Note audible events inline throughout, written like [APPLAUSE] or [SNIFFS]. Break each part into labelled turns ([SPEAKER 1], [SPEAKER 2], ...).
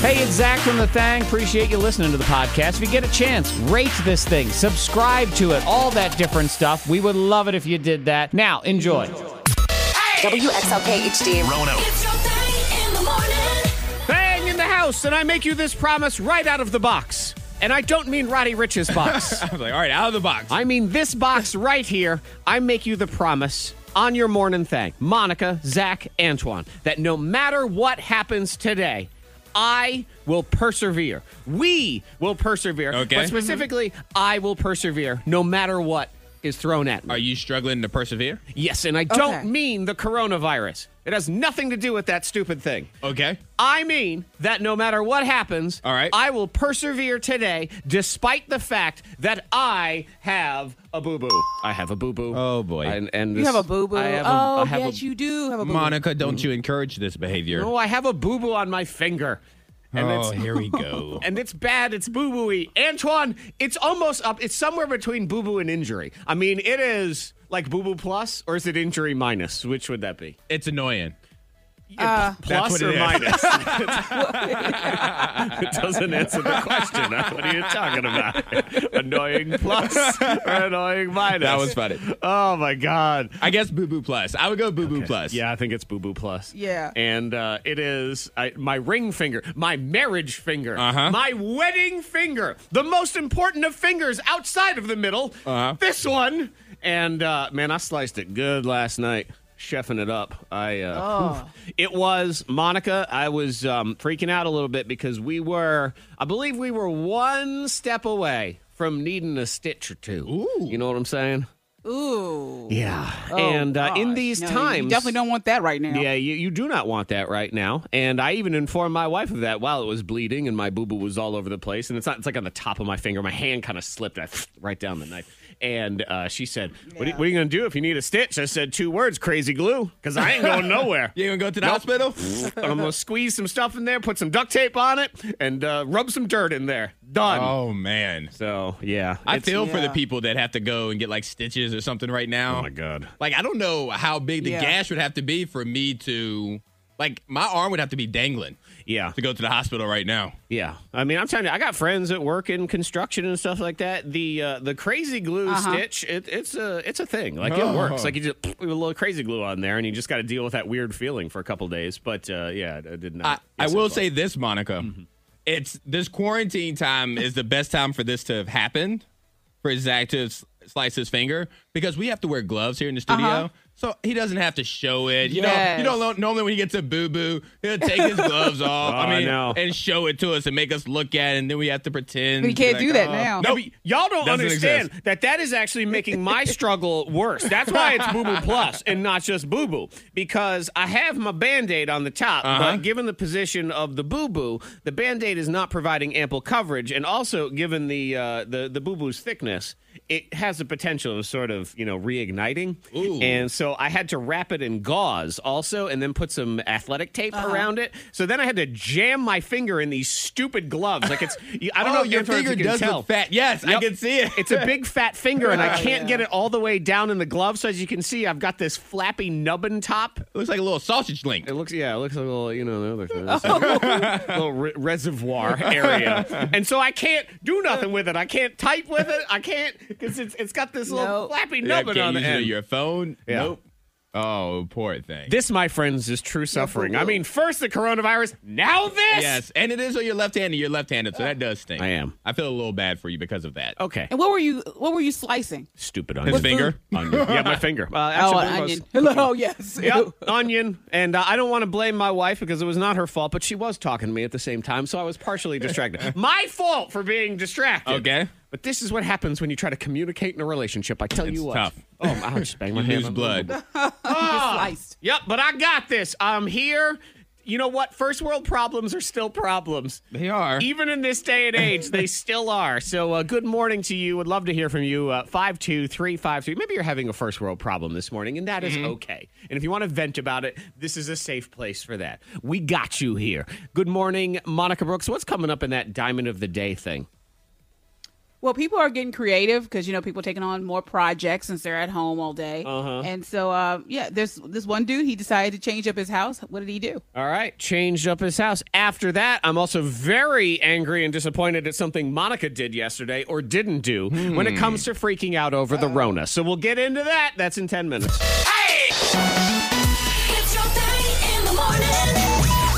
[SPEAKER 1] Hey, it's Zach from The Thang. Appreciate you listening to the podcast. If you get a chance, rate this thing, subscribe to it, all that different stuff. We would love it if you did that. Now, enjoy.
[SPEAKER 2] WXLK HD.
[SPEAKER 3] It's your thing in the morning.
[SPEAKER 1] Bang in the house, and I make you this promise right out of the box. And I don't mean Roddy Rich's box.
[SPEAKER 4] [LAUGHS] I was like, all right, out of the box.
[SPEAKER 1] I mean this box right here. I make you the promise on your morning thing, Monica, Zach, Antoine, that no matter what happens today, I will persevere. We will persevere.
[SPEAKER 4] Okay.
[SPEAKER 1] But specifically, I will persevere no matter what is thrown at me.
[SPEAKER 4] Are you struggling to persevere?
[SPEAKER 1] yes, and I don't
[SPEAKER 2] Okay.
[SPEAKER 1] mean the coronavirus. It has nothing to do with that stupid thing.
[SPEAKER 4] Okay.
[SPEAKER 1] I mean that no matter what happens,
[SPEAKER 4] All right.
[SPEAKER 1] I will persevere today despite the fact that I have a boo boo. I have a boo boo.
[SPEAKER 4] Oh, boy.
[SPEAKER 1] And, and
[SPEAKER 2] You
[SPEAKER 1] this-
[SPEAKER 2] have a boo boo.
[SPEAKER 1] I have a-
[SPEAKER 2] Oh,
[SPEAKER 1] I have
[SPEAKER 2] yes,
[SPEAKER 1] a,
[SPEAKER 2] you do have a boo boo.
[SPEAKER 4] Monica, don't you encourage this behavior.
[SPEAKER 1] Oh, I have a boo boo on my finger. And
[SPEAKER 4] oh,
[SPEAKER 1] it's
[SPEAKER 4] here we go.
[SPEAKER 1] and it's bad. It's boo booey. Antoine, it's almost up. It's somewhere between boo boo and injury. I mean, it is like boo boo plus, or is it injury minus? Which would that be?
[SPEAKER 4] [LAUGHS]
[SPEAKER 1] [LAUGHS]
[SPEAKER 4] it's annoying.
[SPEAKER 2] Uh,
[SPEAKER 1] plus
[SPEAKER 4] what
[SPEAKER 1] or
[SPEAKER 4] it is.
[SPEAKER 1] minus? [LAUGHS] it doesn't answer the question. What are you talking about? [LAUGHS] annoying plus
[SPEAKER 4] [LAUGHS]
[SPEAKER 1] or annoying minus?
[SPEAKER 4] That was funny.
[SPEAKER 1] Oh my god.
[SPEAKER 4] I guess boo boo plus. I would go boo boo plus.
[SPEAKER 1] Yeah, I think it's boo boo plus.
[SPEAKER 2] Yeah.
[SPEAKER 1] And uh, it is I, my ring finger, my marriage finger,
[SPEAKER 4] Uh-huh.
[SPEAKER 1] my wedding finger, the most important of fingers outside of the middle.
[SPEAKER 4] Uh-huh.
[SPEAKER 1] This one. And uh, man, I sliced it good last night. Chefing it up, I. Uh, oof. It was Monica. I was um, freaking out a little bit because we were, I believe, we were one step away from needing a stitch or two.
[SPEAKER 4] Ooh.
[SPEAKER 1] You know what I'm saying?
[SPEAKER 2] Ooh.
[SPEAKER 1] Yeah. and uh, in
[SPEAKER 2] Oh, Gosh,
[SPEAKER 1] these
[SPEAKER 2] no,
[SPEAKER 1] times,
[SPEAKER 2] You definitely don't want that right now.
[SPEAKER 1] yeah, you, you do not want that right now. And I even informed my wife of that while it was bleeding and my boo boo was all over the place. And it's not, it's like on the top of my finger. My hand kind of slipped. I right down the knife. And uh, she said, what, are, what are you going to do if you need a stitch? I said two words, crazy glue, because I ain't going nowhere.
[SPEAKER 4] [LAUGHS] You gonna go to the hospital?
[SPEAKER 1] [LAUGHS] I'm going to squeeze some stuff in there, put some duct tape on it, and uh, rub some dirt in there. Done.
[SPEAKER 4] Oh man.
[SPEAKER 1] So, yeah.
[SPEAKER 4] I
[SPEAKER 1] It's-
[SPEAKER 4] feel for the
[SPEAKER 2] yeah.
[SPEAKER 4] people that have to go and get like stitches or something right now.
[SPEAKER 1] Oh, my God.
[SPEAKER 4] Like I don't know how big the
[SPEAKER 2] Yeah.
[SPEAKER 4] gash would have to be for me to like my arm would have to be dangling
[SPEAKER 1] Yeah.
[SPEAKER 4] to go to the hospital right now.
[SPEAKER 1] Yeah, I mean, I'm telling you, I got friends that work in construction and stuff like that. The uh, the crazy glue
[SPEAKER 2] Uh-huh.
[SPEAKER 1] stitch, it, it's a it's a thing. Like it
[SPEAKER 4] Oh.
[SPEAKER 1] works. Like you just [SNIFFS] put a little crazy glue on there, and you just got to deal with that weird feeling for a couple days. But uh, yeah, I did
[SPEAKER 4] I,
[SPEAKER 1] not.
[SPEAKER 4] I
[SPEAKER 1] yes, Mm-hmm.
[SPEAKER 4] will
[SPEAKER 1] it
[SPEAKER 4] say this, Monica. It's this quarantine time is the best time for this to have happened for Zach to s- slice his finger because we have to wear gloves here in the studio. So he doesn't have to show it. You
[SPEAKER 2] Uh-huh. Yes.
[SPEAKER 4] know, you don't know, normally when he gets a boo boo, he'll take his
[SPEAKER 1] [LAUGHS]
[SPEAKER 4] gloves off.
[SPEAKER 1] Oh, I
[SPEAKER 4] I mean,
[SPEAKER 1] know.
[SPEAKER 4] and show it to us and make us look at it, and then we have to "Oh, pretend.
[SPEAKER 2] But he can't do that now.
[SPEAKER 1] No,
[SPEAKER 4] No,
[SPEAKER 1] but "Oh, y'all don't
[SPEAKER 4] Doesn't
[SPEAKER 1] understand that that is actually
[SPEAKER 2] [LAUGHS]
[SPEAKER 1] making my struggle worse. That's why it's boo boo plus and not just boo boo because I have my band aid on the top,
[SPEAKER 4] Uh-huh.
[SPEAKER 1] but given the position of the boo boo, the band aid is not providing ample coverage, and also given the uh, the the boo boo's thickness. It has the potential of sort of, you know, reigniting.
[SPEAKER 4] Ooh.
[SPEAKER 1] And so I had to wrap it in gauze also and then put some athletic tape
[SPEAKER 2] Uh-huh.
[SPEAKER 1] around it. So then I had to jam my finger in these stupid gloves. Like it's, I don't
[SPEAKER 4] Oh,
[SPEAKER 1] know. if
[SPEAKER 4] your
[SPEAKER 1] Antoine, if you
[SPEAKER 4] finger
[SPEAKER 1] can
[SPEAKER 4] does
[SPEAKER 1] tell.
[SPEAKER 4] look fat. Yes, I
[SPEAKER 1] Yep.
[SPEAKER 4] can see it.
[SPEAKER 1] It's a big fat finger, and I
[SPEAKER 4] [LAUGHS]
[SPEAKER 2] Yeah.
[SPEAKER 1] can't get it all the way down in the glove. So as you can see, I've got this flappy nubbin top.
[SPEAKER 4] looks like a little sausage link.
[SPEAKER 1] It looks, yeah, it looks like a little, you know, the
[SPEAKER 4] [LAUGHS]
[SPEAKER 1] other thing, It's like a little re- reservoir
[SPEAKER 4] [LAUGHS]
[SPEAKER 1] area, and so I can't do nothing with it. I can't type with it. I can't because it's it's got this little
[SPEAKER 2] Nope.
[SPEAKER 1] flappy
[SPEAKER 4] Yeah,
[SPEAKER 1] nubbin
[SPEAKER 4] can't
[SPEAKER 1] on the
[SPEAKER 4] use it on
[SPEAKER 1] end.
[SPEAKER 4] your phone.
[SPEAKER 1] Yeah.
[SPEAKER 4] Nope. Oh, poor thing.
[SPEAKER 1] This, my friends, is true suffering. I mean, first the coronavirus, now this.
[SPEAKER 4] Yes, and it is on your left hand, and you're left-handed, so that does stink.
[SPEAKER 1] I am.
[SPEAKER 4] I feel a little bad for you because of that.
[SPEAKER 1] Okay.
[SPEAKER 2] And what were you? What were you slicing?
[SPEAKER 1] Stupid onion.
[SPEAKER 4] His finger.
[SPEAKER 1] Onion. Yeah,
[SPEAKER 4] [LAUGHS]
[SPEAKER 1] my finger. Uh,
[SPEAKER 2] oh, an
[SPEAKER 1] actually, both of us-
[SPEAKER 2] onion. Hello. Yes.
[SPEAKER 1] [LAUGHS] Yep, onion. And uh, I don't want to blame my wife because it was not her fault, but she was talking to me at the same time, so I was
[SPEAKER 4] [LAUGHS]
[SPEAKER 1] partially distracted. [LAUGHS] my fault for being distracted.
[SPEAKER 4] Okay.
[SPEAKER 1] But this is what happens when you try to communicate in a relationship. I tell
[SPEAKER 4] It's
[SPEAKER 1] you what.
[SPEAKER 4] tough.
[SPEAKER 1] Oh,
[SPEAKER 4] [LAUGHS]
[SPEAKER 1] I [LAUGHS] just banged my
[SPEAKER 4] You
[SPEAKER 1] hand
[SPEAKER 4] lose
[SPEAKER 1] on the-
[SPEAKER 4] blood.
[SPEAKER 2] Just sliced.
[SPEAKER 1] uh. Yep, but I got this. I'm Um, here. you know what? First world problems are still
[SPEAKER 4] [LAUGHS]
[SPEAKER 1] problems.
[SPEAKER 4] They are.
[SPEAKER 1] Even in this day and age,
[SPEAKER 4] [LAUGHS]
[SPEAKER 1] they still are. So, uh, good morning to you. Would love to hear from you. Uh, 52353. Maybe you're having a first world problem this morning, and that is
[SPEAKER 4] Mm-hmm.
[SPEAKER 1] okay. And if you want to vent about it, this is a safe place for that. We got you here. Good morning, Monica Brooks. What's coming up in that Diamond of the Day thing?
[SPEAKER 2] Well, people are getting creative because you know people are taking on more projects since they're at home all day.
[SPEAKER 1] Uh-huh.
[SPEAKER 2] And so, uh, yeah, there's this one dude. He decided to change up his house. What did he do?
[SPEAKER 1] All right, changed up his house. After that, I'm also very angry and disappointed at something Monica did yesterday or didn't do when it comes to freaking out over the Rona. So we'll get into that. That's in 10 minutes.
[SPEAKER 3] It's your thing in the morning.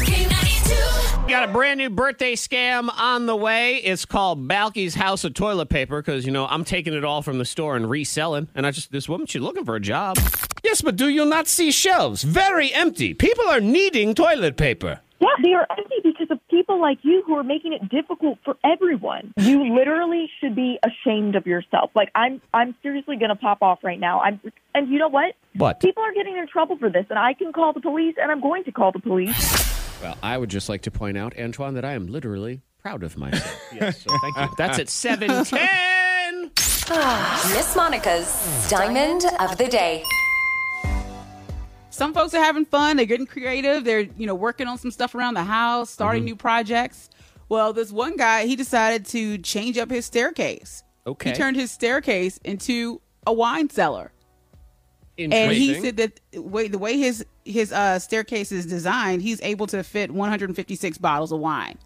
[SPEAKER 3] K92.
[SPEAKER 1] We Got a brand new birthday scam on the way. It's called Balky's House of Toilet Paper because, you know, I'm taking it all from the store and reselling. And I just, this woman, she's looking for a job. Yes, but do you not see shelves? Very empty. People are needing toilet paper.
[SPEAKER 5] Yeah, they are empty because of people like you who are making it difficult for everyone. You literally should be ashamed of yourself. Like I'm I'm seriously going to pop off right now. I'm and you know what?
[SPEAKER 1] What?
[SPEAKER 5] People are getting in trouble for this and I can call the police and I'm going to call the police.
[SPEAKER 1] Well, I would just like to point out, Antoine, that I am literally proud of myself. [LAUGHS] yes, so thank you. That's
[SPEAKER 4] [LAUGHS]
[SPEAKER 1] at 710.
[SPEAKER 6] [SIGHS] Miss Monica's Diamond of the Day.
[SPEAKER 2] Some folks are having fun. They're getting creative. They're you know working on some stuff around the house, starting
[SPEAKER 1] Mm-hmm.
[SPEAKER 2] new projects. Well, this one guy he decided to change up his staircase.
[SPEAKER 1] Okay.
[SPEAKER 2] He turned his staircase into a wine cellar. and
[SPEAKER 1] Interesting.
[SPEAKER 2] he said that way the way his his uh, staircase is designed, he's able to fit 156 bottles of wine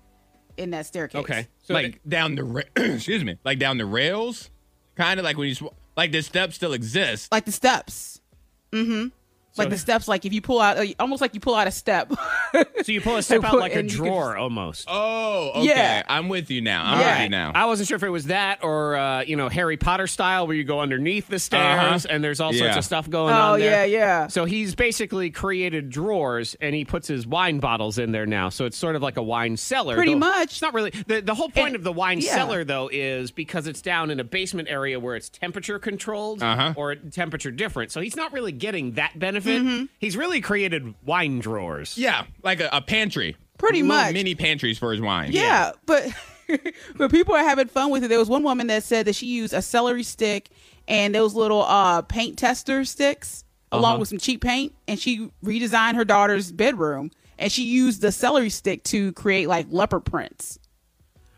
[SPEAKER 2] in that staircase.
[SPEAKER 1] okay. So
[SPEAKER 4] like down the ra- [CLEARS THROAT] excuse me, like down the rails, kind of like when you sw- like the steps still exist.
[SPEAKER 2] like the steps. Mm-hmm. like the steps, like if you pull out, like, almost like you pull out a step. [LAUGHS]
[SPEAKER 1] th- so
[SPEAKER 4] [LAUGHS]
[SPEAKER 1] you pull a step out like a
[SPEAKER 2] And you could
[SPEAKER 1] drawer almost.
[SPEAKER 4] Oh, okay.
[SPEAKER 2] Yeah.
[SPEAKER 4] I'm with you now. I'm
[SPEAKER 2] Yeah.
[SPEAKER 4] with you now.
[SPEAKER 1] I wasn't sure if it was that or uh, you know Harry Potter style where you go underneath the stairs and there's all sorts
[SPEAKER 4] Uh-huh. Yeah.
[SPEAKER 1] of stuff going
[SPEAKER 2] Oh,
[SPEAKER 1] on. there.
[SPEAKER 2] yeah, yeah.
[SPEAKER 1] So he's basically created drawers and he puts his wine bottles in there now. So it's sort of like a wine cellar.
[SPEAKER 2] Pretty
[SPEAKER 1] though-
[SPEAKER 2] much.
[SPEAKER 1] It's not really the the whole point
[SPEAKER 2] And-
[SPEAKER 1] of the wine
[SPEAKER 2] yeah.
[SPEAKER 1] cellar though is because it's down in a basement area where it's temperature controlled
[SPEAKER 4] Uh-huh.
[SPEAKER 1] or temperature different. So he's not really getting that benefit.
[SPEAKER 2] Mm-hmm.
[SPEAKER 1] He's really created wine drawers.
[SPEAKER 4] yeah, like a, a pantry.
[SPEAKER 2] Pretty
[SPEAKER 4] Little
[SPEAKER 2] much.
[SPEAKER 4] mini pantries for his wine.
[SPEAKER 2] yeah, but [LAUGHS] but people are having fun with it. There was one woman that said that she used a celery stick and those little uh, paint tester sticks along
[SPEAKER 4] Uh-huh.
[SPEAKER 2] with some cheap paint, and she redesigned her daughter's bedroom. And she used the celery stick to create like leopard prints.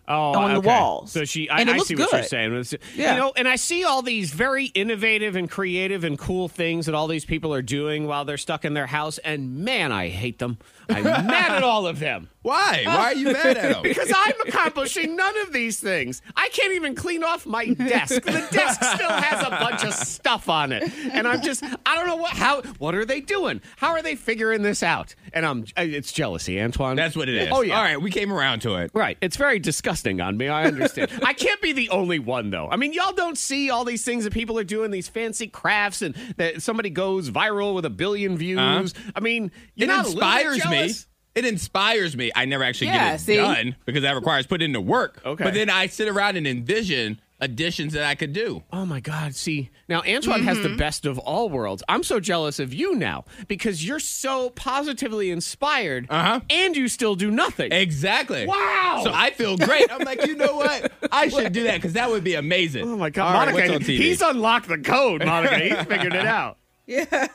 [SPEAKER 1] oh,
[SPEAKER 2] on the
[SPEAKER 1] okay.
[SPEAKER 2] walls.
[SPEAKER 1] So she, I,
[SPEAKER 2] And it
[SPEAKER 1] I
[SPEAKER 2] looks
[SPEAKER 1] see what you're
[SPEAKER 2] good.
[SPEAKER 1] saying. It's-
[SPEAKER 2] Yeah.
[SPEAKER 1] You know, and I see all these very innovative and creative and cool things that all these people are doing while they're stuck in their house. And man, I hate them. I'm mad at all of them.
[SPEAKER 4] [LAUGHS] Why? Why are you mad at him?
[SPEAKER 1] [LAUGHS] Because Uh, I'm accomplishing none of these things. I can't even clean off my desk.
[SPEAKER 2] [LAUGHS]
[SPEAKER 1] The desk still has a bunch of stuff on it, and I'm just I don't know what how what are they doing? How are they figuring this out? And I'm uh, it's jealousy, Antoine.
[SPEAKER 4] That's what it is.
[SPEAKER 1] Oh yeah.
[SPEAKER 4] All right, we came around to it.
[SPEAKER 1] Right. It's very disgusting on me. I
[SPEAKER 4] [LAUGHS]
[SPEAKER 1] understand. I can't be the only one, though. I mean, y'all don't see all these things that people are doing, these fancy crafts, and that somebody goes viral with a billion views. I mean, you're
[SPEAKER 4] Uh-huh. It
[SPEAKER 1] not a little bit
[SPEAKER 4] inspires me.
[SPEAKER 1] jealous?
[SPEAKER 4] It inspires me. I never actually
[SPEAKER 2] Yeah,
[SPEAKER 4] get it
[SPEAKER 2] see?
[SPEAKER 4] done because that requires putting in the work.
[SPEAKER 1] Okay.
[SPEAKER 4] But then I sit around and envision additions that I could do.
[SPEAKER 1] Oh my God. See, now Antoine has
[SPEAKER 2] Mm-hmm.
[SPEAKER 1] the best of all worlds. I'm so jealous of you now because you're so positively inspired
[SPEAKER 4] Uh-huh.
[SPEAKER 1] and you still do nothing.
[SPEAKER 4] Exactly.
[SPEAKER 1] Wow.
[SPEAKER 4] So I feel great. I'm like, you know
[SPEAKER 1] [LAUGHS]
[SPEAKER 4] what? I should do that because that would be amazing.
[SPEAKER 1] Oh my God,
[SPEAKER 4] All right,
[SPEAKER 1] Monica!
[SPEAKER 4] what's on TV?
[SPEAKER 1] he's unlocked the code, Oh, Monica. He's figured
[SPEAKER 2] [LAUGHS]
[SPEAKER 1] it out. Yeah,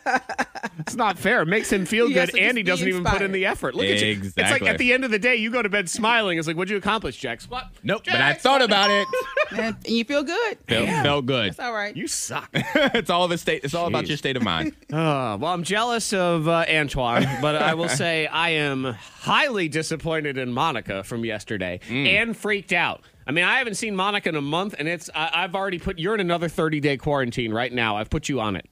[SPEAKER 1] it's not fair. It makes him feel
[SPEAKER 2] He has
[SPEAKER 1] good,
[SPEAKER 2] to just
[SPEAKER 1] and he
[SPEAKER 2] be
[SPEAKER 1] doesn't even put
[SPEAKER 2] inspired.
[SPEAKER 1] in the effort. Look at you. It's like
[SPEAKER 4] Exactly.
[SPEAKER 1] at the end of the day, you go to bed smiling. It's like, what'd you accomplish, Jack? What?
[SPEAKER 4] nope.
[SPEAKER 1] Jack
[SPEAKER 4] But I thought about it.
[SPEAKER 2] and, and you feel good.
[SPEAKER 4] felt, felt good.
[SPEAKER 2] It's all right.
[SPEAKER 1] You suck.
[SPEAKER 4] [LAUGHS] it's all of a state. It's all about
[SPEAKER 1] Jeez.
[SPEAKER 4] your state of mind.
[SPEAKER 1] Uh, well, I'm jealous of uh, Antoine, but I will say I am highly disappointed in Monica from yesterday and freaked out. I mean, I haven't seen Monica in a month, and it's I, I've already put you're in another 30 day quarantine right now. I've put you on it.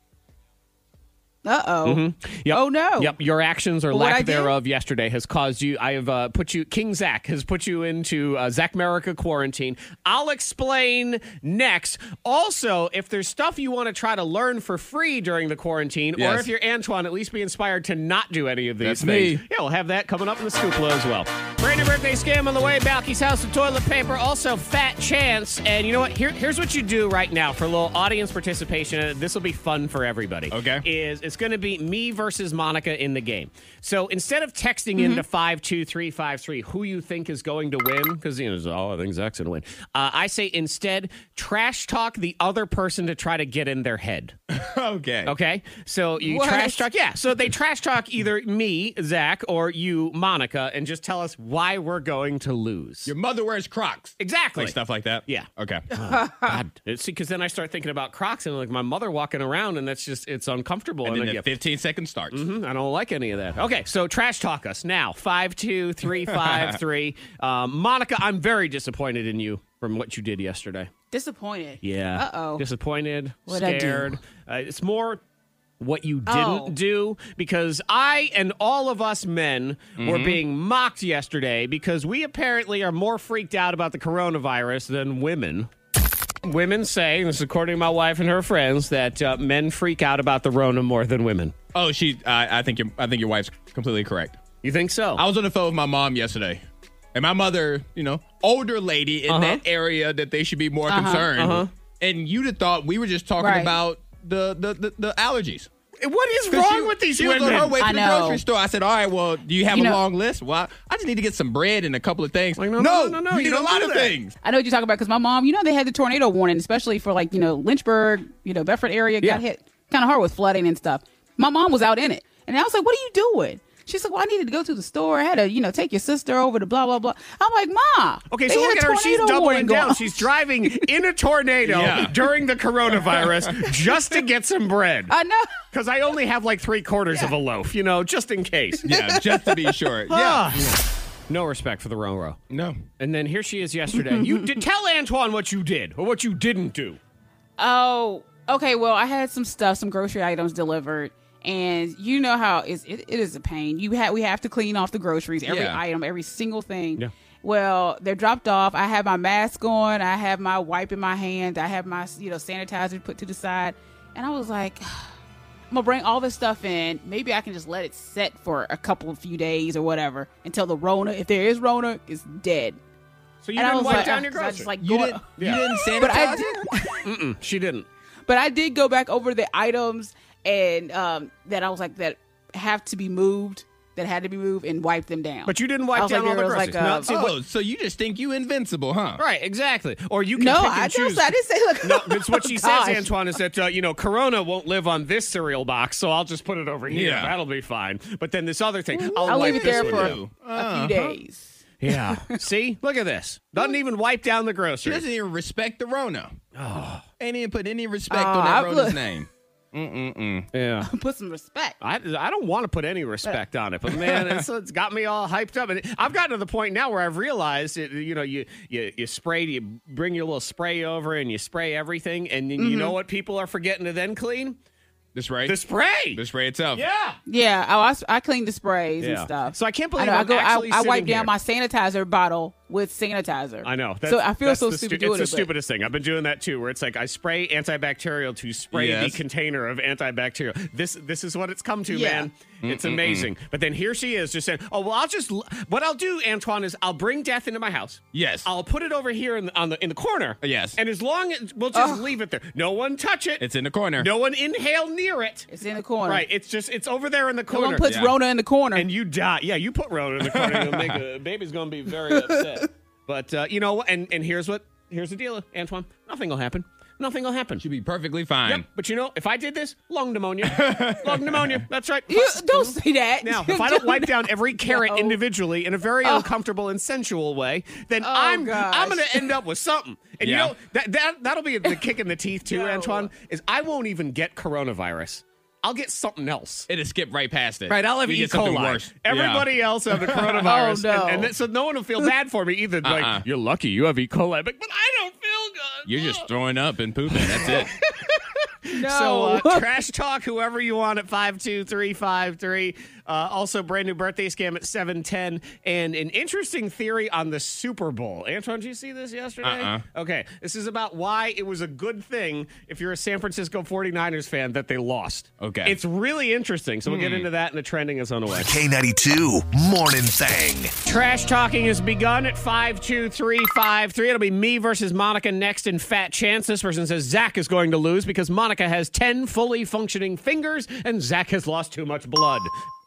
[SPEAKER 2] Uh oh.
[SPEAKER 4] Mm-hmm.
[SPEAKER 1] Yep.
[SPEAKER 2] Oh, no.
[SPEAKER 1] Yep, your actions or
[SPEAKER 2] What'd I
[SPEAKER 1] lack
[SPEAKER 2] do?
[SPEAKER 1] thereof yesterday has caused you. I have uh, put you. King Zach has put you into uh, Zach America quarantine. I'll explain next. Also, if there's stuff you want to try to learn for free during the quarantine, or
[SPEAKER 4] Yes.
[SPEAKER 1] if you're Antoine, at least be inspired to not do any of these
[SPEAKER 4] That's
[SPEAKER 1] things.
[SPEAKER 4] me.
[SPEAKER 1] Yeah, we'll have that coming up in the scoopla as well. Brand new birthday scam on the way. Balky's House of Toilet Paper. Also, Fat Chance. And you know what? Here, here's what you do right now for a little audience participation. This will be fun for everybody.
[SPEAKER 4] Okay.
[SPEAKER 1] Is it's going to be me versus Monica in the game. So instead of texting
[SPEAKER 4] Mm-hmm.
[SPEAKER 1] into five two three five three who you think is going to win, because you know, it's, oh, I think Zach's going to win. Uh, I say instead trash talk the other person to try to get in their head.
[SPEAKER 4] [LAUGHS] Okay.
[SPEAKER 1] Okay. So you
[SPEAKER 2] What?
[SPEAKER 1] trash talk. Yeah. So they trash talk either me, Zach, or you, Monica, and just tell us why we're going to lose.
[SPEAKER 4] Your mother wears Crocs.
[SPEAKER 1] exactly.
[SPEAKER 4] Like stuff like that.
[SPEAKER 1] Yeah. [LAUGHS] Oh,
[SPEAKER 4] Okay.
[SPEAKER 1] God. It's because then I start thinking about Crocs and like my mother walking around, and that's just, it's uncomfortable.
[SPEAKER 4] and
[SPEAKER 1] I
[SPEAKER 4] then the
[SPEAKER 1] get-
[SPEAKER 4] 15 second starts.
[SPEAKER 1] Mm-hmm. I don't like any of that. Okay, so trash talk us now. Five two
[SPEAKER 4] [LAUGHS]
[SPEAKER 1] three five three. Um, Monica, I'm very disappointed in you from what you did yesterday.
[SPEAKER 2] Disappointed.
[SPEAKER 1] Yeah.
[SPEAKER 2] Uh oh.
[SPEAKER 1] Disappointed.
[SPEAKER 2] What'd I do?
[SPEAKER 1] scared. Uh, it's more what you didn't
[SPEAKER 2] Oh.
[SPEAKER 1] do because I and all of us men were being mocked yesterday because we apparently are more freaked out about the coronavirus than women. Women say, and this is according to my wife and her friends, that uh, men freak out about the Rona more than women.
[SPEAKER 4] Oh, she. I I think your. I think your wife's completely correct.
[SPEAKER 1] You think so?
[SPEAKER 4] I was on the phone with my mom yesterday, and my mother, you know, older lady in that area that they should be more concerned. And you'd have thought we were just talking
[SPEAKER 2] Right.
[SPEAKER 4] about the the the, the allergies.
[SPEAKER 1] what is
[SPEAKER 4] 'Cause
[SPEAKER 1] wrong
[SPEAKER 4] she-
[SPEAKER 1] with these
[SPEAKER 4] she
[SPEAKER 1] women?
[SPEAKER 4] was on her way to
[SPEAKER 2] I
[SPEAKER 4] the
[SPEAKER 2] know.
[SPEAKER 4] grocery store. I said, "All right, well, do you have
[SPEAKER 2] You
[SPEAKER 4] a
[SPEAKER 2] know-
[SPEAKER 4] long list? Well, I just need to get some bread and a couple of things.
[SPEAKER 1] Like, no,
[SPEAKER 4] no,
[SPEAKER 1] no, no,
[SPEAKER 4] you,
[SPEAKER 1] no, you
[SPEAKER 4] need a
[SPEAKER 1] don't
[SPEAKER 4] lot
[SPEAKER 1] do
[SPEAKER 4] of
[SPEAKER 1] that.
[SPEAKER 4] things.
[SPEAKER 2] I know what you're talking about because my mom, you know, they had the tornado warning, especially for like, you know, Lynchburg, you know, Bedford area got
[SPEAKER 1] Yeah.
[SPEAKER 2] hit kind of hard with flooding and stuff. My mom was out in it. And I was like, what are you doing? She's like, well, I needed to go to the store. I had to, you know, take your sister over to blah, blah, blah. I'm like, Ma.
[SPEAKER 1] Okay,
[SPEAKER 2] they
[SPEAKER 1] so
[SPEAKER 2] had
[SPEAKER 1] look
[SPEAKER 2] a
[SPEAKER 1] at her. She's
[SPEAKER 2] tornado
[SPEAKER 1] doubling
[SPEAKER 2] warning going
[SPEAKER 1] down.
[SPEAKER 2] on."
[SPEAKER 1] She's driving in a tornado
[SPEAKER 4] Yeah.
[SPEAKER 1] during the coronavirus just to get some bread.
[SPEAKER 2] I know.
[SPEAKER 1] Because I only have like three quarters of a loaf, you know, just in case.
[SPEAKER 4] Yeah,
[SPEAKER 1] [LAUGHS]
[SPEAKER 4] just to be sure. Yeah,
[SPEAKER 1] Ah. No respect for the Roro.
[SPEAKER 4] no,
[SPEAKER 1] And then here she is yesterday.
[SPEAKER 2] [LAUGHS]
[SPEAKER 1] you did tell Antoine what you did or what you didn't do.
[SPEAKER 2] Oh, okay. Well, I had some stuff, some grocery items delivered, and you know how it's, it, it is a pain. You have we have to clean off the groceries, every
[SPEAKER 4] Yeah.
[SPEAKER 2] item, every single thing.
[SPEAKER 1] Yeah.
[SPEAKER 2] Well, they're dropped off. I have my mask on. I have my wipe in my hand. I have my you know sanitizer put to the side, and I was like. [SIGHS] I'm gonna bring all this stuff in. Maybe I can just let it set for a couple of few days or whatever until the Rona, if there is Rona, is dead.
[SPEAKER 1] So you
[SPEAKER 2] and I
[SPEAKER 1] didn't
[SPEAKER 2] was
[SPEAKER 1] wipe
[SPEAKER 2] like,
[SPEAKER 1] down
[SPEAKER 2] uh,
[SPEAKER 1] your
[SPEAKER 2] 'cause I
[SPEAKER 1] groceries.
[SPEAKER 2] just like
[SPEAKER 4] you
[SPEAKER 2] go-
[SPEAKER 4] didn't. You didn't sanitize.
[SPEAKER 2] But I
[SPEAKER 4] it?
[SPEAKER 2] did.
[SPEAKER 1] she didn't.
[SPEAKER 2] But I did go back over the items and um, that I was like that have to be moved, that had to be moved, and wipe them down.
[SPEAKER 1] But you didn't wipe
[SPEAKER 2] I was
[SPEAKER 1] down
[SPEAKER 2] like,
[SPEAKER 1] all the
[SPEAKER 2] there was, like, uh,
[SPEAKER 1] groceries. No,
[SPEAKER 2] a-
[SPEAKER 1] see,
[SPEAKER 2] [LAUGHS]
[SPEAKER 4] oh, so you just think you invincible, huh?
[SPEAKER 1] Right, exactly. Or you can
[SPEAKER 2] no,
[SPEAKER 1] pick and
[SPEAKER 2] I
[SPEAKER 1] choose.
[SPEAKER 2] just I didn't say like
[SPEAKER 1] No,
[SPEAKER 2] [LAUGHS]
[SPEAKER 1] that's what she
[SPEAKER 2] Oh, Gosh.
[SPEAKER 1] says, Antoine, is that, uh, you know, Corona won't live on this cereal box, so I'll just put it over here.
[SPEAKER 4] Yeah.
[SPEAKER 1] That'll be fine. But then this other thing, I'll,
[SPEAKER 2] I'll
[SPEAKER 1] wipe
[SPEAKER 2] leave it
[SPEAKER 1] this
[SPEAKER 2] there
[SPEAKER 1] one
[SPEAKER 2] for a,
[SPEAKER 1] down.
[SPEAKER 4] Uh,
[SPEAKER 1] Uh-huh.
[SPEAKER 2] a few days.
[SPEAKER 1] [LAUGHS] Yeah. See? Look at this. Doesn't even wipe down the
[SPEAKER 4] She
[SPEAKER 1] groceries. Oh.
[SPEAKER 4] doesn't even respect the Rona. Ain't even put any respect
[SPEAKER 2] Oh,
[SPEAKER 4] on that
[SPEAKER 2] I-
[SPEAKER 4] Rona's
[SPEAKER 2] look.
[SPEAKER 4] name.
[SPEAKER 1] Yeah.
[SPEAKER 2] [LAUGHS] Put some respect.
[SPEAKER 1] I, I don't want to put any respect on it, but man, it's, it's got me all hyped up. And I've gotten to the point now where I've realized that, you know, you, you, you spray, you bring your little spray over and you spray everything. And then
[SPEAKER 2] Mm-hmm.
[SPEAKER 1] you know what people are forgetting to then clean?
[SPEAKER 4] This right?
[SPEAKER 1] The spray.
[SPEAKER 4] This right itself.
[SPEAKER 1] yeah.
[SPEAKER 2] Yeah, oh, I, I, s- I cleaned the sprays and
[SPEAKER 1] Yeah.
[SPEAKER 2] stuff.
[SPEAKER 1] So I can't believe
[SPEAKER 2] I, know, I
[SPEAKER 1] I'm
[SPEAKER 2] go.
[SPEAKER 1] actually
[SPEAKER 2] I, I
[SPEAKER 1] sitting
[SPEAKER 2] wiped
[SPEAKER 1] here.
[SPEAKER 2] down my sanitizer bottle with sanitizer.
[SPEAKER 1] I know.
[SPEAKER 2] so I feel
[SPEAKER 1] that's
[SPEAKER 2] so
[SPEAKER 1] the stu-
[SPEAKER 2] stupid doing
[SPEAKER 1] It's the
[SPEAKER 2] it, but-
[SPEAKER 1] stupidest thing. I've been doing that too, where it's like I spray antibacterial to spray
[SPEAKER 4] Yes.
[SPEAKER 1] the container of antibacterial. This this is what it's come to,
[SPEAKER 2] Yeah.
[SPEAKER 1] man. It's amazing. But then here she is, just saying, "Oh well, I'll just l- what I'll do, Antoine, is I'll bring death into my house.
[SPEAKER 4] Yes.
[SPEAKER 1] I'll put it over here in the, on the in the corner.
[SPEAKER 4] Yes.
[SPEAKER 1] and as long as we'll just leave it there, no one touch it.
[SPEAKER 4] It's in the corner.
[SPEAKER 1] no one inhale near it.
[SPEAKER 2] It's in the corner.
[SPEAKER 1] Right. It's just it's over there in the
[SPEAKER 2] No
[SPEAKER 1] corner.
[SPEAKER 2] one puts
[SPEAKER 4] Yeah.
[SPEAKER 2] Rona in the corner.
[SPEAKER 1] And you die. Yeah, you put Rona in the corner. You'll
[SPEAKER 2] [LAUGHS]
[SPEAKER 1] make [LAUGHS] a baby's gonna be very upset. But uh, you know, what? and and here's what here's the deal, Antoine. Nothing will happen. Nothing will happen.
[SPEAKER 4] Should be perfectly fine.
[SPEAKER 1] Yep. But you know, if [LAUGHS] I did this, lung [LAUGHS] pneumonia, lung pneumonia. That's right.
[SPEAKER 2] You- don't say that.
[SPEAKER 1] Now, if I don't wipe down every carrot
[SPEAKER 2] No. Oh.
[SPEAKER 1] individually in a very uncomfortable and sensual way, then I'm I'm
[SPEAKER 2] gosh.
[SPEAKER 1] going to end up with something. And
[SPEAKER 4] Yeah.
[SPEAKER 1] you know that that that'll be the kick in the teeth
[SPEAKER 2] [LAUGHS]
[SPEAKER 1] too,
[SPEAKER 2] No.
[SPEAKER 1] Antoine. Is I won't even get coronavirus. I'll get something else.
[SPEAKER 4] It'll skip right past it.
[SPEAKER 1] Right, I'll have
[SPEAKER 4] You
[SPEAKER 1] E.
[SPEAKER 4] get something
[SPEAKER 1] coli.
[SPEAKER 4] worse.
[SPEAKER 1] [LAUGHS] Everybody
[SPEAKER 4] Yeah.
[SPEAKER 1] else
[SPEAKER 4] [LAUGHS]
[SPEAKER 2] [LAUGHS]
[SPEAKER 1] have the coronavirus,
[SPEAKER 2] Oh, no.
[SPEAKER 1] and, and that- so no one will feel bad for me either.
[SPEAKER 4] Uh-uh.
[SPEAKER 1] Like you're lucky, you have E. coli, but, but I don't feel good. [LAUGHS]
[SPEAKER 4] You're just throwing up and pooping. That's it.
[SPEAKER 2] No.
[SPEAKER 1] So uh, trash talk whoever you want at 52353. Uh, also, brand new birthday scam at 710. And an interesting theory on the Super Bowl. Antoine, did you see this yesterday?
[SPEAKER 4] Uh-uh.
[SPEAKER 1] Okay. This is about why it was a good thing if you're a San Francisco 49ers fan that they lost.
[SPEAKER 4] Okay. Hmm.
[SPEAKER 1] It's really interesting. So we'll get into that in the trending is on the way.
[SPEAKER 7] K92 Morning Thing.
[SPEAKER 1] Trash talking has begun at 52353. It'll be me versus Monica next in Fat Chance. This person says Zach is going to lose because Monica has 10 fully functioning fingers and Zach has lost too much blood.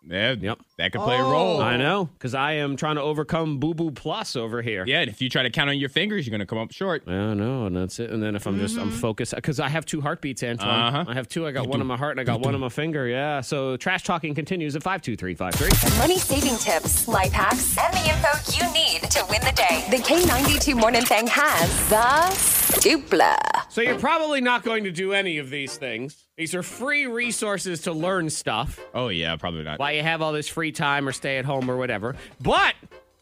[SPEAKER 4] Yeah,
[SPEAKER 1] Yep.
[SPEAKER 4] That could play a
[SPEAKER 2] Oh.
[SPEAKER 4] role.
[SPEAKER 1] I know, because I am trying to overcome Boo Boo Plus over here.
[SPEAKER 4] Yeah, and if you try to count on your fingers, you're going to come up short.
[SPEAKER 1] I know, and that's it. And then if I'm just I'm focused because I have two heartbeats, Antoine. I have two. I got one in my heart and I got one in my finger. Yeah. So trash talking continues at five two three five three.
[SPEAKER 6] Money saving tips, life hacks, and the info you need to win the day. The K92 Morning Thing has the dupla.
[SPEAKER 1] So you're probably not going to do any of these things. These are free resources to learn stuff
[SPEAKER 4] Oh, yeah, probably not.
[SPEAKER 1] while you have all this free time or stay at home or whatever. But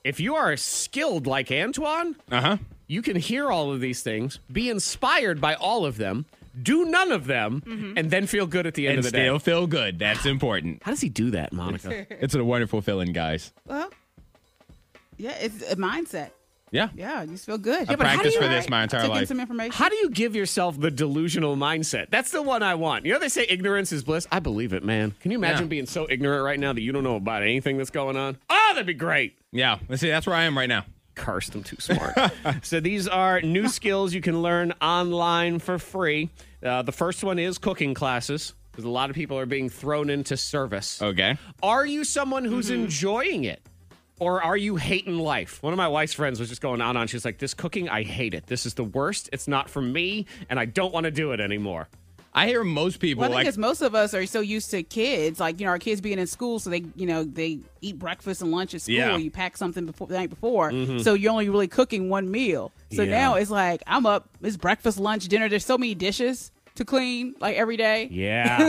[SPEAKER 1] if you are skilled like Antoine,
[SPEAKER 4] Uh huh.
[SPEAKER 1] you can hear all of these things, be inspired by all of them, do none of them, and then feel good at the end
[SPEAKER 4] Mm-hmm. And
[SPEAKER 1] of the
[SPEAKER 4] still
[SPEAKER 1] day.
[SPEAKER 4] feel good. That's important.
[SPEAKER 1] How does he do that, [LAUGHS] Monica?
[SPEAKER 4] It's a wonderful feeling, guys.
[SPEAKER 2] Well, yeah, it's a mindset.
[SPEAKER 4] Yeah.
[SPEAKER 2] Yeah, you just feel good.
[SPEAKER 4] I
[SPEAKER 2] Yeah, but how do
[SPEAKER 4] practiced
[SPEAKER 2] you-
[SPEAKER 4] for this my entire
[SPEAKER 2] I took in
[SPEAKER 4] life.
[SPEAKER 2] some information.
[SPEAKER 1] How do you give yourself the delusional mindset? That's the one I want. You know, they say ignorance is bliss. I believe it, man. Can you imagine
[SPEAKER 4] Yeah.
[SPEAKER 1] being so ignorant right now that you don't know about anything that's going on? Oh, that'd be great.
[SPEAKER 4] Yeah. Let's see. That's where I am right now.
[SPEAKER 1] cursed. I'm too smart. [LAUGHS] so these are new skills you can learn online for free. Uh, the first one is cooking classes because a lot of people are being thrown into service.
[SPEAKER 4] Okay.
[SPEAKER 1] Are you someone who's
[SPEAKER 2] Mm-hmm.
[SPEAKER 1] enjoying it? Or are you hating life? One of my wife's friends was just going on and on. She's like, This cooking, I hate it. This is the worst. It's not for me, and I don't want to do it anymore.
[SPEAKER 4] I hear most people
[SPEAKER 2] Well, I
[SPEAKER 4] like.
[SPEAKER 2] think it's most of us are so used to kids, like you know, our kids being in school, so they, you know, they eat breakfast and lunch at school.
[SPEAKER 4] Yeah.
[SPEAKER 2] You pack something before the night before, so you're only really cooking one meal. So
[SPEAKER 1] Mm-hmm. Yeah.
[SPEAKER 2] now it's like I'm up. It's breakfast, lunch, dinner. There's so many dishes to clean, like every day.
[SPEAKER 1] Yeah.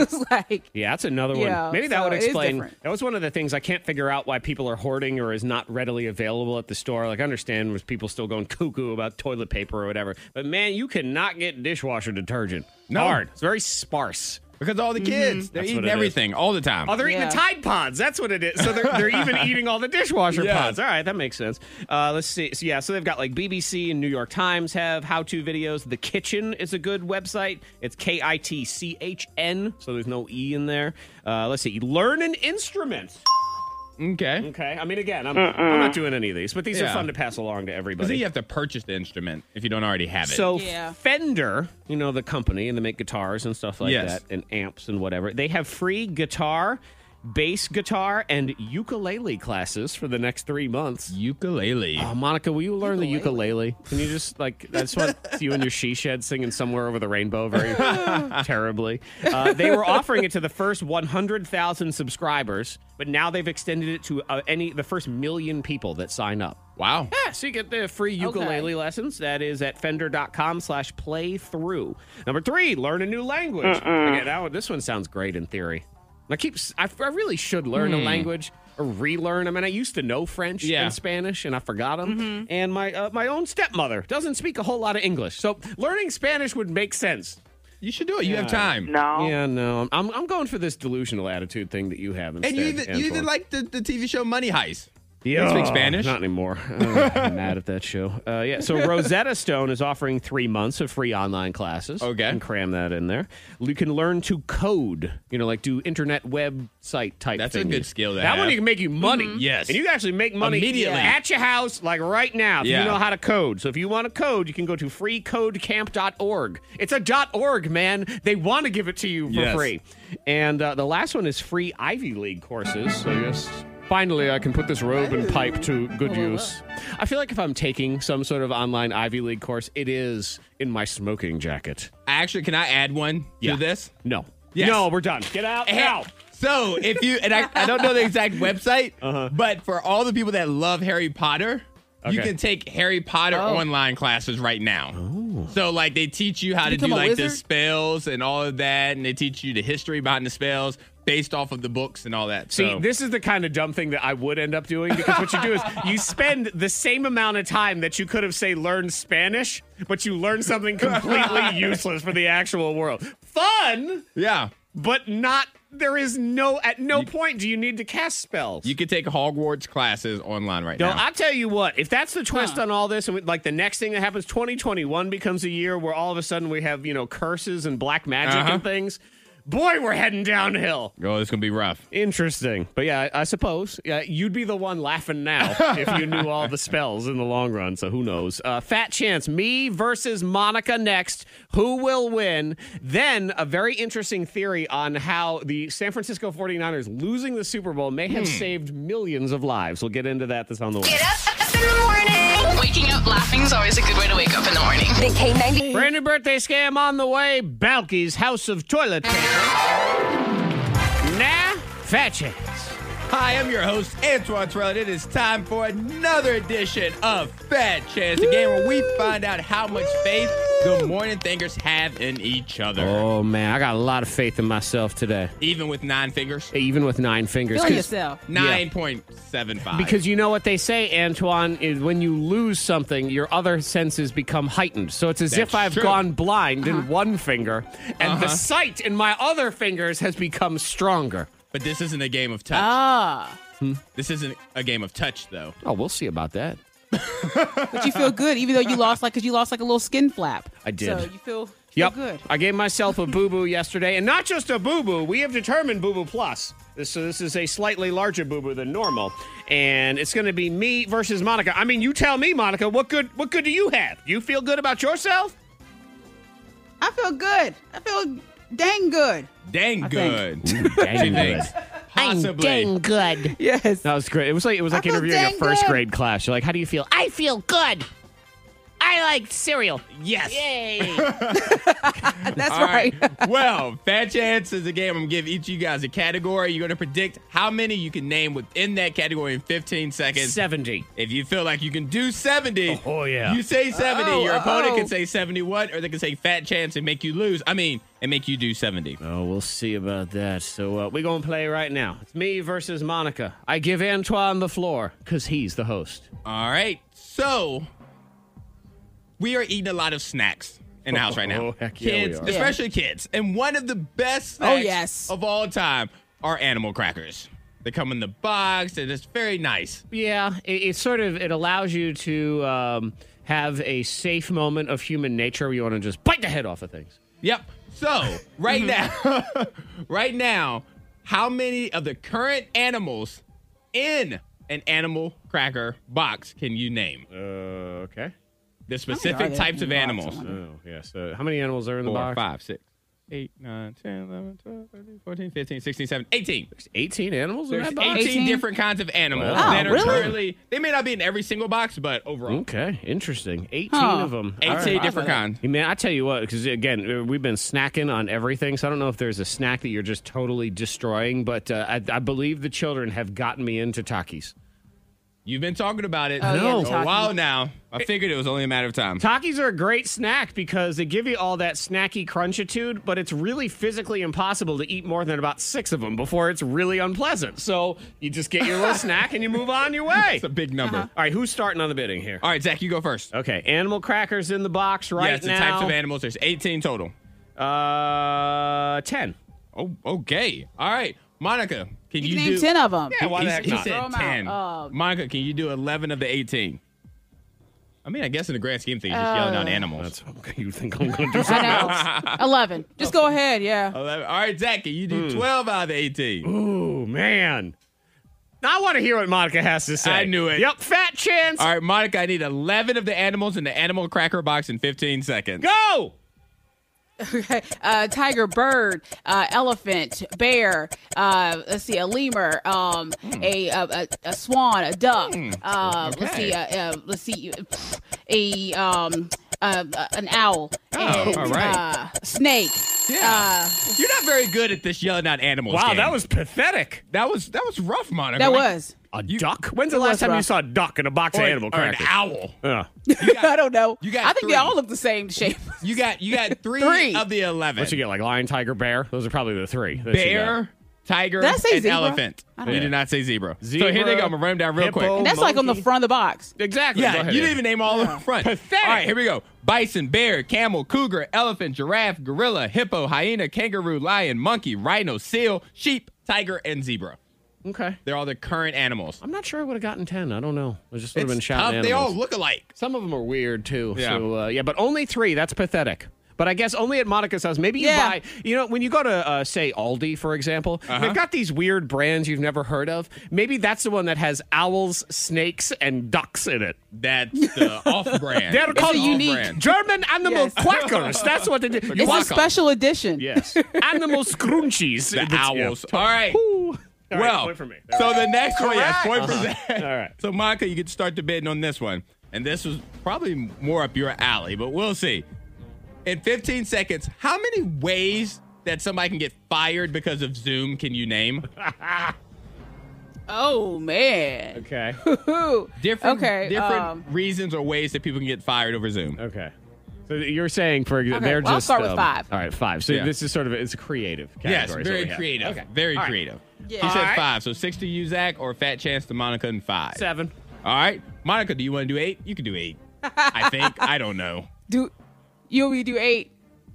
[SPEAKER 2] [LAUGHS] it's like
[SPEAKER 1] Yeah, that's another
[SPEAKER 2] Yeah,
[SPEAKER 1] one. Maybe that
[SPEAKER 2] so
[SPEAKER 1] would
[SPEAKER 2] it is
[SPEAKER 1] explain.
[SPEAKER 2] different.
[SPEAKER 1] That was one of the things I can't figure out why people are hoarding or is not readily available at the store. Like, I understand was people still going cuckoo about toilet paper or whatever, but man, you cannot get dishwasher detergent.
[SPEAKER 4] No.
[SPEAKER 1] Hard. It's very sparse.
[SPEAKER 4] [LAUGHS] Because all the kids, they're
[SPEAKER 1] That's
[SPEAKER 4] eating
[SPEAKER 1] what it is.
[SPEAKER 4] everything all the time.
[SPEAKER 1] Mm-hmm. Oh, they're eating the
[SPEAKER 2] Yeah.
[SPEAKER 1] Tide Pods. That's what it is. So they're, they're even eating all the dishwasher
[SPEAKER 4] Yeah.
[SPEAKER 1] pods. All right, that makes sense. Uh, let's see. So, yeah, so they've got like BBC and New York Times have how to videos. The Kitchen is a good website. It's K I T C H N, so there's no E in there. Uh, let's see. Learn an instrument.
[SPEAKER 4] okay.
[SPEAKER 1] Okay. I mean, again, I'm, I'm
[SPEAKER 2] Uh-uh.
[SPEAKER 1] not doing any of these, but these are
[SPEAKER 4] Yeah.
[SPEAKER 1] fun to pass along to
[SPEAKER 4] Because
[SPEAKER 1] everybody.
[SPEAKER 4] you have to purchase the instrument if you don't already have it.
[SPEAKER 1] So
[SPEAKER 2] Yeah.
[SPEAKER 1] Fender, you know the company, and they make guitars and stuff like
[SPEAKER 4] Yes.
[SPEAKER 1] that, and amps and whatever. They have free guitar, bass guitar, and ukulele classes for the next three months.
[SPEAKER 4] ukulele.
[SPEAKER 1] Oh, Monica, will you learn the ukulele? Can you just like I
[SPEAKER 2] [LAUGHS]
[SPEAKER 1] just want you and your she shed singing somewhere over the rainbow very terribly. Uh, they were offering it to the first 100,000 subscribers, but now they've extended it to uh, any the first million people that sign up.
[SPEAKER 4] wow.
[SPEAKER 1] Yeah, so you get the free ukulele
[SPEAKER 2] Okay.
[SPEAKER 1] lessons. That is at fender.com slash playthrough. Number three, learn a new language. Okay, that one, this one sounds great in theory. I keep, s- I, I really should learn a language or relearn. I mean, I used to know French
[SPEAKER 4] Hmm. Yeah. Mm-hmm.
[SPEAKER 1] and Spanish and I forgot them. And my, uh, my own stepmother doesn't speak a whole lot of English. So learning Spanish would make sense.
[SPEAKER 4] You should do it. You have time.
[SPEAKER 8] No.
[SPEAKER 1] Yeah, no, I'm, I'm going for this delusional attitude thing that you have. Instead,
[SPEAKER 4] And you even, you even
[SPEAKER 1] Antoine.
[SPEAKER 4] like the, the TV show Money Heist.
[SPEAKER 1] Yeah,
[SPEAKER 4] Don't speak Spanish?
[SPEAKER 1] Not anymore. [LAUGHS] Uh, I'm mad at that show. Uh, yeah. So Rosetta Stone is offering three months of free online classes.
[SPEAKER 4] Okay.
[SPEAKER 1] You can cram that in there. You can learn to code. You know, like do internet website type.
[SPEAKER 4] That's a
[SPEAKER 1] thingies.
[SPEAKER 4] good skill to
[SPEAKER 1] That one
[SPEAKER 4] have.
[SPEAKER 1] you can make you money.
[SPEAKER 2] Mm-hmm.
[SPEAKER 4] Yes.
[SPEAKER 1] And you can actually make money
[SPEAKER 4] Immediately.
[SPEAKER 1] at your house, like right now. If
[SPEAKER 4] Yeah.
[SPEAKER 1] You know how to code. So if you want to code, you can go to freecodecamp.org. It's a dot .org, man. They want to give it to you for
[SPEAKER 4] Yes.
[SPEAKER 1] free. And uh, the last one is free Ivy League courses. So yes, finally I can put this robe and pipe to good use. I feel like if I'm taking some sort of online Ivy League course, it is in my smoking jacket.
[SPEAKER 4] Actually, can I add one
[SPEAKER 1] Yeah.
[SPEAKER 4] to this?
[SPEAKER 1] No.
[SPEAKER 4] Yes.
[SPEAKER 1] No, we're done. Get out
[SPEAKER 4] And-
[SPEAKER 1] now.
[SPEAKER 4] So if you and I, I don't know the exact
[SPEAKER 1] [LAUGHS]
[SPEAKER 4] website,
[SPEAKER 1] Uh-huh.
[SPEAKER 4] but for all the people that love Harry Potter, you
[SPEAKER 1] Okay.
[SPEAKER 4] can take Harry Potter
[SPEAKER 2] Oh.
[SPEAKER 4] online classes right now.
[SPEAKER 1] Oh.
[SPEAKER 4] So like they teach you how to do
[SPEAKER 2] become a
[SPEAKER 4] like the
[SPEAKER 2] wizard?
[SPEAKER 4] spells and all of that, and they teach you the history behind the spells based off of the books and all that.
[SPEAKER 1] See,
[SPEAKER 4] so
[SPEAKER 1] this is the kind of dumb thing that I would end up doing because what you do is you
[SPEAKER 4] [LAUGHS]
[SPEAKER 1] spend the same amount of time that you
[SPEAKER 4] [LAUGHS]
[SPEAKER 1] could have, say, learned Spanish, but you learn something completely useless for the actual world. fun,
[SPEAKER 4] Yeah.
[SPEAKER 1] but not. There is no. At no point do you need to cast spells.
[SPEAKER 4] You could take Hogwarts classes online right
[SPEAKER 1] No,
[SPEAKER 4] now.
[SPEAKER 1] I tell you what, if that's the twist
[SPEAKER 2] Huh.
[SPEAKER 1] on all this, and we, like the next thing that happens, 2021 becomes a year where all of a sudden we have, you know, curses and black magic
[SPEAKER 4] Uh-huh.
[SPEAKER 1] and things, boy, we're heading downhill.
[SPEAKER 4] oh, it's gonna be rough.
[SPEAKER 1] Interesting. But yeah, I, I suppose yeah, you'd be the one laughing
[SPEAKER 4] [LAUGHS]
[SPEAKER 1] now if you knew all the spells in the long run. So who knows? Uh, fat chance. Me versus Monica next. Who will win? Then a very interesting theory on how the San Francisco 49ers losing the Super Bowl may have saved millions of lives. We'll get into that this on the way.
[SPEAKER 3] Get up in the morning.
[SPEAKER 8] Waking up laughing is always a good way to wake up in the morning.
[SPEAKER 6] The K92.
[SPEAKER 1] Brand new birthday scam on the way. Balky's House of Toilet Paper. Nah, fat chance.
[SPEAKER 4] Hi, I'm your host, Antoine Terrell, and it is time for another edition of Fat Chance, the game where we find out how much faith the morning thinkers have in each other.
[SPEAKER 1] Oh man, I got a lot of faith in myself today.
[SPEAKER 4] Even with nine fingers.
[SPEAKER 1] Even with nine fingers.
[SPEAKER 2] Feel
[SPEAKER 1] 'Cause-
[SPEAKER 2] yourself.
[SPEAKER 4] 9.75.
[SPEAKER 1] Because you know what they say, Antoine, is when you lose something, your other senses become heightened. So it's as
[SPEAKER 4] That's
[SPEAKER 1] if I've
[SPEAKER 4] true. Uh-huh.
[SPEAKER 1] gone blind in one finger, and the sight in my other fingers has become stronger. Hmm?
[SPEAKER 4] But this isn't a game of touch.
[SPEAKER 2] Ah,
[SPEAKER 4] This isn't a game of touch, though.
[SPEAKER 1] Oh, we'll see about that.
[SPEAKER 2] but you feel good even though you lost, like, because you lost like a little skin flap.
[SPEAKER 1] I did.
[SPEAKER 2] So you feel, feel
[SPEAKER 1] Yep.
[SPEAKER 2] good.
[SPEAKER 1] I gave myself a boo boo yesterday, and not just a boo boo. We have determined boo boo plus. This, so this is a slightly larger boo boo than normal, and it's going to be me versus Monica. I mean, you tell me, Monica, what good? What good do you have? You feel good about yourself?
[SPEAKER 2] I feel good. I feel dang good.
[SPEAKER 4] Dang good.
[SPEAKER 1] Dang
[SPEAKER 4] She thinks. Possibly.
[SPEAKER 1] good.
[SPEAKER 2] Yes.
[SPEAKER 1] That was great. It was like it was like
[SPEAKER 2] feel
[SPEAKER 1] interviewing a
[SPEAKER 2] dang
[SPEAKER 1] first
[SPEAKER 2] good.
[SPEAKER 1] grade class. You're like, how do you feel? I feel good. I like cereal.
[SPEAKER 4] Yes.
[SPEAKER 1] Yay. [LAUGHS]
[SPEAKER 2] [LAUGHS] That's
[SPEAKER 4] All
[SPEAKER 2] right.
[SPEAKER 4] well, Fat Chance is a game. I'm going to give each of you guys a category. You're going to predict how many you can name within that category in 15 seconds.
[SPEAKER 1] 70.
[SPEAKER 4] If you feel like you can do 70,
[SPEAKER 1] Oh, yeah.
[SPEAKER 4] you say 70.
[SPEAKER 2] Oh,
[SPEAKER 4] Your opponent
[SPEAKER 2] oh.
[SPEAKER 4] can say 71, or they can say Fat Chance and make you lose. I mean, and make you do 70.
[SPEAKER 1] Oh, we'll see about that. So uh, we're going to play right now. It's me versus Monica. I give Antoine the floor because he's the host.
[SPEAKER 4] All right. So we are eating a lot of snacks in the house right now.
[SPEAKER 1] Oh, heck yeah, we
[SPEAKER 4] kids,
[SPEAKER 1] are.
[SPEAKER 2] Yeah.
[SPEAKER 4] especially kids. And one of the best snacks
[SPEAKER 2] Oh, yes.
[SPEAKER 4] of all time are animal crackers. They come in the box and it's very nice.
[SPEAKER 1] Yeah, it, it sort of it allows you to um, have a safe moment of human nature where you want to just bite the head off of things.
[SPEAKER 4] Yep. So
[SPEAKER 2] [LAUGHS]
[SPEAKER 4] right now, [LAUGHS] right now, how many of the current animals in an animal cracker box can you name?
[SPEAKER 1] Uh, okay.
[SPEAKER 4] The
[SPEAKER 2] How many
[SPEAKER 4] specific
[SPEAKER 2] are
[SPEAKER 4] types
[SPEAKER 2] there
[SPEAKER 4] of
[SPEAKER 2] in the
[SPEAKER 4] animals.
[SPEAKER 2] box? I wonder.
[SPEAKER 1] Oh, yeah. So how many animals are in the
[SPEAKER 4] Four,
[SPEAKER 1] box?
[SPEAKER 4] five, six, eight, nine, 10, 11, 12, 13, 14, 15, 16, 17, 18.
[SPEAKER 1] 18 animals in
[SPEAKER 4] There's
[SPEAKER 1] that
[SPEAKER 4] 18,
[SPEAKER 1] box?
[SPEAKER 2] Eighteen?
[SPEAKER 4] different kinds of animals
[SPEAKER 1] Wow.
[SPEAKER 4] that
[SPEAKER 2] Oh,
[SPEAKER 4] are
[SPEAKER 2] really?
[SPEAKER 4] currently. They may not be in every single box, but overall,
[SPEAKER 1] Okay, interesting. 18
[SPEAKER 2] Huh.
[SPEAKER 1] of them.
[SPEAKER 4] 18
[SPEAKER 1] All right.
[SPEAKER 4] different kinds.
[SPEAKER 1] Hey, man, I tell you what, because again, uh, we've been snacking on everything, so I don't know if there's a snack that you're just totally destroying, but uh, I, I believe the children have gotten me into Takis.
[SPEAKER 4] You've been talking about it
[SPEAKER 2] Oh, yeah, the
[SPEAKER 4] for a
[SPEAKER 2] Takis.
[SPEAKER 4] while now. I figured it was only a matter of time.
[SPEAKER 1] Takis are a great snack because they give you all that snacky crunchitude, but it's really physically impossible to eat more than about six of them before it's really unpleasant. So you just
[SPEAKER 4] [LAUGHS]
[SPEAKER 1] get your little snack and you move on your way. Uh-huh.
[SPEAKER 4] It's a big number.
[SPEAKER 1] All right, who's starting on the bidding here?
[SPEAKER 4] All right, Zach, you go first.
[SPEAKER 1] Okay, animal crackers in the box right
[SPEAKER 4] yes, the
[SPEAKER 1] now.
[SPEAKER 4] types of animals. There's 18 total.
[SPEAKER 1] Uh, ten.
[SPEAKER 4] Oh, okay. All right, Monica, can you,
[SPEAKER 2] You, can name
[SPEAKER 4] do
[SPEAKER 2] 10 of them.
[SPEAKER 4] Yeah,
[SPEAKER 1] why
[SPEAKER 4] he,
[SPEAKER 1] the heck
[SPEAKER 4] he
[SPEAKER 1] not?
[SPEAKER 4] said
[SPEAKER 2] Throw 'em out.
[SPEAKER 4] 10.
[SPEAKER 2] Oh.
[SPEAKER 4] Monica, can you do 11 of the 18? I mean, I guess in the grand scheme of things, just yelling out animals.
[SPEAKER 1] [LAUGHS] You think
[SPEAKER 2] [LAUGHS]
[SPEAKER 1] I'm going to do
[SPEAKER 2] [LAUGHS]
[SPEAKER 1] something?
[SPEAKER 2] Oh. I
[SPEAKER 1] [LAUGHS]
[SPEAKER 2] know. 11. Just go ahead. Yeah.
[SPEAKER 4] 11. All right, Zach, can you do 12 out of the 18?
[SPEAKER 1] Oh Hmm. man. Now I want to hear what Monica has to say.
[SPEAKER 4] I knew it.
[SPEAKER 1] Yep, fat chance.
[SPEAKER 4] All right, Monica, I need 11 of the animals in the animal cracker box in 15 seconds.
[SPEAKER 1] Go.
[SPEAKER 2] Uh, tiger, bird, uh, elephant, bear. Uh, let's see, a lemur, um, a, a, a a swan, a duck. Um, Let's
[SPEAKER 4] okay.
[SPEAKER 2] see, uh, uh, let's see, a um, uh, an owl. Oh,
[SPEAKER 4] all right.
[SPEAKER 2] Uh, snake. Uh,
[SPEAKER 4] Yeah. You're not very good at this yelling out animals.
[SPEAKER 1] Wow,
[SPEAKER 4] game.
[SPEAKER 1] that was pathetic.
[SPEAKER 4] that was that was rough, Monica.
[SPEAKER 2] That
[SPEAKER 4] Like-
[SPEAKER 2] was.
[SPEAKER 1] A duck? When's the last
[SPEAKER 2] was
[SPEAKER 1] time you
[SPEAKER 2] rough.
[SPEAKER 1] saw a duck in a box
[SPEAKER 4] or,
[SPEAKER 1] of
[SPEAKER 4] an-
[SPEAKER 1] animal
[SPEAKER 4] or an
[SPEAKER 1] crackers?
[SPEAKER 4] owl.
[SPEAKER 1] Yeah.
[SPEAKER 2] [LAUGHS] I don't know.
[SPEAKER 4] you got
[SPEAKER 2] I think
[SPEAKER 4] three.
[SPEAKER 2] they all look the same shape.
[SPEAKER 4] You
[SPEAKER 2] [LAUGHS]
[SPEAKER 4] got you got three,
[SPEAKER 2] Three.
[SPEAKER 4] of the 11.
[SPEAKER 1] What you get? Like lion, tiger, bear? Those are probably the three. that you got.
[SPEAKER 4] Bear, tiger,
[SPEAKER 2] Did I say
[SPEAKER 4] and
[SPEAKER 2] zebra?
[SPEAKER 4] elephant.
[SPEAKER 2] I don't
[SPEAKER 4] We
[SPEAKER 2] know.
[SPEAKER 4] did not say zebra.
[SPEAKER 1] Zebra,
[SPEAKER 4] so here they go. I'm gonna run them down real
[SPEAKER 1] hippo.
[SPEAKER 4] quick.
[SPEAKER 2] And that's like on the
[SPEAKER 1] Monkey.
[SPEAKER 2] front of the box.
[SPEAKER 1] Exactly. Go
[SPEAKER 4] Yeah,
[SPEAKER 1] ahead,
[SPEAKER 4] you
[SPEAKER 1] Aaron.
[SPEAKER 4] didn't even name all of them front.
[SPEAKER 1] [LAUGHS] Pathetic.
[SPEAKER 4] All right, here we go. Bison, bear, camel, cougar, elephant, giraffe, gorilla, hippo, hyena, kangaroo, lion, monkey, rhino, seal, sheep, tiger, and zebra.
[SPEAKER 1] Okay.
[SPEAKER 4] They're all the current animals.
[SPEAKER 1] I'm not sure I would have gotten 10. I don't know. I just would have
[SPEAKER 4] It's
[SPEAKER 1] been shouting
[SPEAKER 4] tough.
[SPEAKER 1] animals.
[SPEAKER 4] They all look alike.
[SPEAKER 1] Some of them are weird too.
[SPEAKER 4] Yeah.
[SPEAKER 1] So uh, yeah, but only three. That's pathetic. But I guess only at Monica's house. Maybe you
[SPEAKER 2] Yeah.
[SPEAKER 1] buy. You know, when you go to uh, say Aldi, for example,
[SPEAKER 4] Uh-huh.
[SPEAKER 1] they've got these weird brands you've never heard of. Maybe that's the one that has owls, snakes, and ducks in it.
[SPEAKER 4] That's the [LAUGHS] off-brand.
[SPEAKER 1] They're
[SPEAKER 4] It's
[SPEAKER 1] called
[SPEAKER 4] the
[SPEAKER 2] unique.
[SPEAKER 4] off-brand.
[SPEAKER 1] German animal
[SPEAKER 2] Yes.
[SPEAKER 1] quackers. That's
[SPEAKER 4] [LAUGHS]
[SPEAKER 1] what it is.
[SPEAKER 2] It's
[SPEAKER 1] Quack-
[SPEAKER 2] a special edition.
[SPEAKER 1] yes, animal scrunchies.
[SPEAKER 4] The
[SPEAKER 1] It's- yeah.
[SPEAKER 4] owls. All right.
[SPEAKER 1] All right,
[SPEAKER 4] well,
[SPEAKER 1] point for me.
[SPEAKER 4] so the next one, yes, point for Zach.
[SPEAKER 1] All right.
[SPEAKER 4] So Monica, you could start debating on this one, and this was probably more up your alley, but we'll see. In 15 seconds, how many ways that somebody can get fired because of Zoom can you name?
[SPEAKER 2] [LAUGHS]
[SPEAKER 1] [LAUGHS]
[SPEAKER 2] Oh man.
[SPEAKER 1] Okay.
[SPEAKER 2] Ooh.
[SPEAKER 4] Different,
[SPEAKER 2] Okay.
[SPEAKER 4] different
[SPEAKER 2] um,
[SPEAKER 4] reasons or ways that people can get fired over Zoom.
[SPEAKER 1] Okay. [LAUGHS] So you're saying for example,
[SPEAKER 2] Okay,
[SPEAKER 1] they're
[SPEAKER 2] well, I'll
[SPEAKER 1] just
[SPEAKER 2] start with
[SPEAKER 1] um,
[SPEAKER 2] five.
[SPEAKER 1] All right, five. So
[SPEAKER 4] Yeah.
[SPEAKER 1] this is sort of it's a creative. Category,
[SPEAKER 4] Yes,
[SPEAKER 1] is what
[SPEAKER 4] very
[SPEAKER 1] we have.
[SPEAKER 4] creative. Very
[SPEAKER 1] All right.
[SPEAKER 4] creative. She
[SPEAKER 2] Yeah.
[SPEAKER 4] said
[SPEAKER 1] All right.
[SPEAKER 4] five, so six to you, Zach, or fat chance to Monica and five.
[SPEAKER 1] Seven.
[SPEAKER 4] All right, Monica, do you want to do eight? You can do eight. I think.
[SPEAKER 1] [LAUGHS]
[SPEAKER 4] I don't know.
[SPEAKER 2] [LAUGHS] do you want me to do eight?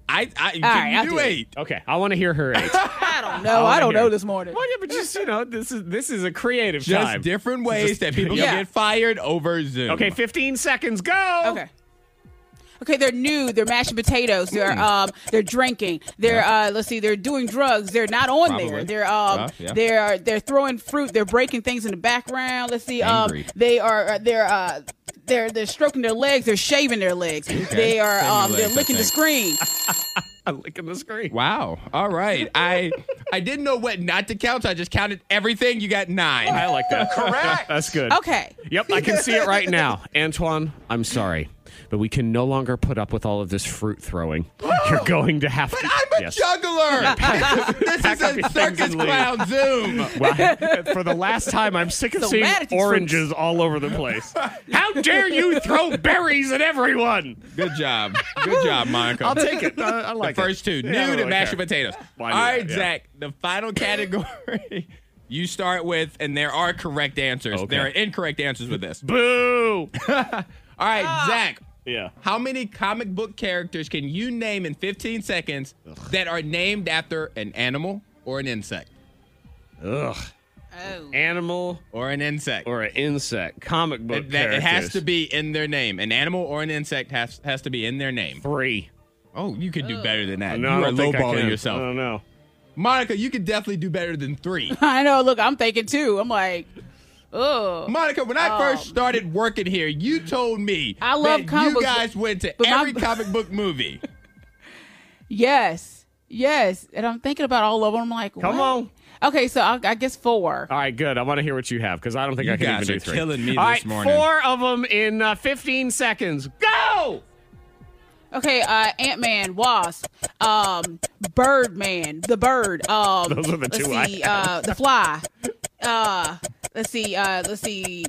[SPEAKER 4] I, I can
[SPEAKER 2] right,
[SPEAKER 4] you
[SPEAKER 2] I'll
[SPEAKER 4] do,
[SPEAKER 2] do it.
[SPEAKER 4] eight.
[SPEAKER 1] Okay, I want to hear her
[SPEAKER 4] [LAUGHS]
[SPEAKER 1] eight.
[SPEAKER 2] I don't know. I,
[SPEAKER 1] wanna
[SPEAKER 2] don't
[SPEAKER 1] hear
[SPEAKER 2] know
[SPEAKER 1] it.
[SPEAKER 2] this morning.
[SPEAKER 1] Well, yeah, but just you know, this is this is a creative
[SPEAKER 4] Just
[SPEAKER 1] time.
[SPEAKER 4] different ways that people
[SPEAKER 2] Yeah.
[SPEAKER 4] can get fired over Zoom.
[SPEAKER 1] okay, fifteen seconds. Go.
[SPEAKER 2] Okay. Okay, they're nude. They're mashing potatoes.
[SPEAKER 4] Hmm.
[SPEAKER 2] They're um, they're drinking. They're uh, let's see, they're doing drugs. They're not on
[SPEAKER 4] Probably.
[SPEAKER 2] there. They're um,
[SPEAKER 4] Yeah, yeah.
[SPEAKER 2] they're they're throwing fruit. They're breaking things in the background. Let's see, um,
[SPEAKER 4] Angry.
[SPEAKER 2] they are they're uh, they're they're stroking their legs. They're shaving their legs. They are
[SPEAKER 4] Shaving
[SPEAKER 2] um,
[SPEAKER 4] your
[SPEAKER 2] they're
[SPEAKER 4] legs, I
[SPEAKER 2] licking the
[SPEAKER 4] think. [LAUGHS]
[SPEAKER 2] screen.
[SPEAKER 1] I'm licking the screen.
[SPEAKER 4] Wow. All right. I I didn't know what not to count, so I just counted everything. You got nine.
[SPEAKER 1] I like that. Correct. [LAUGHS] That's good.
[SPEAKER 2] Okay.
[SPEAKER 1] Yep, I can see it right now. [LAUGHS] Antoine, I'm sorry, but we can no longer put up with all of this fruit throwing. You're going to have
[SPEAKER 4] But
[SPEAKER 1] to.
[SPEAKER 4] I'm a
[SPEAKER 1] Yes.
[SPEAKER 4] juggler. this
[SPEAKER 1] [LAUGHS] pack up
[SPEAKER 4] is
[SPEAKER 1] your
[SPEAKER 4] a
[SPEAKER 1] things
[SPEAKER 4] circus
[SPEAKER 1] and leave.
[SPEAKER 4] clown Zoom.
[SPEAKER 1] [LAUGHS] Well, for the last time, I'm sick of
[SPEAKER 2] So
[SPEAKER 1] seeing
[SPEAKER 2] mad at these
[SPEAKER 1] oranges all over the place. How dare you throw berries at everyone?
[SPEAKER 4] [LAUGHS] Good job. Good job, Monica.
[SPEAKER 1] I'll take it. I, I like
[SPEAKER 4] the first
[SPEAKER 1] it.
[SPEAKER 4] two. Nude
[SPEAKER 1] Yeah, I don't
[SPEAKER 4] and
[SPEAKER 1] really
[SPEAKER 4] mashed
[SPEAKER 1] care.
[SPEAKER 4] potatoes. All
[SPEAKER 1] Why do that?
[SPEAKER 4] right,
[SPEAKER 1] Yeah.
[SPEAKER 4] Zach. The final category [LAUGHS] you start with, and there are correct answers.
[SPEAKER 1] Okay.
[SPEAKER 4] There are incorrect answers with this.
[SPEAKER 1] Boo.
[SPEAKER 4] [LAUGHS] All right, Zach.
[SPEAKER 1] yeah.
[SPEAKER 4] How many comic book characters can you name in 15 seconds that are named after an animal or an insect?
[SPEAKER 1] Ugh.
[SPEAKER 2] Oh.
[SPEAKER 1] Animal
[SPEAKER 4] Or an insect.
[SPEAKER 1] or an insect. Comic book.
[SPEAKER 4] it, that, it has
[SPEAKER 1] characters.
[SPEAKER 4] to be in their name. An animal or an insect has, has to be in their name.
[SPEAKER 1] three.
[SPEAKER 4] Oh, you could do better than that.
[SPEAKER 1] No,
[SPEAKER 4] you
[SPEAKER 1] I
[SPEAKER 4] are
[SPEAKER 1] don't think I
[SPEAKER 4] lowballing
[SPEAKER 1] can. Uh,
[SPEAKER 4] yourself.
[SPEAKER 1] I don't know.
[SPEAKER 4] Monica, you could definitely do better than three.
[SPEAKER 2] [LAUGHS] I know. Look, I'm thinking too. I'm like, oh.
[SPEAKER 4] Uh, Monica, when I first started working here, you told me
[SPEAKER 2] I love
[SPEAKER 4] that
[SPEAKER 2] comic
[SPEAKER 4] you
[SPEAKER 2] books,
[SPEAKER 4] guys went to
[SPEAKER 2] but my-
[SPEAKER 4] every comic book
[SPEAKER 1] [LAUGHS]
[SPEAKER 4] movie.
[SPEAKER 2] Yes, yes. And I'm thinking about all of them. I'm like,
[SPEAKER 1] Come
[SPEAKER 2] what?
[SPEAKER 1] on.
[SPEAKER 2] Okay, so I, I guess four.
[SPEAKER 1] All right, good. I want to hear what you have because I don't think
[SPEAKER 4] You
[SPEAKER 1] I can
[SPEAKER 4] guys
[SPEAKER 1] even
[SPEAKER 4] are
[SPEAKER 1] do three.
[SPEAKER 4] killing me
[SPEAKER 1] All
[SPEAKER 4] this
[SPEAKER 1] right,
[SPEAKER 4] morning.
[SPEAKER 1] four of them in uh, 15 seconds. Go.
[SPEAKER 2] Okay, uh, Ant Man, Wasp, um, Birdman, the bird. Um,
[SPEAKER 1] Those are the
[SPEAKER 2] let's
[SPEAKER 1] two I
[SPEAKER 2] see, uh, the fly. Uh, let's see. Uh, let's see.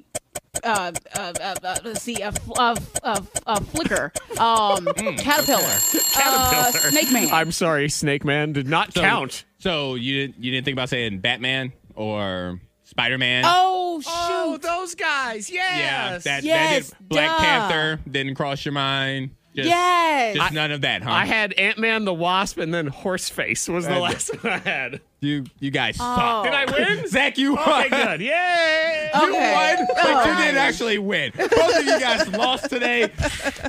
[SPEAKER 2] Uh, uh, uh, uh, let's see. A, fl- uh, f- uh, f- uh, flicker. Um, caterpillar. Uh,
[SPEAKER 1] Hmm, Caterpillar.
[SPEAKER 2] snake man.
[SPEAKER 1] I'm sorry, Snake Man did not count.
[SPEAKER 4] So you didn't you didn't think about saying Batman or Spider Man?
[SPEAKER 2] oh shoot.
[SPEAKER 1] those guys.
[SPEAKER 4] yeah, that,
[SPEAKER 2] Yes,
[SPEAKER 4] that did, Black
[SPEAKER 2] duh.
[SPEAKER 4] Panther didn't cross your mind. Just,
[SPEAKER 2] yes.
[SPEAKER 4] just none of that, huh?
[SPEAKER 1] I had Ant Man, the Wasp, and then Horseface was the
[SPEAKER 4] Uh,
[SPEAKER 1] last [LAUGHS] one I had.
[SPEAKER 4] you. You guys suck.
[SPEAKER 2] Oh.
[SPEAKER 1] Did I
[SPEAKER 4] [LAUGHS]
[SPEAKER 1] win?
[SPEAKER 4] Zach, you
[SPEAKER 1] Okay,
[SPEAKER 4] won. [LAUGHS]
[SPEAKER 1] good. Yay!
[SPEAKER 4] You
[SPEAKER 2] Okay. Oh.
[SPEAKER 4] won, but you didn't actually win. Both of you guys lost
[SPEAKER 2] [LAUGHS]
[SPEAKER 4] today.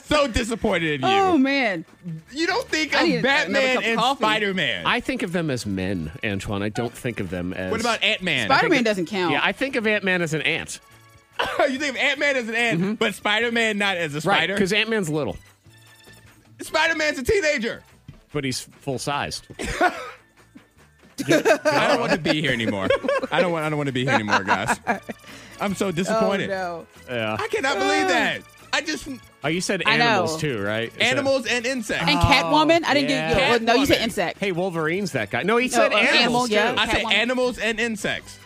[SPEAKER 4] So disappointed in you.
[SPEAKER 2] oh man.
[SPEAKER 4] you don't think
[SPEAKER 2] I need
[SPEAKER 4] of
[SPEAKER 2] another cup
[SPEAKER 4] Batman
[SPEAKER 2] of
[SPEAKER 4] and
[SPEAKER 2] coffee.
[SPEAKER 4] Spider Man.
[SPEAKER 1] I think of them as men, Antoine. I don't think of them as.
[SPEAKER 4] What about Ant Man?
[SPEAKER 2] Spider Man doesn't count.
[SPEAKER 1] Yeah, I think of Ant Man as an ant.
[SPEAKER 4] [LAUGHS]
[SPEAKER 1] Mm-hmm.
[SPEAKER 4] you think of Ant Man as an ant, but Spider Man not as a
[SPEAKER 1] Right.
[SPEAKER 4] spider.
[SPEAKER 1] Because Ant Man's little,
[SPEAKER 4] Spider Man's a teenager.
[SPEAKER 1] but he's
[SPEAKER 4] [LAUGHS]
[SPEAKER 1] full sized.
[SPEAKER 4] I don't want to be here anymore. I don't want. I don't want to be here anymore, [LAUGHS] guys. I'm so
[SPEAKER 2] oh
[SPEAKER 4] disappointed.
[SPEAKER 2] no.
[SPEAKER 4] I cannot believe that. I just
[SPEAKER 1] Oh, you said
[SPEAKER 2] I know.
[SPEAKER 1] animals too, right? Is that-
[SPEAKER 4] animals and insects.
[SPEAKER 2] And Catwoman? I didn't
[SPEAKER 1] yeah.
[SPEAKER 2] do. Well, no, you said
[SPEAKER 4] Oh, Catwoman.
[SPEAKER 2] insect.
[SPEAKER 1] Hey, Wolverine's that guy. No, he said
[SPEAKER 2] uh,
[SPEAKER 1] animals.
[SPEAKER 2] animal,
[SPEAKER 1] too.
[SPEAKER 2] yeah.
[SPEAKER 4] I said
[SPEAKER 2] Catwoman.
[SPEAKER 4] animals and insects.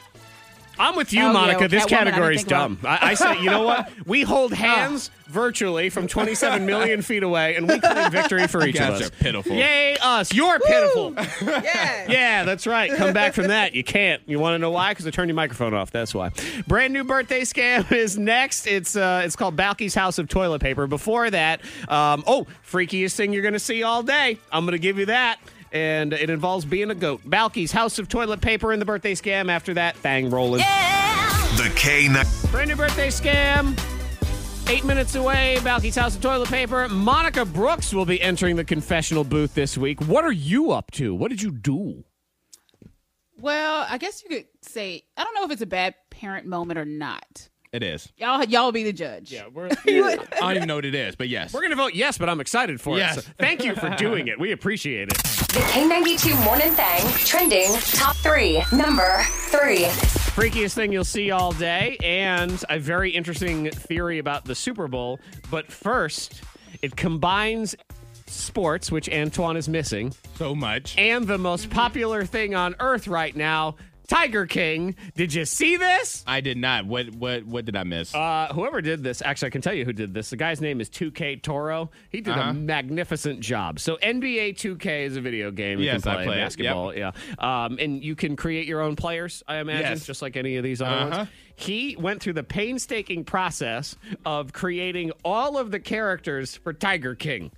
[SPEAKER 1] I'm with you,
[SPEAKER 2] Oh, yeah,
[SPEAKER 1] Monica.
[SPEAKER 2] well,
[SPEAKER 1] this
[SPEAKER 2] Catwoman, I didn't
[SPEAKER 1] category's
[SPEAKER 2] think about Oh.
[SPEAKER 1] dumb. I, I say, you know what? [LAUGHS]
[SPEAKER 2] [LAUGHS]
[SPEAKER 1] We hold hands virtually from 27 million feet away, and we claim victory for each of
[SPEAKER 4] guys
[SPEAKER 1] us.
[SPEAKER 4] are pitiful.
[SPEAKER 1] Yay, us! You're pitiful.
[SPEAKER 2] [LAUGHS] Yeah.
[SPEAKER 1] Yeah, that's right. Come back from that. You can't. You want to know why? Because I turned your microphone off. That's why. Brand new birthday scam is next. It's uh, it's called Balky's House of Toilet Paper. Before that, um, oh, freakiest thing you're gonna see all day. I'm gonna give you that. And it involves being a goat. Balky's House of Toilet Paper and the birthday scam. After that, bang rolling.
[SPEAKER 7] The K9.
[SPEAKER 1] Brand new birthday scam. Eight minutes away, Balky's House of Toilet Paper. Monica Brooks will be entering the confessional booth this week. What are you up to? What did you do?
[SPEAKER 2] Well, I guess you could say I don't know if it's a bad parent moment or not.
[SPEAKER 4] It is.
[SPEAKER 2] Y'all, y'all be the judge.
[SPEAKER 1] we're,
[SPEAKER 4] I don't even know what it is, but yes.
[SPEAKER 1] going to vote yes, but I'm excited for
[SPEAKER 4] Yes.
[SPEAKER 1] it. So thank you for doing it. We appreciate it.
[SPEAKER 6] The K92 Morning Thang trending top three. Number three.
[SPEAKER 1] Freakiest thing you'll see all day, and a very interesting theory about the Super Bowl. But first, it combines sports, which Antoine is missing,
[SPEAKER 4] so much.
[SPEAKER 1] and the most popular thing on earth right now. Tiger King. Did you see this?
[SPEAKER 4] I did not. What what what did I miss?
[SPEAKER 1] Uh, whoever did this, actually, I can tell you who did this. The guy's name is 2K Toro. He did
[SPEAKER 4] Uh-huh.
[SPEAKER 1] a magnificent job. So NBA 2K is a video game. You
[SPEAKER 4] Yes,
[SPEAKER 1] can
[SPEAKER 4] I
[SPEAKER 1] play
[SPEAKER 4] play it.
[SPEAKER 1] basketball. Yeah, um, and you can create your own players. I imagine,
[SPEAKER 4] Yes.
[SPEAKER 1] just like any of these other
[SPEAKER 4] Uh-huh.
[SPEAKER 1] ones. He went through the painstaking process of creating all of the characters for
[SPEAKER 4] [LAUGHS]
[SPEAKER 1] Tiger King.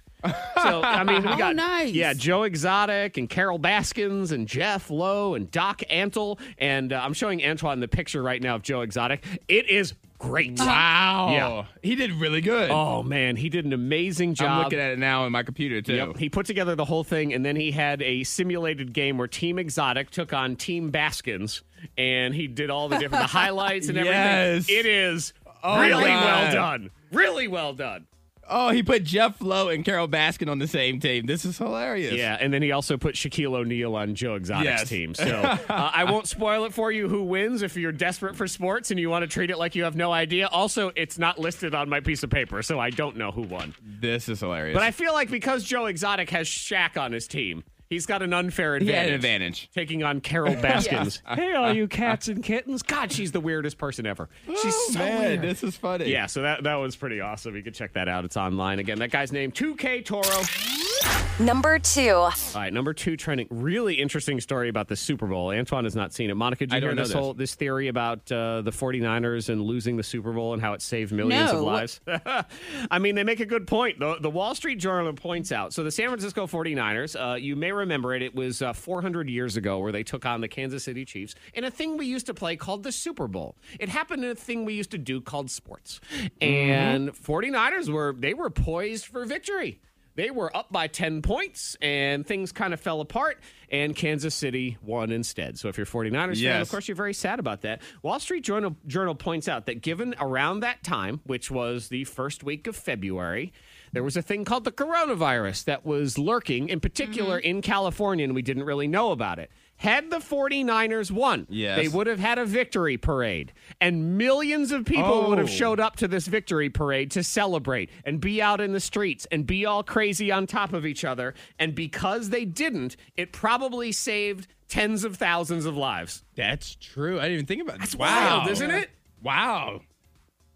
[SPEAKER 1] So I mean, we
[SPEAKER 2] Oh,
[SPEAKER 1] got
[SPEAKER 2] nice.
[SPEAKER 1] yeah, Joe Exotic and Carol Baskins and Jeff Lowe and Doc Antle. And uh, I'm showing Antoine the picture right now of Joe Exotic. It is great.
[SPEAKER 4] wow.
[SPEAKER 1] Yeah.
[SPEAKER 4] He did really good.
[SPEAKER 1] Oh, man. He did an amazing job.
[SPEAKER 4] I'm looking at it now in my computer too.
[SPEAKER 1] Yep. He put together the whole thing, and then he had a simulated game where Team Exotic took on Team Baskins, and he did all the different the highlights and
[SPEAKER 4] [LAUGHS]
[SPEAKER 1] everything.
[SPEAKER 4] Yes.
[SPEAKER 1] It is
[SPEAKER 4] Oh,
[SPEAKER 1] really
[SPEAKER 4] God.
[SPEAKER 1] well done. Really well done.
[SPEAKER 4] Oh, he put Jeff Lowe and Carol Baskin on the same team. This is hilarious.
[SPEAKER 1] Yeah, and then he also put Shaquille O'Neal on Joe Exotic's
[SPEAKER 4] Yes.
[SPEAKER 1] [LAUGHS] team. So uh, I won't spoil it for you who wins if you're desperate for sports and you want to treat it like you have no idea. Also, it's not listed on my piece of paper, so I don't know who won.
[SPEAKER 4] [LAUGHS] This is hilarious.
[SPEAKER 1] But I feel like because Joe Exotic has Shaq on his team, he's got an unfair
[SPEAKER 4] he
[SPEAKER 1] advantage.
[SPEAKER 4] had an advantage.
[SPEAKER 1] Taking [LAUGHS] on Carol Baskins. [LAUGHS] Hey, all you cats and kittens. God, she's the weirdest person ever. She's
[SPEAKER 4] Oh,
[SPEAKER 1] so
[SPEAKER 4] man,
[SPEAKER 1] weird.
[SPEAKER 4] this is funny.
[SPEAKER 1] Yeah, so that, that was pretty awesome. You can check that out. It's online. Again, that guy's name, 2K Toro.
[SPEAKER 6] Number two.
[SPEAKER 1] All right, number two trending. Really interesting story about the Super Bowl. Antoine has not seen it. Monica, did you
[SPEAKER 4] I don't
[SPEAKER 1] hear
[SPEAKER 4] know
[SPEAKER 1] this,
[SPEAKER 4] this.
[SPEAKER 1] whole this theory about uh, the 49ers and losing the Super Bowl and how it saved millions of
[SPEAKER 2] No.
[SPEAKER 1] lives? [LAUGHS] I mean, they make a good point. The, the Wall Street Journal points out. So the San Francisco 49ers, uh, you may remember it. It was uh, 400 years ago where they took on the Kansas City Chiefs in a thing we used to play called the Super Bowl. It happened in a thing we used to do called sports. And 49ers were they were poised for victory. They were up by 10 points and things kind of fell apart and Kansas City won instead. So if you're 49ers fan, of
[SPEAKER 4] Yes.
[SPEAKER 1] course you're very sad about that. Wall Street Journal, Journal points out that given around that time, which was the first week of February, there was a thing called the coronavirus that was lurking, in particular
[SPEAKER 4] Mm-hmm.
[SPEAKER 1] in California, and we didn't really know about it. Had the 49ers won,
[SPEAKER 4] Yes.
[SPEAKER 1] they would have had a victory parade, and millions of people would have
[SPEAKER 4] Oh.
[SPEAKER 1] showed up to this victory parade to celebrate and be out in the streets and be all crazy on top of each other. And because they didn't, it probably saved tens of thousands of lives.
[SPEAKER 4] That's true. I didn't even think about that. That's
[SPEAKER 1] wild, isn't it?
[SPEAKER 4] Wow.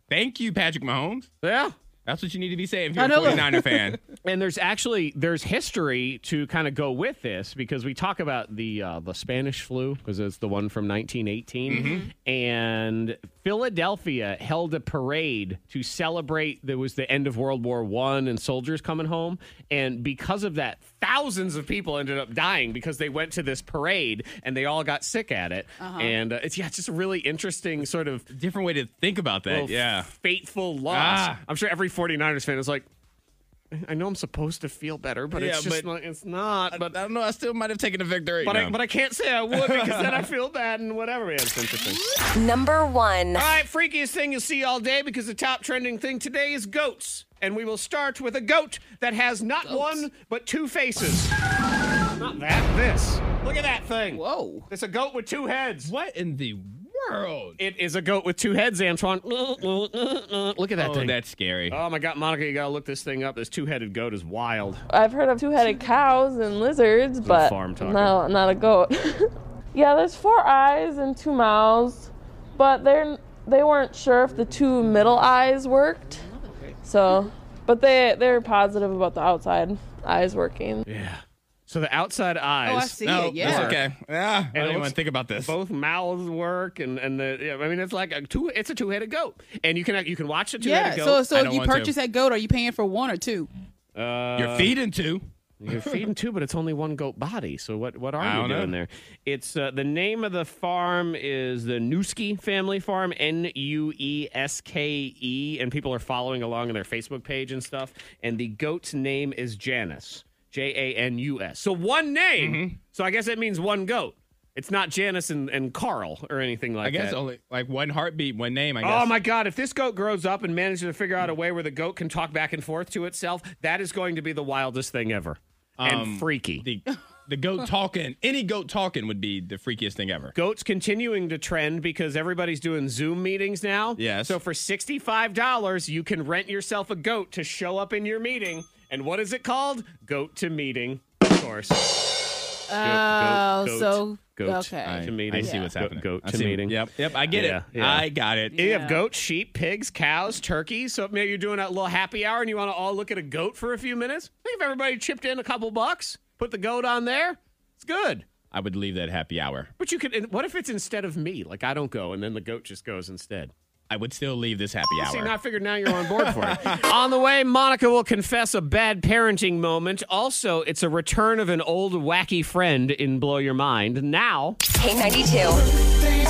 [SPEAKER 4] Thank you, Patrick Mahomes.
[SPEAKER 1] Yeah.
[SPEAKER 4] That's what you need to be saying if you're
[SPEAKER 2] I know.
[SPEAKER 4] a 49er
[SPEAKER 1] [LAUGHS]
[SPEAKER 4] fan.
[SPEAKER 1] And there's actually there's history to kind of go with this because we talk about the uh, the Spanish flu because it's the one from 1918,
[SPEAKER 4] Mm-hmm.
[SPEAKER 1] and Philadelphia held a parade to celebrate. There was the end of World War One and soldiers coming home, and because of that, thousands of people ended up dying because they went to this parade and they all got sick at it. And uh, it's yeah, it's just a really interesting sort of
[SPEAKER 4] Different way to think about that.
[SPEAKER 1] little
[SPEAKER 4] yeah.
[SPEAKER 1] fateful loss.
[SPEAKER 4] Ah.
[SPEAKER 1] I'm sure every 49ers fan is like, I know I'm supposed to feel better, but it's
[SPEAKER 4] Yeah,
[SPEAKER 1] just
[SPEAKER 4] but-
[SPEAKER 1] not, it's not. But
[SPEAKER 4] I don't know. I still might have taken a victory.
[SPEAKER 1] but I
[SPEAKER 4] No.
[SPEAKER 1] but I can't say I would because
[SPEAKER 4] [LAUGHS]
[SPEAKER 1] then I feel bad and whatever. Yeah, it's interesting.
[SPEAKER 6] Number one.
[SPEAKER 1] All right, freakiest thing you'll see all day because the top trending thing today is goats, and we will start with a goat that has not one but two faces. not that. This. Look at that thing.
[SPEAKER 2] Whoa.
[SPEAKER 1] It's a goat with two heads.
[SPEAKER 4] what in the world?
[SPEAKER 1] It is a goat with two heads, Antoine. [LAUGHS] Look at that
[SPEAKER 4] oh,
[SPEAKER 1] thing.
[SPEAKER 4] that's scary.
[SPEAKER 1] Oh my God, Monica, you gotta look this thing up. This two-headed goat is wild.
[SPEAKER 9] I've heard of two-headed cows and lizards, but
[SPEAKER 1] farm
[SPEAKER 9] [LAUGHS]
[SPEAKER 1] talking.
[SPEAKER 9] no, not a goat. yeah, there's four eyes and two mouths, but they're they weren't sure if the two middle eyes worked. So, but they they're positive about the outside eyes working.
[SPEAKER 1] Yeah. So the outside eyes.
[SPEAKER 2] Oh, I see
[SPEAKER 4] No,
[SPEAKER 2] it. Yeah.
[SPEAKER 4] that's okay. Yeah, I
[SPEAKER 1] it
[SPEAKER 4] didn't want
[SPEAKER 1] looks-
[SPEAKER 4] to think about this.
[SPEAKER 1] Both mouths work, and and the yeah, I mean it's like a two. It's a two headed goat, and you can you can watch the two
[SPEAKER 2] Yeah.
[SPEAKER 1] headed
[SPEAKER 2] So,
[SPEAKER 1] goat.
[SPEAKER 2] so
[SPEAKER 4] I
[SPEAKER 2] if
[SPEAKER 4] don't
[SPEAKER 2] you
[SPEAKER 4] want to.
[SPEAKER 2] purchase that goat, are you paying for one or two?
[SPEAKER 4] You're feeding two.
[SPEAKER 1] Uh, You're feeding two, but it's only one goat body. So
[SPEAKER 4] [LAUGHS]
[SPEAKER 1] what what
[SPEAKER 4] I
[SPEAKER 1] are you
[SPEAKER 4] don't
[SPEAKER 1] doing
[SPEAKER 4] know.
[SPEAKER 1] there? It's uh, the name of the farm is the Newski Family Farm, N U E S K E, and people are following along on their Facebook page and stuff. And the goat's name is Janus, J A N U S. So one name.
[SPEAKER 4] Mm-hmm.
[SPEAKER 1] So I guess that means one goat. It's not Janice and, and Carl or anything like
[SPEAKER 4] I guess
[SPEAKER 1] that.
[SPEAKER 4] only like one heartbeat, one name. I guess.
[SPEAKER 1] Oh my God! If this goat grows up and manages to figure out a way where the goat can talk back and forth to itself, that is going to be the wildest thing ever
[SPEAKER 4] Um,
[SPEAKER 1] and freaky.
[SPEAKER 4] The the
[SPEAKER 1] [LAUGHS]
[SPEAKER 4] goat talking, any goat talking would be the freakiest thing ever.
[SPEAKER 1] Goats continuing to trend because everybody's doing Zoom meetings now.
[SPEAKER 4] Yes.
[SPEAKER 1] So for $65, you can rent yourself a goat to show up in your meeting. And what is it called? Goat to meeting, of course. Goat,
[SPEAKER 2] Oh, so-
[SPEAKER 1] goat
[SPEAKER 2] okay. I-
[SPEAKER 1] to
[SPEAKER 4] I
[SPEAKER 1] meeting.
[SPEAKER 4] see what's
[SPEAKER 1] Goat-
[SPEAKER 4] happening.
[SPEAKER 1] Goat
[SPEAKER 4] I
[SPEAKER 1] to
[SPEAKER 4] see-
[SPEAKER 1] meeting.
[SPEAKER 4] Yep, yep. I get
[SPEAKER 1] Yeah,
[SPEAKER 4] it.
[SPEAKER 1] yeah.
[SPEAKER 4] I got it.
[SPEAKER 1] You have goats, sheep, pigs, cows, turkeys. So maybe you're doing that little happy hour and you want to all look at a goat for a few minutes. I think if everybody chipped in a couple bucks, put the goat on there, it's good.
[SPEAKER 4] I would leave that happy hour.
[SPEAKER 1] But you could. and What if it's instead of me? Like I don't go, and then the goat just goes instead.
[SPEAKER 4] I would still leave this happy
[SPEAKER 1] See,
[SPEAKER 4] hour.
[SPEAKER 1] now I figured now you're on board [LAUGHS]
[SPEAKER 4] [LAUGHS]
[SPEAKER 1] for it. on the way, Monica will confess a bad parenting moment. Also, it's a return of an old wacky friend in Blow Your Mind. Now,
[SPEAKER 6] K92.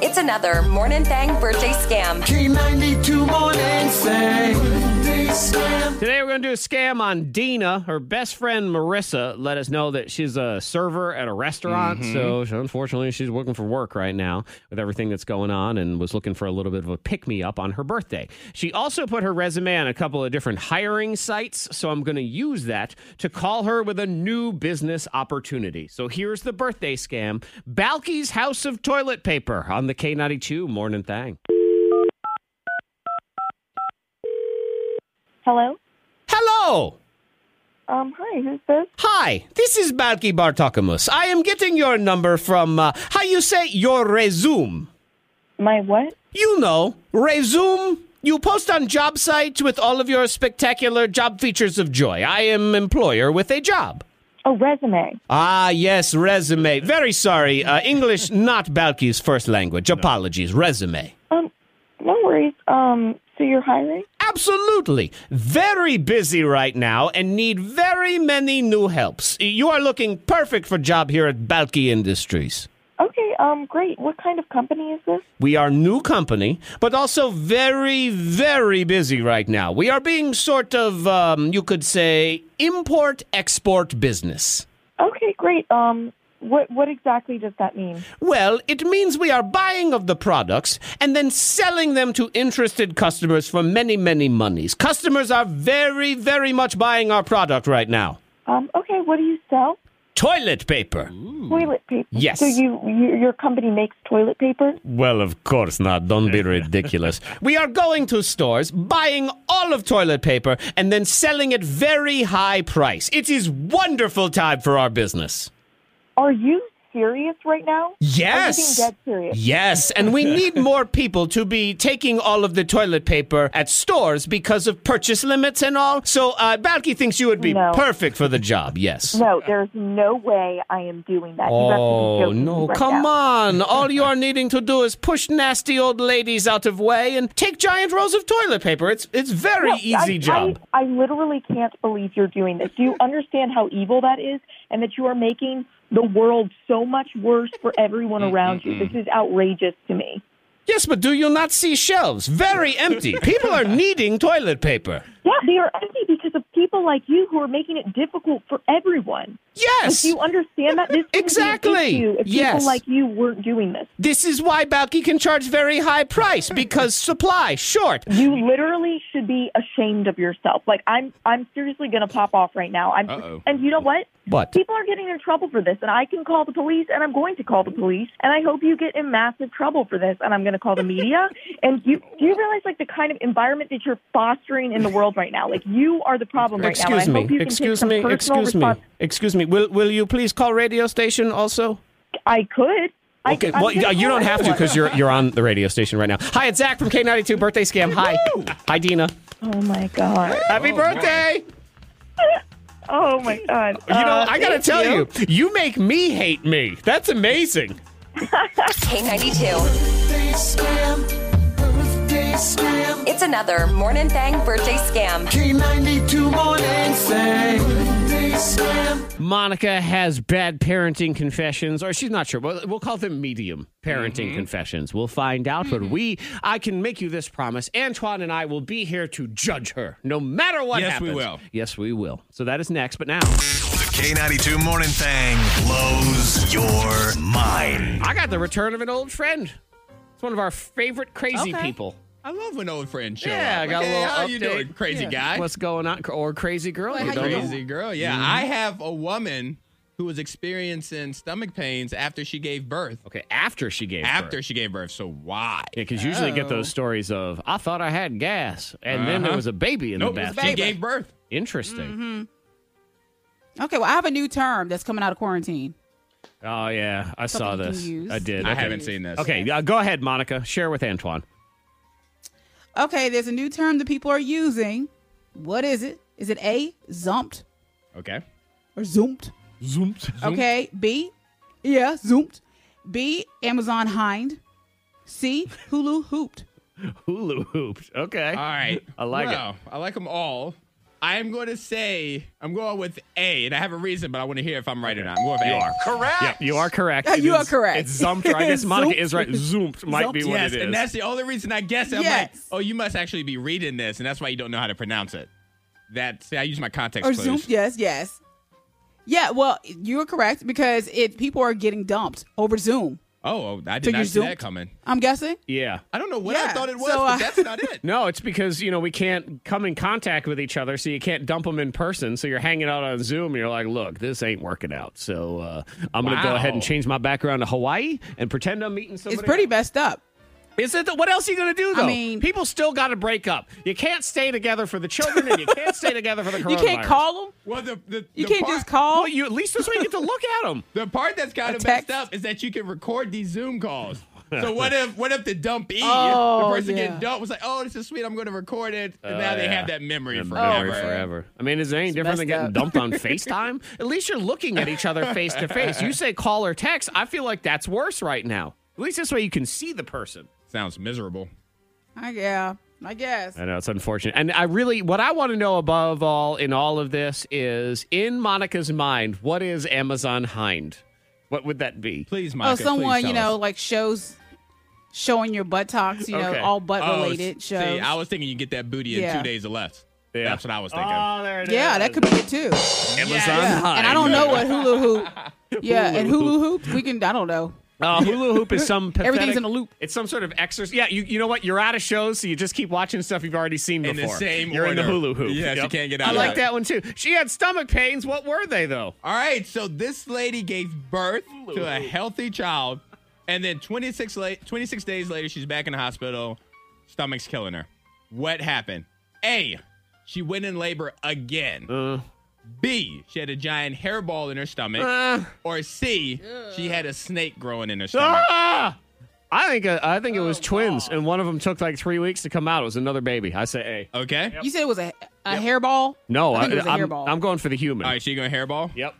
[SPEAKER 6] It's another Morning Thang birthday scam.
[SPEAKER 1] today we're going to do a scam on Dina. Her best friend Marissa let us know that she's a server at a restaurant. So, she- unfortunately, she's looking for work right now with everything that's going on and was looking for a little bit of a pick me up on her birthday. She also put her resume on a couple of different hiring sites. So, I'm going to use that to call her with a new business opportunity. So, here's the birthday scam Balky's House of Toilet Paper on the K92 Morning Thang.
[SPEAKER 5] Hello?
[SPEAKER 1] Hello!
[SPEAKER 5] Um, hi, who's this?
[SPEAKER 1] Hi, this is Balki Bartokamus. I am getting your number from, uh, how you say, your resume.
[SPEAKER 5] My what?
[SPEAKER 1] You know, resume. You post on job sites with all of your spectacular job features of joy. I am employer with a job.
[SPEAKER 5] Oh, resume.
[SPEAKER 1] Ah, yes, resume. Very sorry. Uh, English not Balki's first language. Apologies. Resume.
[SPEAKER 5] Um, no worries. Um, so you're hiring?
[SPEAKER 1] Absolutely. Very busy right now and need very many new helps. You are looking perfect for job here at Balki Industries.
[SPEAKER 5] Okay, um, great. What kind of company is this?
[SPEAKER 1] We are new company, but also very, very busy right now. We are being sort of, um, you could say, import export business.
[SPEAKER 5] Okay, great. Um, what what exactly does that mean?
[SPEAKER 1] Well, it means we are buying of the products and then selling them to interested customers for many, many monies. Customers are very, very much buying our product right now.
[SPEAKER 5] Um, okay, what do you sell?
[SPEAKER 1] Toilet paper.
[SPEAKER 5] Toilet paper.
[SPEAKER 1] Yes.
[SPEAKER 5] So you, you your company makes toilet paper?
[SPEAKER 1] Well, of course not. Don't [LAUGHS] be ridiculous. we are going to stores, buying all of toilet paper, and then selling at very high price. It is wonderful time for our business.
[SPEAKER 5] Are you serious right now?
[SPEAKER 1] Yes.
[SPEAKER 5] I'm being dead serious.
[SPEAKER 1] Yes, and [LAUGHS] we need more people to be taking all of the toilet paper at stores because of purchase limits and all. So uh, Balky thinks you would be
[SPEAKER 5] No.
[SPEAKER 1] perfect for the job. Yes.
[SPEAKER 4] [LAUGHS]
[SPEAKER 5] No, there's no way I am doing that. You have to be
[SPEAKER 1] Oh,
[SPEAKER 5] joking
[SPEAKER 1] no,
[SPEAKER 5] right
[SPEAKER 1] come
[SPEAKER 5] now.
[SPEAKER 1] on. All you are needing to do is push nasty old ladies out of way and take giant rolls of toilet paper. It's it's very
[SPEAKER 5] No,
[SPEAKER 1] easy
[SPEAKER 5] I,
[SPEAKER 1] job.
[SPEAKER 5] I, I literally can't believe you're doing this. Do you understand how evil that is and that you are making the world so much worse for
[SPEAKER 1] Mm,
[SPEAKER 5] everyone around you? This is outrageous to me.
[SPEAKER 1] yes, but do you not see shelves? Very empty. People are needing toilet paper.
[SPEAKER 5] Yeah, they are empty because of people like you who are making it difficult for everyone.
[SPEAKER 1] Yes.
[SPEAKER 5] Like, do you understand that? This wouldn't be an
[SPEAKER 1] Exactly.
[SPEAKER 5] issue if
[SPEAKER 1] Yes.
[SPEAKER 5] people like you weren't doing this.
[SPEAKER 1] This is why Balky can charge very high price because supply short.
[SPEAKER 5] You literally should be ashamed of yourself. Like I'm, I'm seriously going to pop off right now. I'm,
[SPEAKER 4] Uh-oh.
[SPEAKER 5] and you know what?
[SPEAKER 1] What?
[SPEAKER 5] People are getting in trouble for this, and I can call the police, and I'm going to call the police, and I hope you get in massive trouble for this, and I'm going to call the
[SPEAKER 1] [LAUGHS]
[SPEAKER 5] media. and you, do you realize like the kind of environment that you're fostering in the world right now? Like you are the problem right now.
[SPEAKER 1] Excuse
[SPEAKER 5] and I
[SPEAKER 1] me.
[SPEAKER 5] hope you can take
[SPEAKER 1] Excuse
[SPEAKER 5] some
[SPEAKER 1] me.
[SPEAKER 5] personal
[SPEAKER 1] Excuse me.
[SPEAKER 5] respons-
[SPEAKER 1] Excuse me. Will will you please call radio station also?
[SPEAKER 5] I could.
[SPEAKER 1] Okay, well, you don't have to because you're you're on the radio station right now. Hi, it's Zach from K92 Birthday Scam. Hi, hi, Dina.
[SPEAKER 5] Oh my god.
[SPEAKER 1] Happy birthday!
[SPEAKER 5] Oh my god.
[SPEAKER 1] You know, I gotta tell you. you, make me hate me. That's amazing.
[SPEAKER 6] K92. It's another morning thang birthday scam.
[SPEAKER 10] K92 morning
[SPEAKER 1] Monica has bad parenting confessions, or she's not sure. We'll, we'll call them medium parenting confessions. We'll find out, but we, I can make you this promise. Antoine and I will be here to judge her, no matter what
[SPEAKER 4] Yes, we
[SPEAKER 1] happens.
[SPEAKER 4] will.
[SPEAKER 1] Yes, we will. So that is next, but now.
[SPEAKER 7] The K92 Morning Thang blows your mind.
[SPEAKER 1] I got the return of an old friend. It's one of our favorite crazy
[SPEAKER 2] Okay.
[SPEAKER 1] people.
[SPEAKER 4] I love when old friends show
[SPEAKER 1] Yeah,
[SPEAKER 4] up.
[SPEAKER 1] I got
[SPEAKER 4] Like,
[SPEAKER 1] a
[SPEAKER 4] hey,
[SPEAKER 1] little
[SPEAKER 4] How you
[SPEAKER 1] update.
[SPEAKER 4] doing, crazy
[SPEAKER 1] Yeah.
[SPEAKER 4] guy?
[SPEAKER 1] What's going on? Or crazy girl? Mm-hmm.
[SPEAKER 2] Wait,
[SPEAKER 1] you
[SPEAKER 2] how
[SPEAKER 1] don't know.
[SPEAKER 4] crazy girl? Yeah, I have a woman who was experiencing stomach pains after she gave birth.
[SPEAKER 1] Okay, after she gave
[SPEAKER 4] After
[SPEAKER 1] birth.
[SPEAKER 4] she gave birth, so why?
[SPEAKER 1] Yeah, because usually you get those stories of I thought I had gas, and then there Uh-huh. was a baby in
[SPEAKER 4] Nope,
[SPEAKER 1] the bathroom.
[SPEAKER 4] she gave birth.
[SPEAKER 1] Interesting.
[SPEAKER 2] Mm-hmm. Okay, well, I have a new term that's coming out of quarantine.
[SPEAKER 1] Oh yeah, I saw
[SPEAKER 2] Something you
[SPEAKER 1] this.
[SPEAKER 2] can use.
[SPEAKER 1] I did.
[SPEAKER 4] I
[SPEAKER 1] Okay.
[SPEAKER 4] haven't seen this.
[SPEAKER 1] Okay, uh, go ahead, Monica. Share with Antoine.
[SPEAKER 2] Okay, there's a new term that people are using. What is it? Is it A, zumped
[SPEAKER 4] Oh. Okay.
[SPEAKER 2] or zoomed?
[SPEAKER 4] Zoomed.
[SPEAKER 2] Okay, B, yeah, zoomed. B, Amazon hind. C, Hulu hooped.
[SPEAKER 1] [LAUGHS] Hulu hooped. Okay.
[SPEAKER 4] All right.
[SPEAKER 1] I like it.
[SPEAKER 4] well, it. I like them all. I am going to say I'm going with A, and I have a reason, but I want to hear if I'm right or not. I'm going with A.
[SPEAKER 7] Correct.
[SPEAKER 1] Yep, you are correct.
[SPEAKER 2] Yeah,
[SPEAKER 1] It
[SPEAKER 2] you are
[SPEAKER 1] is-
[SPEAKER 2] correct.
[SPEAKER 1] It's zumped.
[SPEAKER 2] [LAUGHS]
[SPEAKER 1] I guess Monica is right. Zoomped might be
[SPEAKER 2] Zumped.
[SPEAKER 1] what
[SPEAKER 4] Yes,
[SPEAKER 1] it is.
[SPEAKER 4] and that's the only reason I guess it. I'm like,
[SPEAKER 2] Yes.
[SPEAKER 4] oh, you must actually be reading this, and that's why you don't know how to pronounce it. That see, I use my context
[SPEAKER 2] Or
[SPEAKER 4] clues.
[SPEAKER 2] zoomed, yes, yes. Yeah, well, you're correct because it people are getting dumped over Zoom.
[SPEAKER 4] Oh, oh, I did
[SPEAKER 2] So
[SPEAKER 4] not
[SPEAKER 2] you're
[SPEAKER 4] see that
[SPEAKER 2] zoomed?
[SPEAKER 4] coming.
[SPEAKER 2] I'm guessing.
[SPEAKER 1] yeah.
[SPEAKER 4] I don't know what I
[SPEAKER 2] Yeah,
[SPEAKER 4] thought it was,
[SPEAKER 2] so,
[SPEAKER 4] but
[SPEAKER 2] uh,
[SPEAKER 4] that's not it.
[SPEAKER 1] No, it's because you know we can't come in contact with each other, so you can't dump them in person. So you're hanging out on Zoom, and you're like, "Look, this ain't working out." So uh, I'm going to go
[SPEAKER 4] Wow.
[SPEAKER 1] ahead and change my background to Hawaii and pretend I'm meeting somebody.
[SPEAKER 2] It's pretty messed up.
[SPEAKER 1] Is it? The, what else are you going to do though?
[SPEAKER 2] mean-
[SPEAKER 1] people still got to break up. You can't stay together for the children, and you can't stay together for the coronavirus.
[SPEAKER 2] [LAUGHS] You can't call them.
[SPEAKER 4] Well, the, the
[SPEAKER 2] You
[SPEAKER 4] the
[SPEAKER 2] can't
[SPEAKER 4] part,
[SPEAKER 2] just call.
[SPEAKER 1] Well, you at least this way you get to look at them.
[SPEAKER 4] The part that's kind of
[SPEAKER 2] A
[SPEAKER 4] messed
[SPEAKER 2] text.
[SPEAKER 4] up is that you can record these Zoom calls.
[SPEAKER 2] [LAUGHS]
[SPEAKER 4] So what if what if the dumpee,
[SPEAKER 2] Oh,
[SPEAKER 4] the person
[SPEAKER 2] yeah.
[SPEAKER 4] getting dumped, was like, "Oh, this is sweet. I'm going to record it," and now they
[SPEAKER 1] Oh, yeah.
[SPEAKER 4] have that memory
[SPEAKER 1] Memory
[SPEAKER 4] forever.
[SPEAKER 1] forever. I mean, is it any different
[SPEAKER 2] messed
[SPEAKER 1] than getting
[SPEAKER 2] up. [LAUGHS]
[SPEAKER 1] dumped on FaceTime? At least you're looking at each
[SPEAKER 4] [LAUGHS]
[SPEAKER 1] other face to face. You say call or text. I feel like that's worse right now. At least this way you can see the person.
[SPEAKER 4] Sounds miserable.
[SPEAKER 2] I, yeah, I guess.
[SPEAKER 1] I know it's unfortunate. And I really, what I want to know above all in all of this is in Monica's mind, what is Amazon Hind? What would that be?
[SPEAKER 4] Please,
[SPEAKER 2] Oh,
[SPEAKER 4] Monica.
[SPEAKER 2] someone
[SPEAKER 4] please
[SPEAKER 2] you
[SPEAKER 4] tell
[SPEAKER 2] know
[SPEAKER 4] us.
[SPEAKER 2] like shows showing your butt talks. You
[SPEAKER 1] Okay.
[SPEAKER 2] know, all butt related
[SPEAKER 4] oh, see,
[SPEAKER 2] shows.
[SPEAKER 4] I was thinking you get that booty in
[SPEAKER 2] Yeah.
[SPEAKER 4] two days or less. That's what I was thinking.
[SPEAKER 1] Oh, there it is.
[SPEAKER 2] yeah, that could be it too.
[SPEAKER 1] Amazon Hind.
[SPEAKER 2] And I don't know what
[SPEAKER 4] [LAUGHS]
[SPEAKER 2] hula hoop. Yeah, and hula hoop. We can. I don't know.
[SPEAKER 1] Uh, hula hoop is some
[SPEAKER 2] [LAUGHS]
[SPEAKER 1] pathetic,
[SPEAKER 2] Everything's in a loop.
[SPEAKER 1] It's some sort of exercise. Yeah, you, you know what? You're out of shows, so you just keep watching stuff you've already seen
[SPEAKER 4] In the
[SPEAKER 1] before.
[SPEAKER 4] same
[SPEAKER 1] You're in the
[SPEAKER 4] order.
[SPEAKER 1] hula hoop.
[SPEAKER 4] Yes, you can't get out
[SPEAKER 1] I
[SPEAKER 4] of
[SPEAKER 1] like
[SPEAKER 4] it.
[SPEAKER 1] that one too. She had stomach pains. What were they though?
[SPEAKER 4] All right, so this lady gave birth to a healthy child, and then 26, la- 26 days later, she's back in the hospital. Stomach's killing her. What happened? A, she went in labor again.
[SPEAKER 1] Uh.
[SPEAKER 4] B, she had a giant hairball in her stomach.
[SPEAKER 1] Uh.
[SPEAKER 4] or C, she had a snake growing in her stomach.
[SPEAKER 1] Ah! I think uh, I think it
[SPEAKER 4] Oh,
[SPEAKER 1] was twins, and one of them took like three weeks to come out. It was another baby. I say, hey,
[SPEAKER 4] Okay.
[SPEAKER 2] You said it was a a hairball.
[SPEAKER 1] no,
[SPEAKER 2] I think it was a
[SPEAKER 1] I'm,
[SPEAKER 2] hairball.
[SPEAKER 1] I'm going for the human.
[SPEAKER 4] All right, she going hairball?
[SPEAKER 1] Yep.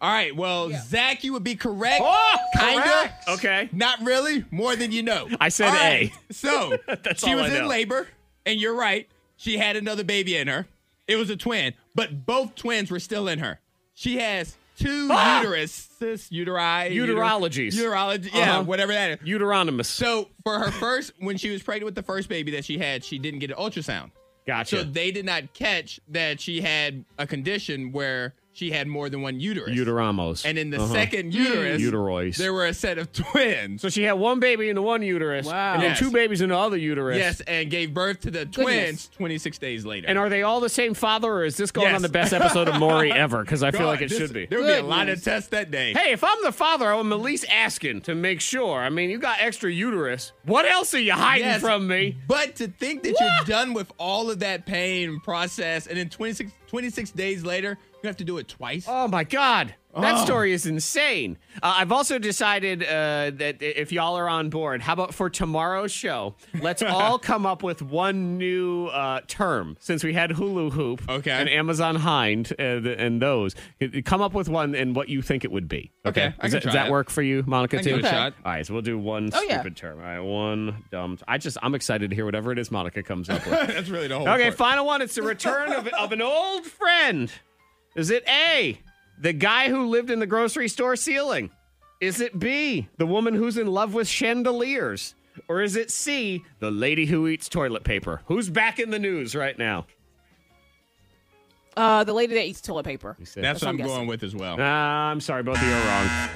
[SPEAKER 4] All right, well, Zach, you would be correct.
[SPEAKER 1] Oh,
[SPEAKER 4] Kinda.
[SPEAKER 1] correct. Okay.
[SPEAKER 4] Not really. More than you know.
[SPEAKER 1] I said
[SPEAKER 4] All right,
[SPEAKER 1] A.
[SPEAKER 4] So
[SPEAKER 1] [LAUGHS] That's
[SPEAKER 4] she
[SPEAKER 1] all
[SPEAKER 4] was
[SPEAKER 1] I
[SPEAKER 4] in
[SPEAKER 1] know.
[SPEAKER 4] labor, and you're right. She had another baby in her. It was a twin, but both twins were still in her. She has two
[SPEAKER 1] Ah!
[SPEAKER 4] uteruses, uteri,
[SPEAKER 1] Uterologies.
[SPEAKER 4] uterology, yeah,
[SPEAKER 1] Uh-huh.
[SPEAKER 4] whatever that is.
[SPEAKER 1] Uteronymous.
[SPEAKER 4] So for her first, when she was pregnant with the first baby that she had, she didn't get an ultrasound.
[SPEAKER 1] gotcha.
[SPEAKER 4] So they did not catch that she had a condition where she had more than one uterus.
[SPEAKER 1] Uteromos.
[SPEAKER 4] And in the
[SPEAKER 1] Uh-huh.
[SPEAKER 4] second uterus,
[SPEAKER 1] Uteroids.
[SPEAKER 4] there were a set of twins.
[SPEAKER 1] so she had one baby in the one uterus,
[SPEAKER 2] Wow.
[SPEAKER 1] and then
[SPEAKER 4] Yes.
[SPEAKER 1] two babies in the other uterus.
[SPEAKER 4] yes, and gave birth to the twins 26 days later.
[SPEAKER 1] And are they all the same father, or is this going
[SPEAKER 4] Yes.
[SPEAKER 1] on the best episode
[SPEAKER 4] [LAUGHS]
[SPEAKER 1] of Maury ever? Because I feel
[SPEAKER 4] God,
[SPEAKER 1] like it
[SPEAKER 4] this-
[SPEAKER 1] should be.
[SPEAKER 4] There would be a
[SPEAKER 2] Good
[SPEAKER 4] lot of
[SPEAKER 2] news.
[SPEAKER 4] tests that day.
[SPEAKER 1] Hey, if I'm the father, I'm at least asking to make sure. I mean, you got extra uterus. What else are you hiding
[SPEAKER 4] Yes.
[SPEAKER 1] from me?
[SPEAKER 4] But to think that you're done with all of that pain process, and then 26, 26 days later, You have to do it twice.
[SPEAKER 1] Oh my God. That
[SPEAKER 4] Oh. [LAUGHS]
[SPEAKER 1] story is insane. Uh, I've also decided uh, that if y'all are on board, how about for tomorrow's show,
[SPEAKER 4] [LAUGHS]
[SPEAKER 1] let's all come up with one new uh, term since we had Hulu Hoop
[SPEAKER 4] Okay.
[SPEAKER 1] and Amazon Hind uh, th- and those. It- it- Come up with one and what you think it would be.
[SPEAKER 4] Okay, I
[SPEAKER 1] Does,
[SPEAKER 4] can
[SPEAKER 1] that,
[SPEAKER 4] try
[SPEAKER 1] does that
[SPEAKER 4] it.
[SPEAKER 1] work for you, Monica,
[SPEAKER 4] I can
[SPEAKER 1] too?
[SPEAKER 4] give it a Okay. shot.
[SPEAKER 1] All right, so we'll do one
[SPEAKER 2] Oh, yeah.
[SPEAKER 1] stupid term. All right, one dumb. I just, I'm excited to hear whatever it is Monica comes up
[SPEAKER 4] [LAUGHS]
[SPEAKER 1] with.
[SPEAKER 4] That's really the whole.
[SPEAKER 1] Okay,
[SPEAKER 4] part.
[SPEAKER 1] final one. It's the return of, of an old friend. Is it A, the guy who lived in the grocery store ceiling? Is it B, the woman who's in love with chandeliers? Or is it C, the lady who eats toilet paper? Who's back in the news right now?
[SPEAKER 2] Uh, the lady that eats toilet paper.
[SPEAKER 4] That's what I'm
[SPEAKER 2] guessing.
[SPEAKER 4] going with as well.
[SPEAKER 1] Uh, I'm sorry, both of you are wrong.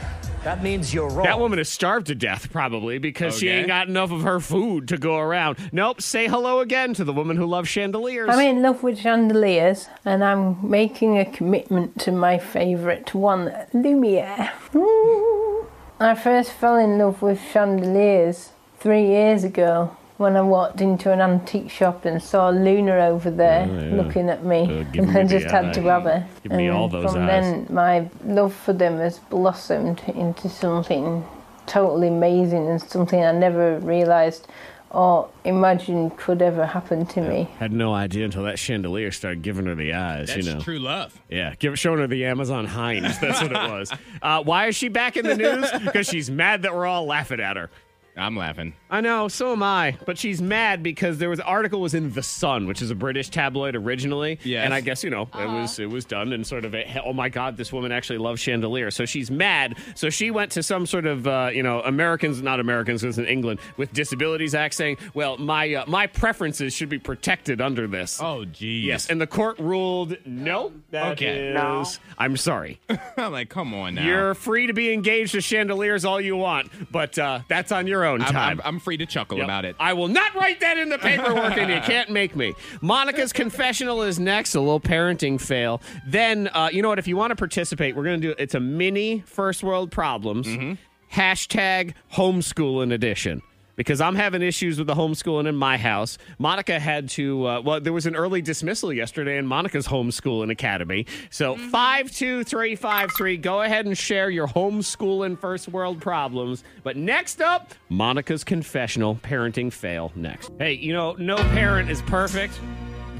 [SPEAKER 10] That means you're wrong.
[SPEAKER 1] That woman is starved to death, probably, because she
[SPEAKER 4] Okay.
[SPEAKER 1] ain't got enough of her food to go around. Nope, say hello again to the woman who loves chandeliers.
[SPEAKER 11] I'm in love with chandeliers and I'm making a commitment to my favourite one, Lumiere. [LAUGHS] I first fell in love with chandeliers three years ago when I walked into an antique shop and saw Luna over there
[SPEAKER 12] Oh, yeah.
[SPEAKER 11] looking at me.
[SPEAKER 12] Oh,
[SPEAKER 11] [LAUGHS]
[SPEAKER 12] give
[SPEAKER 11] and
[SPEAKER 12] me
[SPEAKER 11] I
[SPEAKER 12] the
[SPEAKER 11] just had to
[SPEAKER 12] eye.
[SPEAKER 11] have her.
[SPEAKER 12] Give me
[SPEAKER 11] And
[SPEAKER 12] all those
[SPEAKER 11] from
[SPEAKER 12] eyes.
[SPEAKER 11] then, my love for them has blossomed into something totally amazing and something I never realised or imagined could ever happen to me.
[SPEAKER 1] Had no idea until that chandelier started giving her the eyes,
[SPEAKER 4] That's
[SPEAKER 1] you know.
[SPEAKER 4] true love. [LAUGHS]
[SPEAKER 1] Yeah, give, showing her the Amazon Hines. That's what it was. Uh, why is she back in the news? Because she's mad that we're all laughing at her.
[SPEAKER 4] I'm laughing.
[SPEAKER 1] I know, so am I. But she's mad because there was article was in the Sun, which is a British tabloid originally.
[SPEAKER 4] Yes.
[SPEAKER 1] and I guess you know it was it was done in sort of a oh my god, this woman actually loves chandelier. So she's mad. So she went to some sort of uh, you know Americans, not Americans, because in England with Disabilities Act, saying, well, my uh, my preferences should be protected under this.
[SPEAKER 4] Oh, geez.
[SPEAKER 1] Yes, and the court ruled no. That
[SPEAKER 4] Okay.
[SPEAKER 1] okay.
[SPEAKER 4] No.
[SPEAKER 1] I'm sorry.
[SPEAKER 4] I'm like, come on now.
[SPEAKER 1] You're free to be engaged to chandeliers all you want, but uh, that's on your own
[SPEAKER 4] I'm,
[SPEAKER 1] time.
[SPEAKER 4] I'm, I'm free to chuckle
[SPEAKER 1] Yep.
[SPEAKER 4] about it.
[SPEAKER 1] I will not write that in the paperwork, and you can't make me. Monica's confessional is next. A little parenting fail. Then uh, you know what? If you want to participate, we're gonna do. It's a mini first world problems. Hashtag homeschooling edition. Because I'm having issues with the homeschooling in my house. Monica had to, uh, well, there was an early dismissal yesterday in Monica's homeschooling academy. So 52353, go ahead and share your homeschooling first world problems. But next up, Monica's confessional parenting fail next. Hey, you know, no parent is perfect.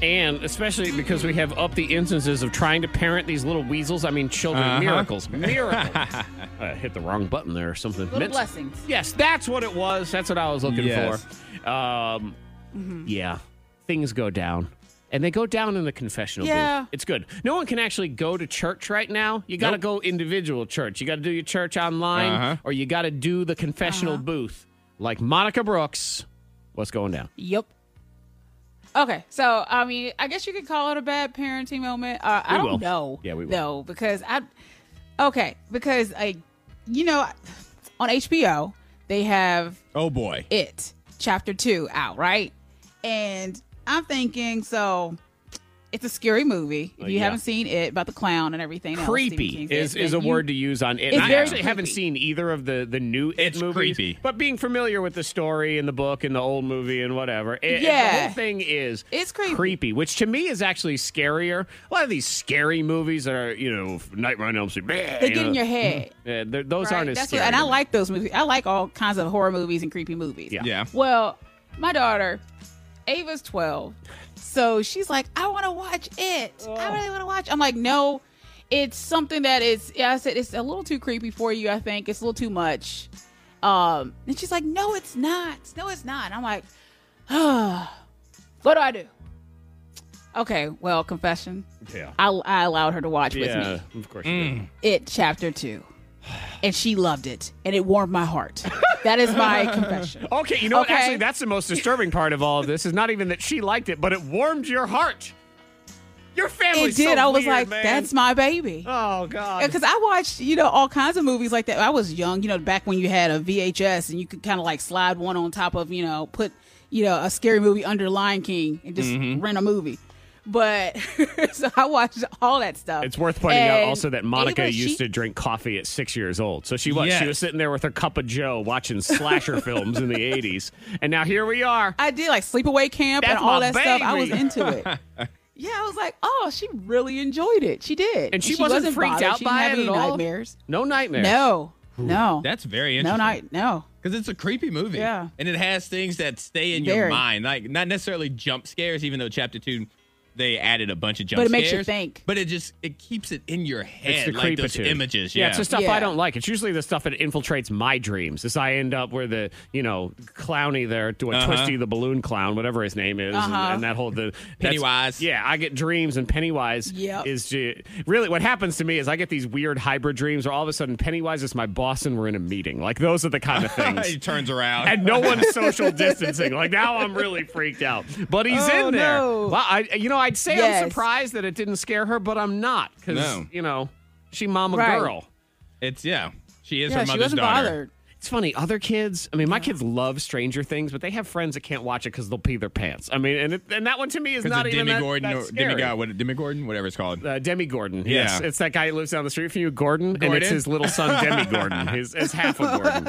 [SPEAKER 1] And especially because we have up the instances of trying to parent these little weasels. I mean, children,
[SPEAKER 4] Uh-huh. [LAUGHS]
[SPEAKER 1] miracles, miracles. I hit the wrong button there or something.
[SPEAKER 2] Little
[SPEAKER 1] Meant-
[SPEAKER 2] blessings.
[SPEAKER 1] Yes, that's what it was. That's what I was looking
[SPEAKER 4] Yes.
[SPEAKER 1] for. Um,
[SPEAKER 2] Mm-hmm.
[SPEAKER 1] Yeah, things go down. And they go down in the confessional
[SPEAKER 2] Yeah.
[SPEAKER 1] booth. It's good. No one can actually go to church right now. You got to
[SPEAKER 4] Nope.
[SPEAKER 1] go individual church. You got to do your church online,
[SPEAKER 4] Uh-huh.
[SPEAKER 1] or you got to do the confessional
[SPEAKER 2] Uh-huh.
[SPEAKER 1] booth. Like Monica Brooks, what's going down?
[SPEAKER 2] Yep. Okay, so I mean, I guess you could call it a bad parenting moment. Uh, I
[SPEAKER 1] We
[SPEAKER 2] don't
[SPEAKER 1] will.
[SPEAKER 2] know.
[SPEAKER 1] Yeah, we will.
[SPEAKER 2] No, because I. Okay, because I, you know, on HBO they have
[SPEAKER 4] Oh boy.
[SPEAKER 2] it chapter two out right, and I'm thinking so. It's a scary movie. If
[SPEAKER 1] Uh,
[SPEAKER 2] you
[SPEAKER 1] yeah.
[SPEAKER 2] haven't seen it about the clown and everything, else, Stephen
[SPEAKER 1] creepy
[SPEAKER 2] King's
[SPEAKER 1] is,
[SPEAKER 2] It,
[SPEAKER 1] is a
[SPEAKER 2] then you-
[SPEAKER 1] word to use on it.
[SPEAKER 2] It's
[SPEAKER 1] I
[SPEAKER 2] very
[SPEAKER 1] actually haven't seen either of the the new it
[SPEAKER 4] It's
[SPEAKER 1] movies,
[SPEAKER 4] creepy.
[SPEAKER 1] but being familiar with the story and the book and the old movie and whatever, it- it- the
[SPEAKER 2] Yeah.
[SPEAKER 1] whole thing is
[SPEAKER 2] It's creepy.
[SPEAKER 1] which to me is actually scarier. A lot of these scary movies are you know Nightmare on Elm Street. They
[SPEAKER 2] get in your head.
[SPEAKER 1] Mm-hmm. Yeah, they're- those
[SPEAKER 2] Right,
[SPEAKER 1] aren't as
[SPEAKER 2] that's
[SPEAKER 1] scary.
[SPEAKER 2] What, and
[SPEAKER 1] to
[SPEAKER 2] I
[SPEAKER 1] me.
[SPEAKER 2] like those movies. I like all kinds of horror movies and creepy movies.
[SPEAKER 1] Yeah.
[SPEAKER 4] Yeah.
[SPEAKER 2] Well, my daughter, Ava's 12. So she's like, I want to watch it. I really want to watch. I'm like, no, it's something that is, yeah, I said, it's a little too creepy for you, I think. It's a little too much. Um, and she's like, no, it's not. No, it's not. I'm like, [SIGHS] oh, what do I do? Okay, well, confession.
[SPEAKER 1] Yeah.
[SPEAKER 2] I, I allowed her to watch with me
[SPEAKER 1] yeah, of course. You do.
[SPEAKER 2] it chapter two and she loved it and it warmed my heart that is
[SPEAKER 1] [LAUGHS]
[SPEAKER 2] my confession
[SPEAKER 1] Okay, you know
[SPEAKER 2] Okay.
[SPEAKER 1] what? Actually, that's the most disturbing part of all of this is not even that she liked it, but it warmed your heart. Your
[SPEAKER 2] it
[SPEAKER 1] family's
[SPEAKER 2] did
[SPEAKER 1] so
[SPEAKER 2] i was
[SPEAKER 1] weird,
[SPEAKER 2] like
[SPEAKER 1] man.
[SPEAKER 2] that's my baby
[SPEAKER 1] oh god.
[SPEAKER 2] because i watched you know all kinds of movies like that i was young you know back when you had a vhs and you could kind of like slide one on top of you know put you know a scary movie under lion king and just
[SPEAKER 1] Mm-hmm.
[SPEAKER 2] rent a movie but [LAUGHS] so i watched all that stuff
[SPEAKER 1] It's worth pointing out
[SPEAKER 2] And
[SPEAKER 1] also that Monica
[SPEAKER 2] Ava,
[SPEAKER 1] used
[SPEAKER 2] she-
[SPEAKER 1] to drink coffee at six years old. So she was
[SPEAKER 4] Yes.
[SPEAKER 1] she was sitting there with her cup of Joe watching slasher films in the eighties, and now here we are.
[SPEAKER 2] I did like sleepaway camp
[SPEAKER 1] That's
[SPEAKER 2] and all
[SPEAKER 1] my
[SPEAKER 2] that stuff. I was
[SPEAKER 1] baby.
[SPEAKER 2] into it. Yeah, I was like, oh, she really enjoyed it. She did,
[SPEAKER 1] [LAUGHS] And she wasn't freaked
[SPEAKER 2] bothered.
[SPEAKER 1] out
[SPEAKER 2] she
[SPEAKER 1] by
[SPEAKER 2] didn't
[SPEAKER 1] it
[SPEAKER 2] have any
[SPEAKER 1] at all?
[SPEAKER 2] Nightmares?
[SPEAKER 1] No nightmares.
[SPEAKER 2] No, no.
[SPEAKER 4] That's very
[SPEAKER 2] No,
[SPEAKER 4] interesting.
[SPEAKER 2] night, no.
[SPEAKER 4] Because it's a creepy movie.
[SPEAKER 2] Yeah.
[SPEAKER 4] And it has things that stay in your
[SPEAKER 2] Very.
[SPEAKER 4] mind. Like, not necessarily jump scares, even though chapter two, they added a bunch of jump
[SPEAKER 2] But it
[SPEAKER 4] scares.
[SPEAKER 2] makes you think.
[SPEAKER 4] But it just, it keeps it in your
[SPEAKER 1] It's
[SPEAKER 4] head.
[SPEAKER 1] the
[SPEAKER 4] like those
[SPEAKER 1] creepitude.
[SPEAKER 4] images.
[SPEAKER 1] Yeah,
[SPEAKER 4] Yeah.
[SPEAKER 1] it's the stuff
[SPEAKER 4] Yeah. [LAUGHS]
[SPEAKER 1] I don't like. It's usually the stuff that infiltrates my dreams. As I end up where the you know clowny there, doing
[SPEAKER 4] Uh-huh.
[SPEAKER 1] Twisty the balloon clown, whatever his name is, and-
[SPEAKER 4] Uh-huh.
[SPEAKER 1] and, that whole the that's-
[SPEAKER 4] Pennywise.
[SPEAKER 1] Yeah, I get dreams, and Pennywise
[SPEAKER 4] Yep.
[SPEAKER 1] is ju- really what happens to me is I get these weird hybrid dreams where all of a sudden Pennywise is my boss and we're in a meeting. Like those are the
[SPEAKER 4] [LAUGHS]
[SPEAKER 1] kind of things.
[SPEAKER 4] he turns around.
[SPEAKER 1] and
[SPEAKER 4] [LAUGHS]
[SPEAKER 1] no one's social distancing. Like now, I'm really freaked out. But he's
[SPEAKER 4] Oh,
[SPEAKER 1] in there.
[SPEAKER 4] no.
[SPEAKER 1] Well, I, you know, I'd say
[SPEAKER 4] Yes.
[SPEAKER 1] I'm surprised that it didn't scare her, but I'm not because
[SPEAKER 4] No.
[SPEAKER 1] you know she mama
[SPEAKER 4] Right.
[SPEAKER 1] girl.
[SPEAKER 4] It's, yeah. She is her mother's daughter.
[SPEAKER 1] It's funny. Other kids, I mean, my kids love Stranger Things, but they have friends that can't watch it because they'll pee their pants. I mean, and it, and that one to me is
[SPEAKER 4] Because
[SPEAKER 1] not
[SPEAKER 4] of
[SPEAKER 1] even
[SPEAKER 4] Demi
[SPEAKER 1] that,
[SPEAKER 4] Gordon.
[SPEAKER 1] that
[SPEAKER 4] or,
[SPEAKER 1] scary.
[SPEAKER 4] Demi, God, what, Demi Gordon, whatever it's called.
[SPEAKER 1] Uh, Demi Gordon.
[SPEAKER 4] Yeah.
[SPEAKER 1] Yes, it's that guy who lives down the street from you, Gordon, and it's
[SPEAKER 4] Gordon?
[SPEAKER 1] his little son, Demi Gordon. His, it's
[SPEAKER 4] [LAUGHS]
[SPEAKER 1] half of Gordon.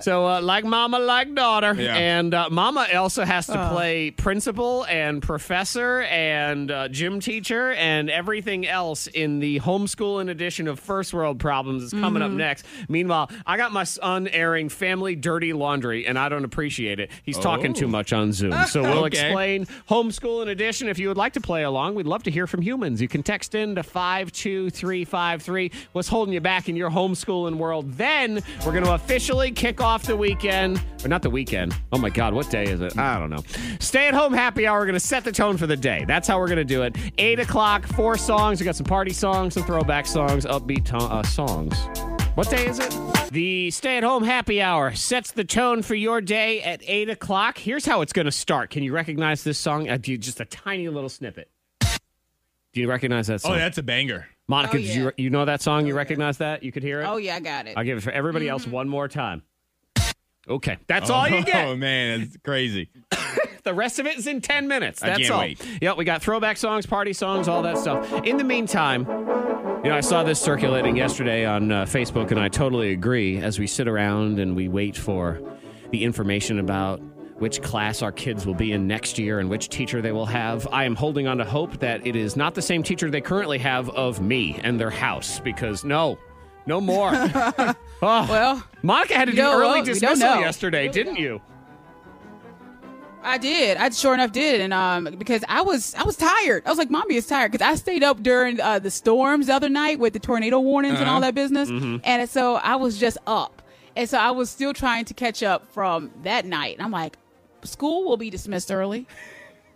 [SPEAKER 1] So, uh, like mama, like daughter,
[SPEAKER 4] Yeah.
[SPEAKER 1] and uh, mama also has to
[SPEAKER 4] Oh.
[SPEAKER 1] play principal and professor and uh, gym teacher and everything else in the homeschooling edition of First World Problems is coming up
[SPEAKER 4] Mhm.
[SPEAKER 1] next. Meanwhile, I got my son airing family dirty laundry, and I don't appreciate it. He's talking
[SPEAKER 4] Oh.
[SPEAKER 1] too much on Zoom,
[SPEAKER 13] [LAUGHS]
[SPEAKER 1] so
[SPEAKER 4] [LAUGHS]
[SPEAKER 1] we'll
[SPEAKER 4] Okay.
[SPEAKER 1] explain explain homeschooling edition. If you would like to play along, we'd love to hear from humans. You can text in to 52353. What's holding you back in your homeschooling world? Then we're going to officially kick off the weekend. Or not the weekend. Oh my God, what day is it? I don't know. Stay at home happy hour. We're going to set the tone for the day. That's how we're going to do it. Eight o'clock, four songs. We got some party songs, some throwback songs, upbeat to- uh, songs. What day is it? The stay at home happy hour sets the tone for your day at 8 o'clock. Here's how it's going to start. Can you recognize this song? I do just a tiny little snippet. Do you recognize that song?
[SPEAKER 4] Oh, that's a banger.
[SPEAKER 1] Monica,
[SPEAKER 2] Oh,
[SPEAKER 1] did you, you know that song? You recognize that? You could hear it?
[SPEAKER 2] Oh yeah, Mm-hmm. I got it.
[SPEAKER 1] I'll give it for everybody else one more time. Okay. That's
[SPEAKER 4] [LAUGHS] Oh,
[SPEAKER 1] all you get.
[SPEAKER 4] Oh, man. It's crazy.
[SPEAKER 1] [COUGHS] The rest of it is in 10 minutes.
[SPEAKER 4] I
[SPEAKER 1] That's
[SPEAKER 4] can't
[SPEAKER 1] all.
[SPEAKER 4] wait.
[SPEAKER 1] Yep, we got throwback songs, party songs, all that stuff. In the meantime, you know, I saw this circulating yesterday on uh, Facebook, and I totally agree. As we sit around and we wait for the information about which class our kids will be in next year and which teacher they will have, I am holding on to hope that it is not the same teacher they currently have of me and their house because no,
[SPEAKER 2] [LAUGHS]
[SPEAKER 1] no more. [LAUGHS] oh,
[SPEAKER 2] well,
[SPEAKER 1] Monica had to
[SPEAKER 2] you
[SPEAKER 1] do
[SPEAKER 2] don't
[SPEAKER 1] early
[SPEAKER 2] know. You don't
[SPEAKER 1] dismissal
[SPEAKER 2] know.
[SPEAKER 1] yesterday, didn't you?
[SPEAKER 2] I did. I sure enough did, and um, because I was I was tired. I was like, "Mommy is tired," because I stayed up during uh, the storms the other night with the tornado warnings and all
[SPEAKER 12] Uh-huh.
[SPEAKER 2] that business,
[SPEAKER 1] Mm-hmm.
[SPEAKER 12] Mhm.
[SPEAKER 2] and so I was just up, and so I was still trying to catch up from that night. And I'm like, "School will be dismissed early."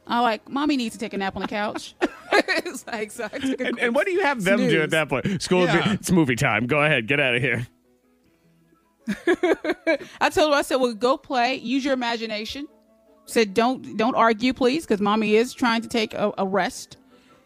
[SPEAKER 2] I'm like, "Mommy needs to take a nap on the couch." [LAUGHS] it's like, so I took a
[SPEAKER 1] And, and what do you have them do at that point? School,
[SPEAKER 2] Yeah.
[SPEAKER 1] it's movie time. Go ahead, get out of here.
[SPEAKER 2] I told her, I said, "Well, go play. Use your imagination." Said, "Don't don't argue, please, because mommy is trying to take a, a rest."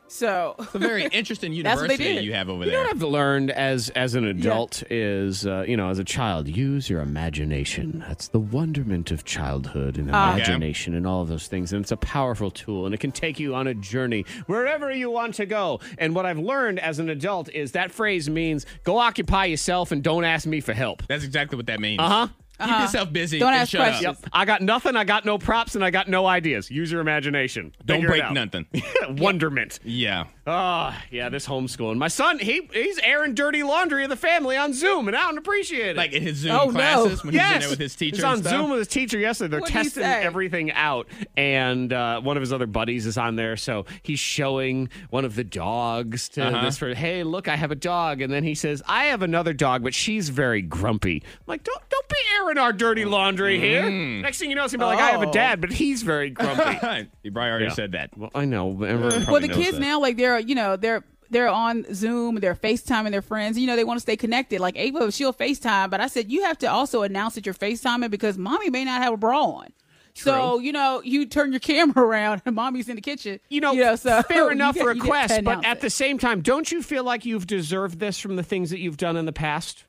[SPEAKER 2] So
[SPEAKER 4] It's a
[SPEAKER 2] [LAUGHS]
[SPEAKER 4] very interesting
[SPEAKER 2] That's what they
[SPEAKER 4] university
[SPEAKER 2] did.
[SPEAKER 4] you have over
[SPEAKER 1] You know
[SPEAKER 4] there.
[SPEAKER 1] what I've learned as as an adult is, uh, you know, as a child, use your imagination. That's the wonderment of childhood and
[SPEAKER 4] Ah. Okay.
[SPEAKER 1] imagination and all of those things. And it's a powerful tool, and it can take you on a journey wherever you want to go. And what I've learned as an adult is that phrase means go occupy yourself and don't ask me for help.
[SPEAKER 4] That's exactly what that means.
[SPEAKER 1] Uh huh.
[SPEAKER 4] Keep yourself busy.
[SPEAKER 1] Don't
[SPEAKER 4] and
[SPEAKER 1] ask
[SPEAKER 4] shut
[SPEAKER 1] questions.
[SPEAKER 4] Up.
[SPEAKER 1] Yep. I got nothing. I got no props, and I got no ideas. Use your imagination.
[SPEAKER 4] Don't
[SPEAKER 1] Figure it
[SPEAKER 4] break
[SPEAKER 1] out. [LAUGHS]
[SPEAKER 4] nothing.
[SPEAKER 1] Wonderment.
[SPEAKER 4] Yeah.
[SPEAKER 1] Ah, yeah, this homeschooling. My son, he he's airing dirty laundry of the family on Zoom, and I don't appreciate it.
[SPEAKER 4] Like in his Zoom
[SPEAKER 2] Oh,
[SPEAKER 4] classes when he's in there with his teacher
[SPEAKER 1] He's
[SPEAKER 4] and
[SPEAKER 1] on
[SPEAKER 4] stuff?
[SPEAKER 1] Zoom with his teacher yesterday. They're
[SPEAKER 4] What'd he
[SPEAKER 1] testing
[SPEAKER 4] say?
[SPEAKER 1] everything out, and uh, one of his other buddies is on there, so he's showing one of the dogs to
[SPEAKER 4] Uh-huh.
[SPEAKER 1] this. For, hey, look, I have a dog, and then he says, I have another dog, but she's very grumpy. I'm like, don't don't be airing our dirty laundry here.
[SPEAKER 4] Mm.
[SPEAKER 1] Next thing you know, it's gonna be like, I have a
[SPEAKER 4] Oh.
[SPEAKER 1] dad, but he's very grumpy.
[SPEAKER 4] [LAUGHS] He probably already
[SPEAKER 1] Yeah.
[SPEAKER 4] said that.
[SPEAKER 1] Well, I know. but everyone
[SPEAKER 2] well,
[SPEAKER 1] probably
[SPEAKER 2] the
[SPEAKER 1] knows
[SPEAKER 2] kids
[SPEAKER 1] that.
[SPEAKER 2] now, like they're you know they're they're on Zoom, they're FaceTiming their friends. You know they want to stay connected. Like Ava, she'll FaceTime, but I said you have to also announce that you're FaceTiming because mommy may not have a bra on. So you know you turn your [LAUGHS] camera around and mommy's in the kitchen. You know, so
[SPEAKER 1] Oh,
[SPEAKER 2] [LAUGHS]
[SPEAKER 1] fair
[SPEAKER 2] you
[SPEAKER 1] enough
[SPEAKER 2] get- you get to
[SPEAKER 1] request, but
[SPEAKER 2] announce
[SPEAKER 1] at
[SPEAKER 2] it.
[SPEAKER 1] the same time, don't you feel like you've deserved this from the things that you've done in the past?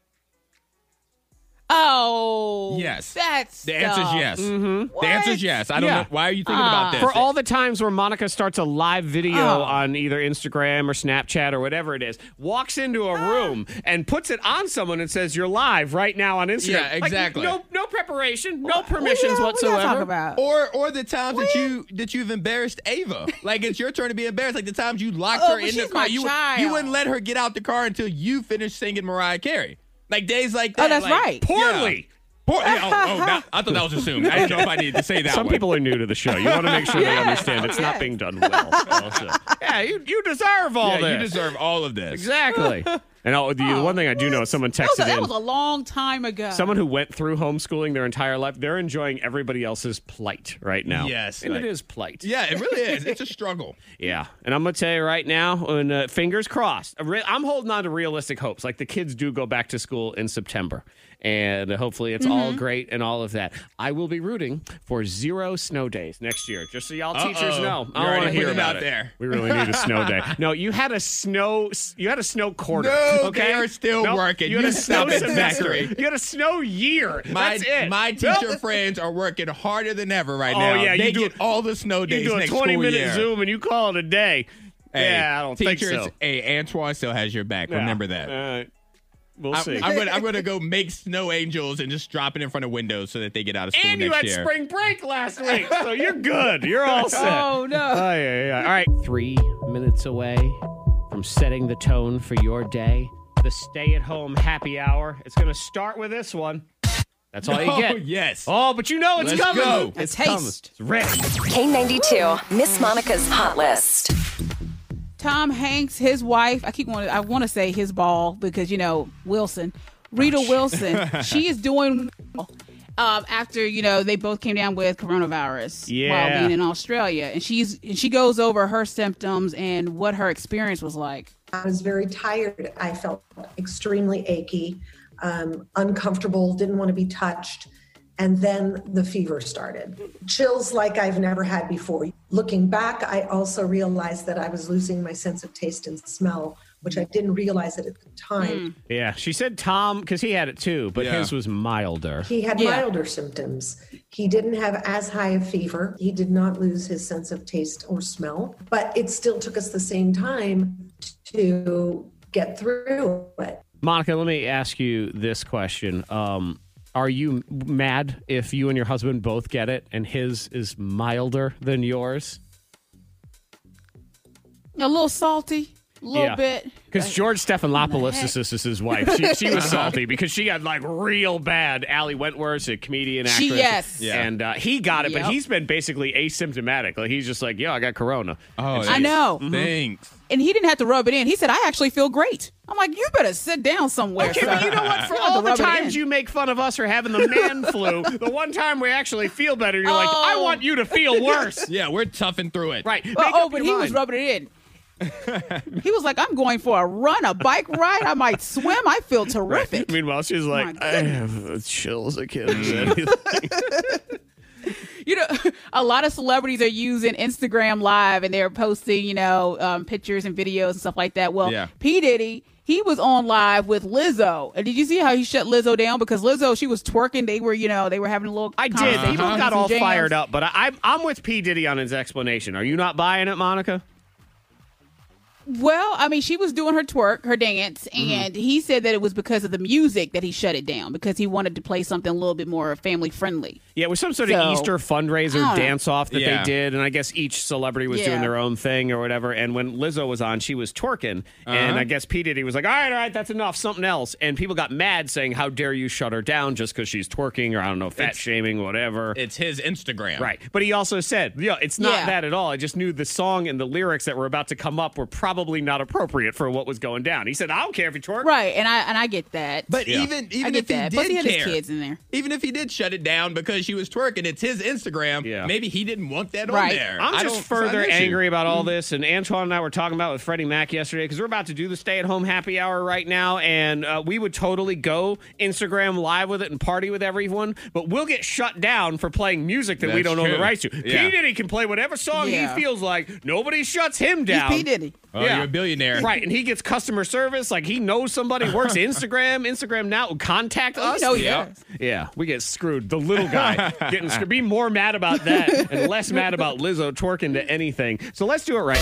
[SPEAKER 2] Oh.
[SPEAKER 4] Yes.
[SPEAKER 2] That's
[SPEAKER 4] The answer's yes.
[SPEAKER 2] Mm-hmm.
[SPEAKER 4] The answer's yes. I don't
[SPEAKER 1] Yeah.
[SPEAKER 4] know. Why are you thinking
[SPEAKER 2] Ah.
[SPEAKER 4] about this?
[SPEAKER 1] For all the times where Monica starts a live video
[SPEAKER 4] Oh.
[SPEAKER 1] on either Instagram or Snapchat or whatever it is, walks into
[SPEAKER 2] Ah.
[SPEAKER 1] a room and puts it on someone and says, You're live right now on Instagram.
[SPEAKER 4] Yeah,
[SPEAKER 1] Like,
[SPEAKER 4] exactly.
[SPEAKER 1] no, no preparation, no
[SPEAKER 4] What
[SPEAKER 1] permissions
[SPEAKER 4] y'all- what y'all
[SPEAKER 1] whatsoever.
[SPEAKER 4] talking about? Or or the times that you that you've embarrassed Ava. Like it's your turn to be embarrassed. Like the times you locked
[SPEAKER 2] Oh,
[SPEAKER 4] her
[SPEAKER 2] but
[SPEAKER 4] in the
[SPEAKER 2] she's
[SPEAKER 4] car.
[SPEAKER 2] my
[SPEAKER 4] You you
[SPEAKER 2] child.
[SPEAKER 4] wouldn't let her get out the car until you finished singing Mariah Carey. Like days like
[SPEAKER 2] Oh,
[SPEAKER 4] that.
[SPEAKER 2] that's
[SPEAKER 4] like,
[SPEAKER 2] right.
[SPEAKER 1] Poorly.
[SPEAKER 4] Yeah.
[SPEAKER 2] [LAUGHS]
[SPEAKER 4] Poor, yeah, oh, oh, that- I thought that was assumed. I didn't
[SPEAKER 1] [LAUGHS]
[SPEAKER 4] know if I needed to say that.
[SPEAKER 1] Some
[SPEAKER 4] one.
[SPEAKER 1] people are new to the show. You want to make
[SPEAKER 2] [LAUGHS]
[SPEAKER 1] sure they
[SPEAKER 4] Yes.
[SPEAKER 1] understand it's not being done well. Also. Yeah, you, you deserve all
[SPEAKER 4] yeah,
[SPEAKER 1] this.
[SPEAKER 4] you deserve all of this.
[SPEAKER 1] Exactly. And all, the one thing I do know is
[SPEAKER 2] [LAUGHS]
[SPEAKER 1] someone
[SPEAKER 2] Oh, That was, a,
[SPEAKER 1] texted
[SPEAKER 2] that
[SPEAKER 1] in.
[SPEAKER 2] was a long time ago.
[SPEAKER 1] Someone who went through homeschooling their entire life, they're enjoying everybody else's plight right now.
[SPEAKER 4] Yes,
[SPEAKER 1] And
[SPEAKER 4] like-
[SPEAKER 1] it is plight.
[SPEAKER 4] Yeah, it really is. It's a struggle.
[SPEAKER 1] [LAUGHS] Yeah. And I'm going to tell you right now, and, uh, fingers crossed, a re- I'm holding on to realistic hopes. Like the kids do go back to school in September. And hopefully it's all
[SPEAKER 4] Mm-hmm.
[SPEAKER 1] great and all of that. I will be rooting for zero snow days next year, just so y'all
[SPEAKER 4] Uh-oh.
[SPEAKER 1] teachers know.
[SPEAKER 4] You're
[SPEAKER 1] I
[SPEAKER 4] already
[SPEAKER 1] want to hear
[SPEAKER 4] putting it out
[SPEAKER 1] about it.
[SPEAKER 4] there.
[SPEAKER 1] We really need a snow
[SPEAKER 4] [LAUGHS]
[SPEAKER 1] day. No, you had a snow. You had a snow quarter.
[SPEAKER 4] No,
[SPEAKER 1] okay,
[SPEAKER 4] they are still working.
[SPEAKER 1] You had
[SPEAKER 4] You
[SPEAKER 1] a
[SPEAKER 4] stop
[SPEAKER 1] snow
[SPEAKER 4] it,
[SPEAKER 1] semester.
[SPEAKER 4] Zachary.
[SPEAKER 1] You had a snow year.
[SPEAKER 4] My,
[SPEAKER 1] That's it.
[SPEAKER 4] my
[SPEAKER 1] Nope.
[SPEAKER 4] teacher friends are working harder than ever right
[SPEAKER 1] Oh,
[SPEAKER 4] now.
[SPEAKER 1] yeah, you
[SPEAKER 4] they
[SPEAKER 1] do-
[SPEAKER 4] get all the snow days
[SPEAKER 1] You do a
[SPEAKER 4] next
[SPEAKER 1] 20
[SPEAKER 4] school
[SPEAKER 1] minute
[SPEAKER 4] year.
[SPEAKER 1] Zoom and you call it a day.
[SPEAKER 4] Hey,
[SPEAKER 1] yeah, I don't think
[SPEAKER 4] teachers,
[SPEAKER 1] so.
[SPEAKER 4] Hey, Antoine still has your back.
[SPEAKER 1] Yeah.
[SPEAKER 4] Remember that.
[SPEAKER 1] All right. We'll
[SPEAKER 4] I'm,
[SPEAKER 1] see.
[SPEAKER 4] I'm gonna I'm gonna go make snow angels and just drop it in front of windows so that they get out of school
[SPEAKER 1] and you
[SPEAKER 4] next
[SPEAKER 1] had
[SPEAKER 4] year.
[SPEAKER 1] spring break last week, [LAUGHS] so you're good.
[SPEAKER 2] [LAUGHS]
[SPEAKER 1] You're all [LAUGHS] set.
[SPEAKER 2] Oh, no.
[SPEAKER 1] Oh, yeah, yeah. All right. Three minutes away from setting the tone for your day, the stay at home happy hour. It's going to start with this one. That's all
[SPEAKER 4] Oh,
[SPEAKER 1] you get.
[SPEAKER 4] yes.
[SPEAKER 1] Oh, but you know it's
[SPEAKER 4] Let's
[SPEAKER 1] coming.
[SPEAKER 4] go.
[SPEAKER 1] It's
[SPEAKER 2] A taste.
[SPEAKER 1] coming. It's ready.
[SPEAKER 6] K92, Miss Monica's Hot List.
[SPEAKER 2] Tom Hanks, his wife, I keep wanting, I want to say his ball because, you know, Wilson, Rita
[SPEAKER 1] [LAUGHS]
[SPEAKER 2] Wilson, she is doing well, um, after, you know, they both came down with coronavirus
[SPEAKER 1] Yeah.
[SPEAKER 2] while being in Australia. And she's, and she goes over her symptoms and what her experience was like.
[SPEAKER 12] I was very tired. I felt extremely achy, um, uncomfortable, didn't want to be touched. And then the fever started. Chills like I've never had before. Looking back, I also realized that I was losing my sense of taste and smell, which I didn't realize it at the time.
[SPEAKER 1] Yeah, she said Tom because he had it too, but
[SPEAKER 4] Yeah.
[SPEAKER 1] his was milder.
[SPEAKER 12] He had
[SPEAKER 1] Hmm. Yeah.
[SPEAKER 12] milder symptoms. He didn't have as high a fever. He did not lose his sense of taste or smell, but it still took us the same time to get through it.
[SPEAKER 1] Monica, let me ask you this question. Um, are you mad if you and your husband both get it and his is milder than yours?
[SPEAKER 2] A little salty, a little
[SPEAKER 1] Yeah.
[SPEAKER 2] bit.
[SPEAKER 1] Because George Stephanopoulos is, is his wife. She, she
[SPEAKER 4] [LAUGHS]
[SPEAKER 1] was salty because she got like real bad. Allie Wentworth, a comedian actress.
[SPEAKER 2] She- yes. Yeah.
[SPEAKER 1] And uh, he got it,
[SPEAKER 2] Yep.
[SPEAKER 1] but he's been basically asymptomatic. Like, he's just like, yo, I got corona.
[SPEAKER 4] Oh,
[SPEAKER 1] And
[SPEAKER 2] I
[SPEAKER 1] she-
[SPEAKER 2] know.
[SPEAKER 4] Thanks.
[SPEAKER 2] And he didn't have to rub it in. He said, I actually feel great. I'm like, you better sit down
[SPEAKER 4] [LAUGHS]
[SPEAKER 2] somewhere.
[SPEAKER 1] Okay, but
[SPEAKER 2] son.
[SPEAKER 1] Mm-hmm. you
[SPEAKER 2] [LAUGHS]
[SPEAKER 1] know what? For
[SPEAKER 2] don't have
[SPEAKER 1] all
[SPEAKER 2] to
[SPEAKER 1] the
[SPEAKER 2] rub it in.
[SPEAKER 1] times you make fun of us for having the [LAUGHS] man flu, the one time we actually feel better, you're like, I
[SPEAKER 2] Oh.
[SPEAKER 1] want you to feel
[SPEAKER 4] [LAUGHS]
[SPEAKER 1] worse.
[SPEAKER 4] Yeah, we're toughing through it.
[SPEAKER 1] Right. Make
[SPEAKER 2] Well, oh,
[SPEAKER 1] up
[SPEAKER 2] but
[SPEAKER 1] your
[SPEAKER 2] he was
[SPEAKER 1] mind.
[SPEAKER 2] rubbing it in. he was like, I'm going for a run, a bike ride. I might swim. I
[SPEAKER 1] [LAUGHS]
[SPEAKER 2] feel terrific. Oh,
[SPEAKER 1] Meanwhile, she's like, I have chills.
[SPEAKER 4] [LAUGHS]
[SPEAKER 1] I can't do anything.
[SPEAKER 2] You know, a lot of celebrities are using Instagram Live and they're posting, you know, um, pictures and videos and stuff like that. Well,
[SPEAKER 4] Yeah.
[SPEAKER 2] P. Diddy, he was on live with Lizzo. And did you see how he shut Lizzo down? Because Lizzo, she was twerking. They were, you know, they were having a little.
[SPEAKER 1] I did. People got all fired up, but I, I'm, I'm with P. Diddy on his explanation. Are you not buying it, Monica?
[SPEAKER 2] Well, I mean, she was doing her twerk, her dance,
[SPEAKER 1] Mm-hmm.
[SPEAKER 2] and he said that it was because of the music that he shut it down because he wanted to play something a little bit more family friendly.
[SPEAKER 1] Yeah, it was some sort
[SPEAKER 2] So-
[SPEAKER 1] of Easter
[SPEAKER 2] I
[SPEAKER 1] fundraiser
[SPEAKER 2] don't know.
[SPEAKER 1] dance off that
[SPEAKER 4] Yeah.
[SPEAKER 1] they did, and I guess each celebrity was
[SPEAKER 2] Yeah.
[SPEAKER 1] doing their own thing or whatever. And when Lizzo was on, she was twerking, and
[SPEAKER 4] Uh-huh.
[SPEAKER 1] I guess P Diddy was like, "All right, all right, that's enough, something else." And people got mad, saying, "How dare you shut her down just because she's twerking?" Or I don't know, fat
[SPEAKER 4] It's-
[SPEAKER 1] shaming, whatever.
[SPEAKER 4] It's his Instagram.
[SPEAKER 1] Right. But he also said, yeah, it's not
[SPEAKER 2] Yeah.
[SPEAKER 1] that at all. I just knew the song and the lyrics that were about to come up were probably not appropriate for what was going down. He said, I don't care if you
[SPEAKER 2] [LAUGHS]
[SPEAKER 1] twerk.
[SPEAKER 2] Right, and I and I get that.
[SPEAKER 4] But
[SPEAKER 1] Yeah.
[SPEAKER 4] even
[SPEAKER 2] I
[SPEAKER 4] even
[SPEAKER 2] get
[SPEAKER 4] if he
[SPEAKER 2] that.
[SPEAKER 4] did
[SPEAKER 2] Plus, he had his
[SPEAKER 4] care,
[SPEAKER 2] kids in there.
[SPEAKER 4] even if he did shut it down because she was twerking, it's his Instagram.
[SPEAKER 1] Yeah.
[SPEAKER 4] Maybe he didn't want that
[SPEAKER 2] Right.
[SPEAKER 4] on there. I
[SPEAKER 1] I'm
[SPEAKER 4] don't-
[SPEAKER 1] just
[SPEAKER 4] it's not an
[SPEAKER 1] further
[SPEAKER 4] issue.
[SPEAKER 1] angry about all this. And Antoine and I were talking about it with Freddie Mac yesterday because we're about to do the stay at home happy hour right now. And uh, we would totally go Instagram live with it and party with everyone. But we'll get shut down for playing music that we
[SPEAKER 4] That's
[SPEAKER 1] don't own the
[SPEAKER 4] true.
[SPEAKER 1] rights to.
[SPEAKER 4] Yeah.
[SPEAKER 1] P. Diddy can play whatever song
[SPEAKER 2] Yeah.
[SPEAKER 1] he feels like. Nobody shuts him
[SPEAKER 2] He's
[SPEAKER 1] down.
[SPEAKER 2] P Diddy.
[SPEAKER 4] Oh, you're a billionaire.
[SPEAKER 1] Right. And he gets customer service. Like he knows somebody
[SPEAKER 4] [LAUGHS]
[SPEAKER 1] works at Instagram. Instagram now would
[SPEAKER 2] Oh,
[SPEAKER 1] contact us.
[SPEAKER 4] know he Yeah. does.
[SPEAKER 1] Yeah. We get screwed. The little
[SPEAKER 4] [LAUGHS]
[SPEAKER 1] guy getting screwed. Be more mad about that and less mad about Lizzo twerking to anything. So let's do it right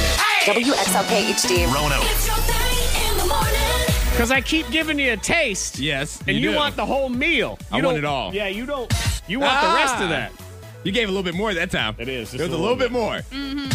[SPEAKER 1] now.
[SPEAKER 6] WXLK HD.
[SPEAKER 1] Roanoke. Because I keep giving you a taste.
[SPEAKER 4] Yes.
[SPEAKER 1] And you,
[SPEAKER 4] do.
[SPEAKER 1] want the whole meal.
[SPEAKER 4] I
[SPEAKER 1] You
[SPEAKER 4] want
[SPEAKER 1] don't-
[SPEAKER 4] it all. Ah.
[SPEAKER 1] Yeah, you don't. You want the rest of that.
[SPEAKER 4] You gave a little bit more that time. It
[SPEAKER 1] is.
[SPEAKER 4] It was a little, bit more.
[SPEAKER 14] Mm-hmm.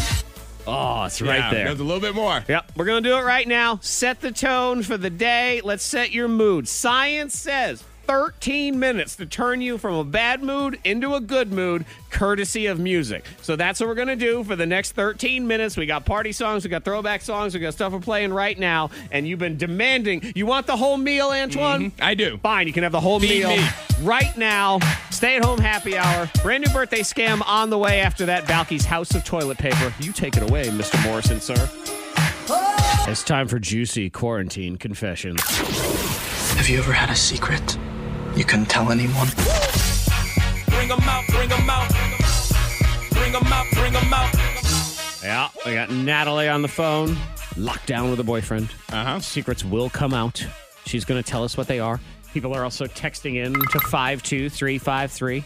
[SPEAKER 1] Oh, it's
[SPEAKER 4] Yeah,
[SPEAKER 1] right there.
[SPEAKER 4] There's a little bit more.
[SPEAKER 1] Yep, we're gonna do it right now. Set the tone for the day. Let's set your mood. Science says 13 minutes to turn you from a bad mood into a good mood, courtesy of music. So that's what we're gonna do for the next 13 minutes. We got party songs, we got throwback songs, we got stuff we're playing right now, and you've been demanding. You want the whole meal, Antoine?
[SPEAKER 4] Mm-hmm, I do.
[SPEAKER 1] Fine, you can have the whole
[SPEAKER 4] Feed
[SPEAKER 1] meal
[SPEAKER 4] me.
[SPEAKER 1] right now. Stay at home happy hour. Brand new birthday scam on the way after that. Balky's House of Toilet Paper. You take it away, Mr. Morrison, sir. It's time for juicy quarantine confessions.
[SPEAKER 15] Have you ever had a secret you couldn't tell anyone?
[SPEAKER 16] Bring 'em out, bring 'em out. Bring 'em out, bring 'em out.
[SPEAKER 1] Yeah, I got Natalie on the phone, locked down with her boyfriend. Uh huh. Secrets will come out. She's going to tell us what they are. People are also texting in to 52353.